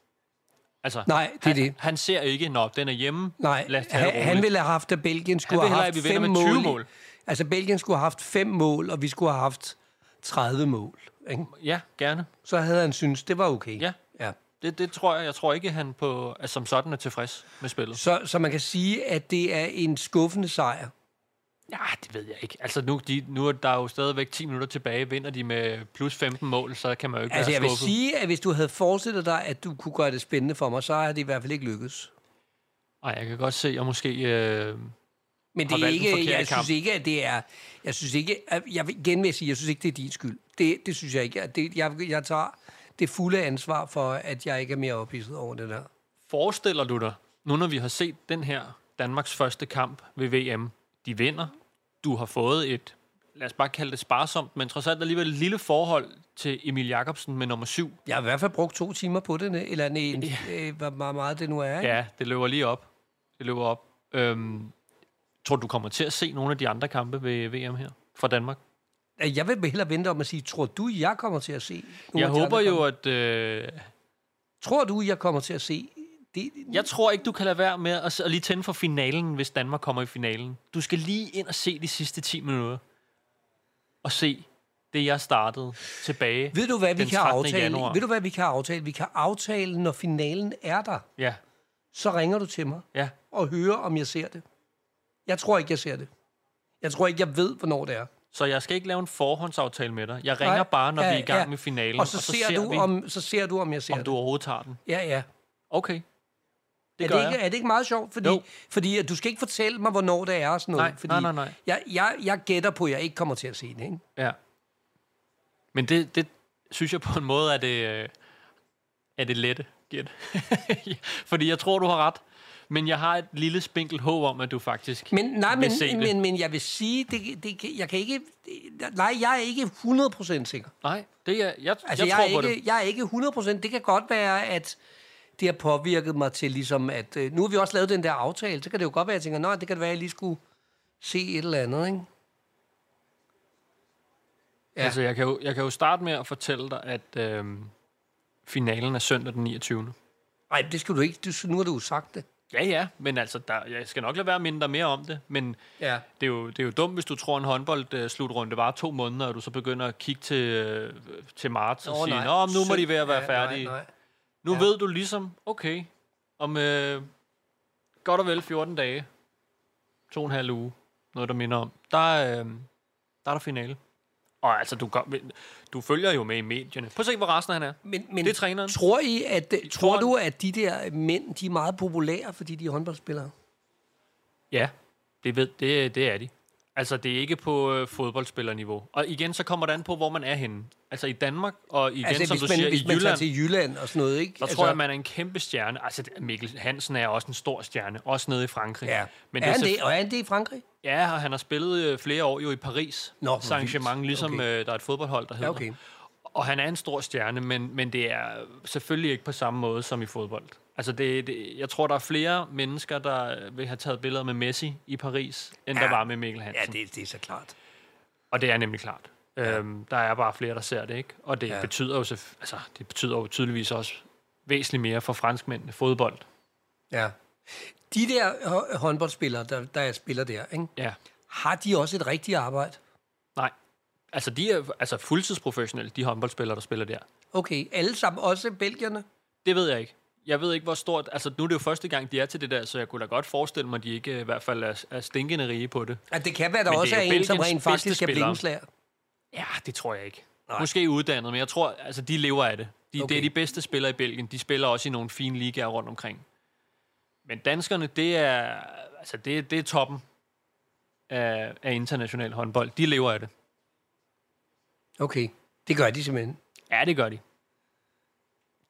Altså,
Nej, det er
han,
det.
han ser ikke, når den er hjemme.
Nej,
Lad os tage det
han, han
roligt."
ville have haft, at Belgien skulle
vil
have
hellere,
haft
at vi vinder
fem
med 20
mål. i-
mål.
Altså, Belgien skulle have haft fem mål, og vi skulle have haft 30 mål. Ikke?
Ja, gerne.
Så havde han synes det var okay.
Ja.
ja.
Det, det tror jeg. Jeg tror ikke, han på, altså, som sådan er tilfreds med spillet.
Så, så man kan sige, at det er en skuffende sejr.
Ja, det ved jeg ikke. Altså, nu, de, nu er der jo stadigvæk 10 minutter tilbage. Vinder de med plus 15 mål, så kan man jo ikke
Altså,
være
jeg vil
skuffet.
sige, at hvis du havde forestillet dig, at du kunne gøre det spændende for mig, så er det i hvert fald ikke lykkedes.
Ej, jeg kan godt se, at jeg måske... Øh,
Men
har
det er
valgt den
ikke,
forkerte
jeg
kamp.
synes ikke, at det er... Jeg synes ikke... at- Jeg vil igen vil jeg sige, jeg synes ikke, det er din skyld. Det, det synes jeg ikke. at Det, jeg, jeg tager det fulde ansvar for, at jeg ikke er mere ophidset over det der.
forestiller du dig, nu når vi har set den her Danmarks første kamp ved VM, de vinder, du har fået et, lad os bare kalde det sparsomt, men trods alt alligevel et lille forhold til Emil Jakobsen med nummer 7.
Jeg har i hvert fald brugt to timer på det, eller en, ja. øh, hvor meget, meget det nu er. Ja.
Ja, det løber lige op. Det løber op. Øhm, tror du, du kommer til at se nogle af de andre kampe ved VM her fra Danmark?
Jeg vil hellere vente om at sige, tror du, jeg kommer til at se? nogle
Jeg
af de
håber
andre
jo,
kampe?
at... Øh,
Tror du, jeg kommer til at se? Det,
Jeg tror ikke, du kan lade være med at, s- at lige tænde for finalen, hvis Danmark kommer i finalen. Du skal lige ind og se de sidste 10 minutter. Og se det, jeg startede tilbage.
ved du, hvad vi
den
kan
13.
aftale?
januar.
Ved du, hvad vi kan aftale? Vi kan aftale, når finalen er der.
Ja,
Så ringer du til mig.
ja.
og høre, om jeg ser det. Jeg tror ikke, jeg ser det. Jeg tror ikke, jeg ved, hvornår det er.
Så jeg skal ikke lave en forhåndsaftale med dig. Jeg ringer
Nej.
bare, når ja,
Ja,
vi er i gang ja.
ja.
med finalen.
Og så, og så, ser, du,
vi,
om, så ser du, om jeg ser
om du overhovedet tager den.
det. Ja, ja.
Okay. Det
er,
gør
det ikke,
jeg.
er det ikke meget sjovt? Fordi,
Jo.
fordi at du skal ikke fortælle mig, hvornår det er og sådan noget.
Nej,
fordi
nej, nej, nej.
Jeg, jeg, jeg gætter på, at jeg ikke kommer til at se det. Ikke?
Ja. Men det, det synes jeg på en måde er det, øh, er det lette gæt. Fordi jeg tror, du har ret. Men jeg har et lille spinkelt håb om, at du faktisk
Men, nej,
vil
men,
se det.
men, men jeg vil sige, det, det, kan- jeg kan ikke... Det, nej, jeg er ikke 100% sikker.
Nej, det er, jeg,
Altså,
jeg,
jeg,
tror
jeg,
på
er ikke,
det.
jeg er ikke 100%. Det kan godt være, at det har påvirket mig til ligesom, at øh, nu har vi også lavet den der aftale, så kan det jo godt være, at jeg tænker, nej, det kan det være, at jeg lige skulle se et eller andet, ikke?
Ja.
Ja.
Altså, jeg kan, jo, jeg kan jo starte med at fortælle dig, at øhm, finalen er søndag den 29.
Nej, det skal du ikke. Du, nu har du jo sagt det.
Ja, ja, men altså, der, jeg skal nok lade være mindre mere om det, men
Ja.
det er jo, det er jo dumt, hvis du tror, en håndbold-slutrunde varer to måneder, og du så begynder at kigge til, øh, til marts og sige, Nå, men nu må de være, være færdige.
Nej, nej.
Nu ja. ved du ligesom, okay, om øh, godt og vel 14 dage, to og en halv uge, noget der minder om, der, øh, der er der finale. Og altså, du, går- du følger jo med i medierne. Prøv at se, hvor resten han er.
Men, men
Det er træneren.
Tror, I, at, øh, tror
tror-
du, at de der mænd, de er meget populære, fordi de er håndboldspillere?
Ja, det, ved, det, det er de. Altså, det er ikke på øh, fodboldspillerniveau. Og igen, så kommer det an på, hvor man er henne. Altså i Danmark, og igen, altså, som
hvis
du
man,
siger,
hvis
i
man tager
Jylland,
til Jylland og sådan noget, ikke?
der altså, tror jeg, man er en kæmpe stjerne. Altså, det- Mikkel Hansen er også en stor stjerne, også nede i Frankrig.
Ja.
Men
Men er han
selvfø-
det, og er han det i Frankrig?
Ja, og han har spillet øh, flere år jo i Paris.
Nå, hvor
Saint-Germain,
vildt.
ligesom
Okay.
øh, der er et fodboldhold, der hedder.
Ja, okay.
Og han er en stor stjerne, men, men det er selvfølgelig ikke på samme måde som i fodbold. Altså det, det, jeg tror, der er flere mennesker, der øh, vil have taget billeder med Messi i Paris, end ja. der var med Mikkel Hansen.
Ja, det, det er så klart.
Og det er nemlig klart. Ja. Øhm, der er bare flere, der ser det, ikke? Og det, ja. betyder jo, selvf- altså, det betyder jo tydeligvis også væsentligt mere for franskmændene fodbold.
Ja. De der hå- håndboldspillere, der, der spiller der, ikke?
Ja.
har de også et rigtigt arbejde?
Nej. Altså, de er altså fuldtidsprofessionelle, de håndboldspillere, der spiller der.
Okay, alle sammen, også belgierne?
Det ved jeg ikke. Jeg ved ikke, hvor stort... Altså, nu er det jo første gang, de er til det der, så jeg kunne da godt forestille mig, at de ikke øh, i hvert fald er, er stinkende rige på det.
At det kan være, der
Men det
også
er
er,
jo
en, som
Belgiens
rent
bedste
faktisk er
spillere.
blindeslager.
Ja, det tror jeg ikke.
Nej.
Nej. Måske uddannet, men jeg tror, altså, de lever af det. De, okay.
Okay.
Det er de bedste spillere i Belgien. De spiller også i nogle fine ligaer rundt omkring. Men danskerne, det er, altså, det, det er toppen af, af international håndbold. De lever af det.
Okay, det gør de simpelthen.
Ja, det gør de.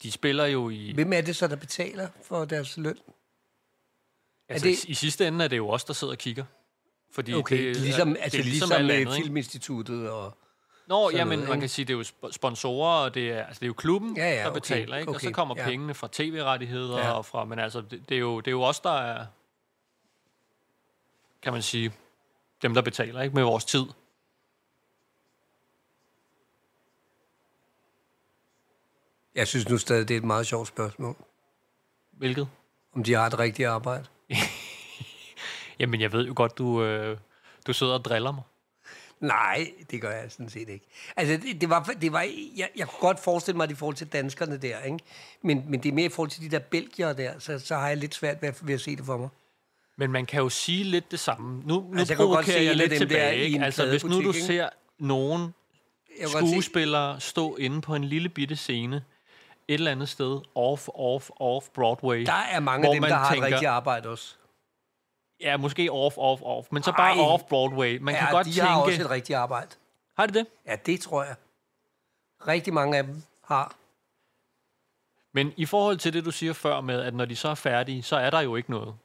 De spiller jo i...
Hvem er det så, der betaler for deres løn?
Altså,
det-
det... I sidste ende er det jo os, der sidder og kigger. Fordi
Okay, det,
er-
ligesom, altså, det er ligesom, ligesom
alt
øh,
andet, ikke?
Filminstituttet og...
Nå,
sådan
ja, men
noget,
man
ikke?
kan sige, det er jo sp- sponsorer, og det er, altså, det er jo klubben,
Ja, ja,
der
okay,
betaler, ikke? Og så
okay,
kommer
ja.
pengene fra tv-rettigheder
Ja.
og fra... Men altså, det, det, er jo, det er jo os, der er... Kan man sige... Dem, der betaler, ikke? Med vores tid.
Jeg synes nu stadig, det er et meget sjovt spørgsmål,
Hvilket?
om de har et rigtigt arbejde.
Jamen, jeg ved jo godt, du, øh, du sidder og driller mig.
Nej, det gør jeg sådan set ikke. Altså, det, det var, det var jeg, jeg kunne godt forestille mig det i forhold til danskerne der, ikke? Men, men det er mere i forhold til de der belgier der, så, så har jeg lidt svært ved at, ved at se det for mig.
Men man kan jo sige lidt det samme. Nu, nu
Altså,
altså,
jeg kunne godt
provokerer jeg
se en af
lidt
dem der
tilbage,
i en
ikke? Altså, hvis nu
pladebutik,
du
ikke?
ser nogen
Jeg kan godt se-
skuespillere stå inde på en lille bitte scene et eller andet sted off, off, off Broadway.
der er mange
hvor
af dem,
man
der har et
tænker,
rigtigt arbejde også.
Ja, måske off, off, off. Men så
Ej.
bare off Broadway. Man
Ja,
kan godt
de
tænke...
har også et rigtigt arbejde.
Har de det?
Ja, det tror jeg. Rigtig mange af dem har.
Men i forhold til det, du siger før med, at når de så er færdige, så er der jo ikke noget.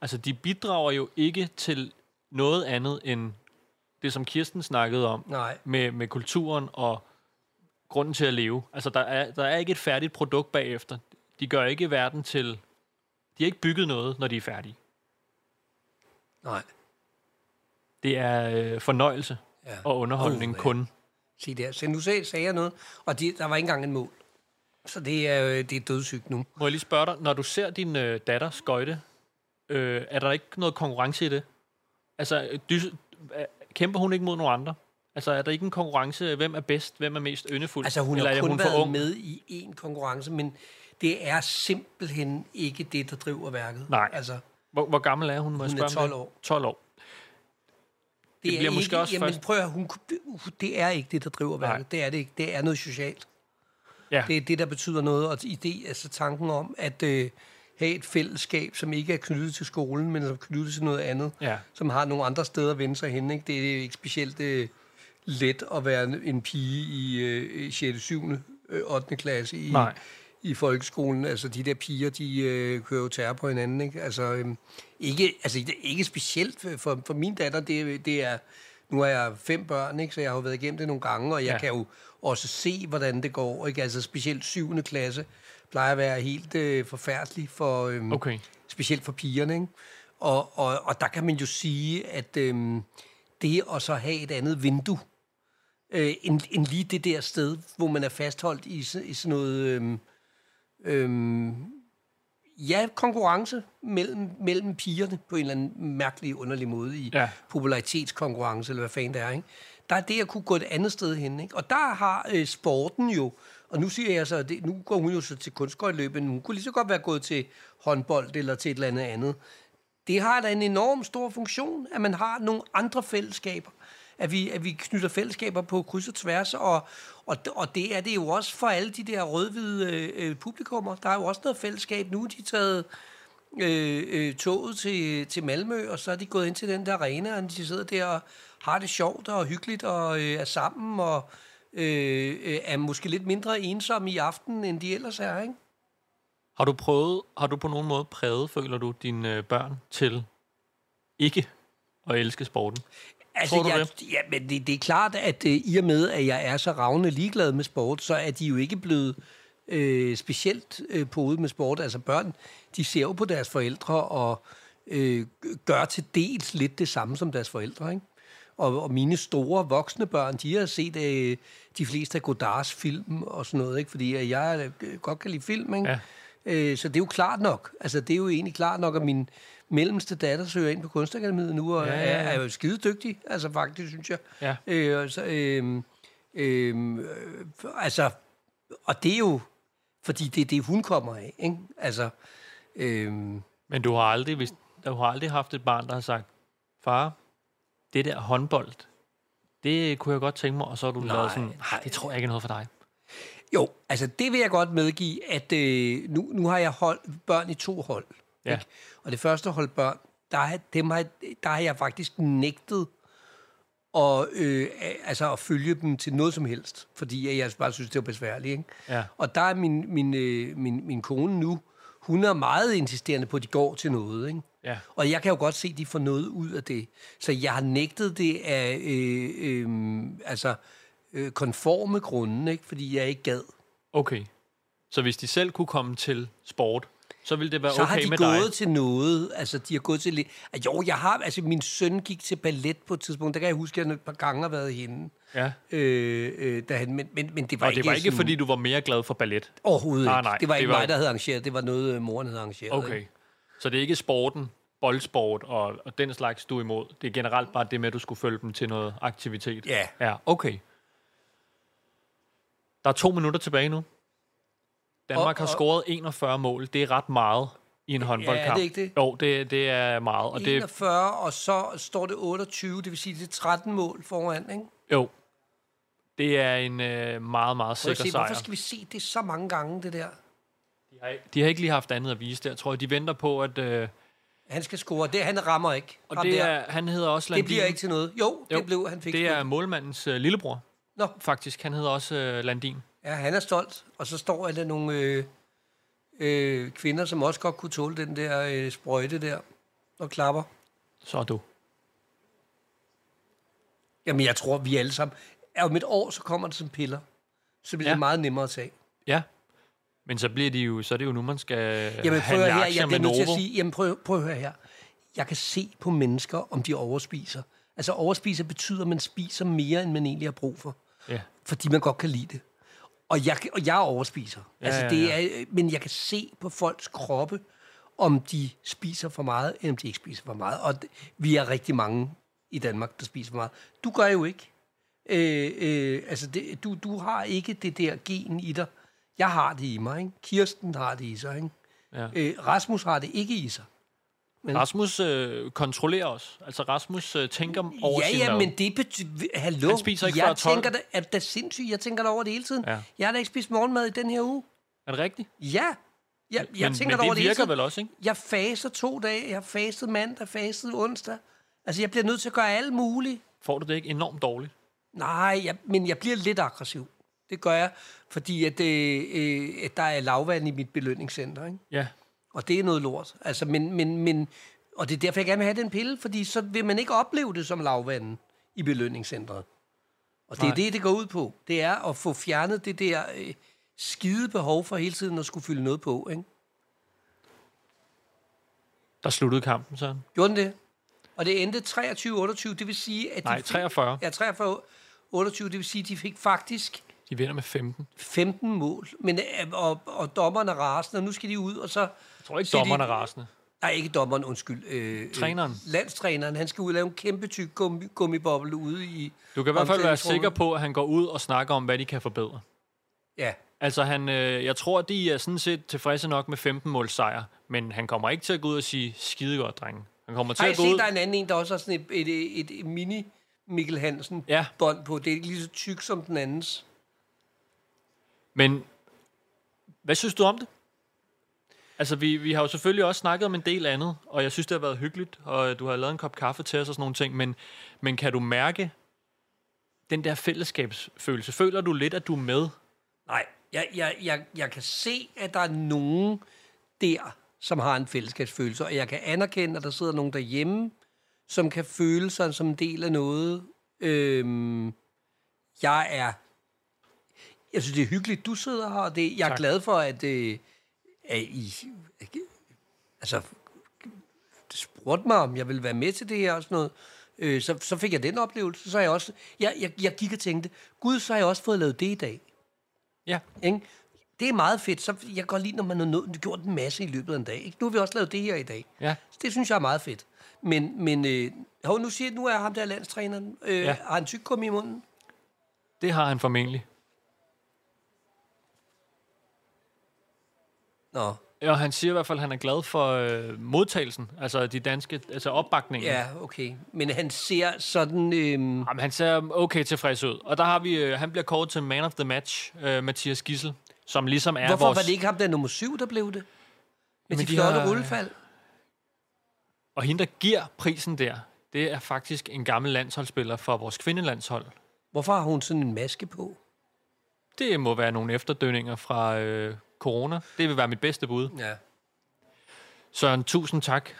Altså, de bidrager jo ikke til noget andet end det, som Kirsten snakkede om,
Nej.
med, med kulturen og grunden til at leve. Altså, der er, der er ikke et færdigt produkt bagefter. De gør ikke verden til... De har ikke bygget noget, når de er færdige.
Nej.
Det er øh, fornøjelse
Ja.
og underholdning
Uha.
kun.
Se der. Så nu sagde, sagde jeg noget, og de, der var ikke engang en mål. Så det er, øh, det er dødssygt nu.
Må jeg lige spørge dig, når du ser din øh, datter skøjte, øh, er der ikke noget konkurrence i det? Altså, øh, dys, øh, kæmper hun ikke mod nogen andre? Altså, er der ikke en konkurrence, øh, hvem er bedst, hvem er mest yndefuld?
Altså, hun
Eller
har
er
kun
hun for
været
ung?
med i én konkurrence, men det er simpelthen ikke det, der driver værket.
Nej.
Altså, det,
Hvor, hvor gammel er hun? Må jeg
Hun er
spørge om
12 år.
12 år. Det
er
bliver måske
ikke,
også
jamen,
først-
prøv at, høre, hun, kunne- det- uh, det er ikke det, der driver
Nej.
værket. Det er det ikke. Det er noget socialt.
Ja,
Det er det, der betyder noget, og i det, altså tanken om at øh, have et fællesskab, som ikke er knyttet til skolen, men som er knyttet til noget andet,
Ja.
som har nogle andre steder at vende sig hen. Ikke? Det er ikke specielt øh, let at være en, en pige i øh, 6., 7., øh, 8. klasse i,
Nej.
i folkeskolen. Altså, de der piger, de øh, kører jo terror på hinanden. Ikke? Altså, øh, ikke, altså, det er ikke specielt for- for, for min datter, det, det er... Nu har jeg fem børn, ikke? så jeg har jo været igennem det nogle gange, og jeg
Ja.
kan jo også se, hvordan det går. Ikke? Altså specielt 7. klasse plejer at være helt øh, forfærdelig for, øhm,
Okay.
specielt for pigerne. Ikke? Og, og, og der kan man jo sige, at øhm, det at så have et andet vindue, øh, end, end lige det der sted, hvor man er fastholdt i, så- i sådan noget... Øhm, øhm, ja, konkurrence mellem, mellem pigerne på en eller anden mærkelig, underlig måde i
Ja.
popularitetskonkurrence, eller hvad fanden det er. Ikke? Der er det at kunne gå et andet sted hen. Ikke? Og der har øh, sporten jo, og nu siger jeg så, at det, nu går hun jo så til kunstskøjtløb, men hun kunne lige så godt være gået til håndbold eller til et eller andet andet. Det har da en enorm stor funktion, at man har nogle andre fællesskaber. At vi, at vi knytter fællesskaber på kryds og tværs, og, og, og det er det jo også for alle de der rødhvide øh, øh, publikummer. Der er jo også noget fællesskab nu. De er taget øh, øh, toget til, til Malmø, og så er de gået ind til den der arena, og de sidder der og har det sjovt og hyggeligt og øh, er sammen, og øh, øh, er måske lidt mindre ensomme i aften, end de ellers er, ikke?
Har du prøvet, har du på nogen måde præget, føler du, dine øh, børn til ikke at elske sporten?
Altså,
Tror du
jeg,
det?
Ja, men det, det er klart, at øh, i og med, at jeg er så ravne ligeglad med sport, så er de jo ikke blevet øh, specielt øh, på ude med sport. Altså børn, de ser jo på deres forældre og øh, gør til dels lidt det samme som deres forældre, ikke? Og, og mine store voksne børn, de har set øh, de fleste af Godards film og sådan noget, ikke? Fordi øh, jeg øh, godt kan lide film, ikke?
Ja.
Øh, så det er jo klart nok. Altså, det er jo egentlig klart nok, at min mellemste datter søger ind på Kunstakademiet nu, og ja,
Ja,
ja,
ja,
ja.
ja.
Er, er jo skide dygtig, altså faktisk, synes jeg.
Ja.
Øh, og så, øhm, øhm, øh, altså, og det er jo, fordi det er det, hun kommer af, ikke? Altså, øhm,
Men du har, aldrig, hvis, du har aldrig haft et barn, der har sagt, far, det der håndbold, det kunne jeg godt tænke mig, og så har du nej, lavet sådan, nej, det tror jeg ikke er noget for dig.
jo, altså, det vil jeg godt medgive, at øh, nu, nu har jeg hold, børn i to hold.
Ja.
Ikke? Og det første hold børn, der har, dem har, der har jeg faktisk nægtet og, øh, altså at følge dem til noget som helst, fordi jeg bare synes, det var besværligt. Ikke?
Ja.
Og der er min, min, øh, min, min kone nu, hun er meget insisterende på, at de går til noget. Ikke?
Ja.
Og jeg kan jo godt se, at de får noget ud af det. Så jeg har nægtet det af øh, øh, altså, øh, konforme grunde, ikke? fordi jeg ikke gad.
Okay. Så hvis de selv kunne komme til sport, så ville det være
Så
okay
har de
med
gået
dig.
til noget. Altså, de har gået til lidt... Ah, Jo, jeg har... Altså, min søn gik til ballet på et tidspunkt. Der kan jeg huske, at jeg et par gange har været hende.
Ja.
Øh, øh, da han, men, men, men det var
Og
ikke,
det var ikke,
sådan,
fordi du var mere glad for ballet.
Overhovedet
Ah,
ikke.
nej,
det var
det
ikke
var-
mig, der havde arrangeret. Det var noget, øh, moren havde arrangeret. ikke?
Okay. Så det er ikke sporten, boldsport og, og den slags, du er imod. Det er generelt bare det med, at du skulle følge dem til noget aktivitet.
Ja.
Ja, okay. Der er to minutter tilbage nu. Danmark
Og-
har
og-
scoret 41 mål. Det er ret meget i en håndboldkamp.
det ikke det?
Jo, det, det er meget. Og det,
41, og så står det 28, det vil sige, det er 13 mål foran, ikke?
jo, det er en øh, meget, meget
Prøv
sikker
at se,
sejr.
hvorfor skal vi se det så mange gange, det der?
De, har, ikke- de har ikke lige haft andet at vise der, tror jeg. De venter på, at... Øh,
Han skal score, det han rammer ikke.
og
Ham
det,
der.
er, han hedder også
det
Landin.
bliver ikke til noget. Jo, jo
Jo,
det blev, han fik
Det er
sgu.
målmandens øh, lillebror,
Nå,
faktisk. Han hedder også øh, Landin.
ja, han er stolt, og så står der nogle øh, øh, kvinder, som også godt kunne tåle den der øh, sprøjte der, og klapper.
Så er du.
Jamen, jeg tror, vi alle sammen... Ja, Om et år, så kommer det som piller. Så bliver ja.
Ja.
det meget nemmere at tage.
Ja. Men så bliver de jo, så er det jo nu, man skal
Jamen, prøv
have en
at høre her.
aktie
Jeg
med
bliver nødt til at
Novo.
sige, jamen, prøv, prøv at høre her. Jeg kan se på mennesker, om de overspiser. Altså, overspiser betyder, at man spiser mere, end man egentlig har brug for.
Ja.
Fordi man godt kan lide det. Og jeg, kan- og jeg overspiser. Ja, altså,
ja,
det er, men jeg kan se på folks kroppe, om de spiser for meget, eller om de ikke spiser for meget. Og d- vi er rigtig mange i Danmark, der spiser for meget. Du gør jo ikke. Øh, øh, altså, det, du, du har ikke det der gen i dig. Jeg har det i mig, ikke? Kirsten har det i sig, ikke?
Ja.
Øh, Rasmus har det ikke i sig.
Rasmus øh, kontrollerer os. Altså Rasmus øh, tænker over
Ja,
sin
ja,
mad.
men det betyder... Hallo,
Han spiser ikke
jeg
før 12.
tænker da, er det da sindssygt? Jeg tænker da over det hele tiden.
Ja.
Jeg har da ikke spist morgenmad i den her uge.
Er det rigtigt?
Ja, jeg, jeg
men,
tænker da
men
over
det
det hele
virker
tiden.
vel også, ikke?
Jeg faser to dage. Jeg har fastet mandag, fastet onsdag. Altså, jeg bliver nødt til at gøre alt muligt.
Får du det ikke enormt dårligt?
Nej, jeg, men jeg bliver lidt aggressiv. Det gør jeg, fordi at, øh, øh, at der er lavvand i mit belønningscenter, ikke?
Ja.
Og det er noget lort. Altså, men, men, men, og det er derfor, jeg gerne vil have den pille, fordi så vil man ikke opleve det som lavvanden i belønningscentret. Og det Nej. er
Nej.
det, det går ud på. Det er at få fjernet det der øh, skide behov for hele tiden at skulle fylde noget på, ikke?
Der sluttede kampen, så.
Gjorde den det? Og det endte 23-28, det vil sige, at de
Nej,
fik-
43.
Ja, 43-28, det vil sige, at de fik faktisk
De vinder med 15.
15 mål, men, øh, og, og dommerne er rasende, og nu skal de ud, og så...
Jeg tror ikke,
siger de-
dommeren er rasende.
Nej, ikke dommeren, undskyld. Øh, øh,
Træneren.
landstræneren, han skal ud og lave en kæmpe tyk gummi, gummiboble ude i...
Du kan i hvert fald være sikker
omklædningsrummet.
på, at han går ud og snakker om, hvad de kan forbedre.
Ja,
Altså, han, øh, jeg tror, de er sådan set tilfredse nok med 15 måls sejr, men han kommer ikke til at gå ud og sige, skide godt, drenge. Han kommer til
har jeg
at gå
set,
ud...
der er en anden en, der også har sådan et, et, et, et mini Mikkel Hansen
Ja.
bånd på. Det er ikke lige så tyk som den andens.
Men hvad synes du om det? Altså, vi, vi har jo selvfølgelig også snakket om en del andet, og jeg synes, det har været hyggeligt, og øh, du har lavet en kop kaffe til os og sådan nogle ting, men, men kan du mærke den der fællesskabsfølelse? Føler du lidt, at du er med?
Nej, jeg, jeg, jeg, jeg kan se, at der er nogen der, som har en fællesskabsfølelse, og jeg kan anerkende, at der sidder nogen derhjemme, som kan føle sig som en del af noget. Øhm, jeg er... Jeg synes, det er hyggeligt, du sidder her, og det, jeg er
Tak.
glad for, at, øh, at I... Altså, spurgte mig, om jeg ville være med til det her og sådan noget. Øh, så, så fik jeg den oplevelse, så har jeg også... Jeg, jeg, jeg gik og tænkte, gud, så har jeg også fået lavet det i dag.
Ja,
Ikke? Det er meget fedt. Så jeg kan godt lide, når man har nået, gjort en masse i løbet af en dag. Ikke? Nu har vi også lavet det her i dag.
ja.
Så det synes jeg er meget fedt. Men, men øh, hov, nu siger nu er ham der landstræneren, øh, ja.
Ja.
har han tykkummi i munden?
Det har han formentlig.
Nå,
Og han siger i hvert fald, at han er glad for øh, modtagelsen, altså de danske, altså opbakningen.
ja, okay. Men han ser sådan... Øh,
Jamen, han ser okay tilfreds ud. Og der har vi, øh, han bliver kåret til man of the match, øh, Mathias Gissel, som ligesom er
hvorfor
vores...
var det ikke ham der nummer syv, der blev det? Med
Jamen,
de
de
flotte
har-
rullefald?
Og hende, der giver prisen der, det er faktisk en gammel landsholdsspiller for vores kvindelandshold.
Hvorfor har hun sådan en maske på?
Det må være nogle efterdønninger fra øh, corona. Det vil være mit bedste bud.
Ja.
Søren, tusind tak,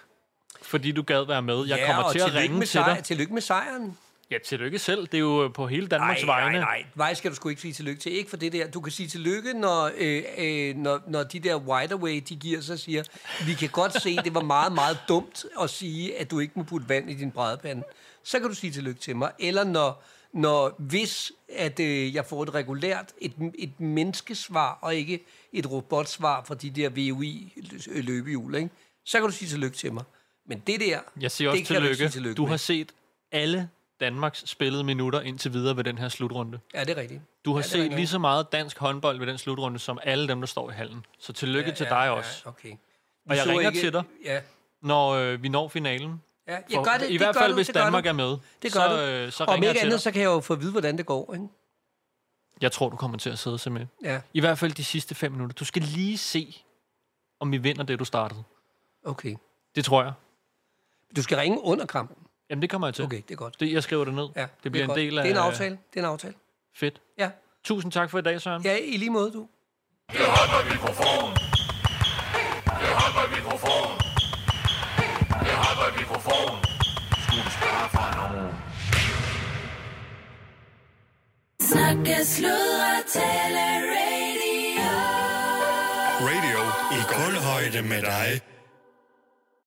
fordi du gad være med. Jeg
ja,
kommer
og
til at
tillykke
ringe
med
til
sejr,
dig.
Tillykke med sejren.
Ja, tillykke selv. Det er jo øh, på hele Danmarks vegne.
nej, nej. Vej skal du sgu ikke sige tillykke til. Ikke for det der. Du kan sige tillykke, når, øh, øh, når, når de der wide away, de giver sig og siger, vi kan godt se, det var meget, meget dumt at sige, at du ikke må putte vand i din brædepande. Så kan du sige tillykke til mig. Eller når, når hvis at øh, jeg får et regulært, et, et menneskesvar, og ikke et robotsvar fra de der VUI-løbehjul, ikke? så kan du sige tillykke til mig. Men det der,
Jeg siger også
det kan du ikke
tillykke.
sige
Du,
tillykke
du
med.
har set alle Danmarks spillede minutter indtil videre ved den her slutrunde.
Ja, det er rigtigt.
Du har
ja,
ja,
det er
set
rigtigt.
lige så meget dansk håndbold ved den slutrunde, som alle dem, der står i hallen. Så tillykke ja, til dig ja, også.
Ja, okay.
Og jeg
så
ringer til dig.
Ja,
når øh, vi når finalen.
ja. Jeg
For-
gør det,
I
det
hvert
gør
fald,
du,
hvis
det gør
Danmark
du.
er med.
Det gør
så,
du.
Øh, så
Om
ringer jeg
ikke
til
andet,
dig.
så kan jeg jo få at vide, hvordan det går, ikke?
Jeg tror, du kommer til at sidde simpelthen.
Ja,
I hvert fald de sidste fem minutter. Du skal lige se, om vi vinder det, du startede.
okay.
Det tror jeg.
Du skal ringe under kampen.
Jamen, det kommer jeg til.
Okay, det er godt.
Det, jeg skriver det ned.
Ja,
det bliver
er
en
godt.
del af...
Det er en aftale. Det er en aftale.
Fedt.
Ja,
Tusind tak for i dag, Søren.
ja i lige måde, du.
Det holder mikrofon. Det holder mikrofon. Det holder mikrofon. Skulle spare fra nogen.
Snakke, sludre, tale, radio.
Radio i kulhøjde med dig.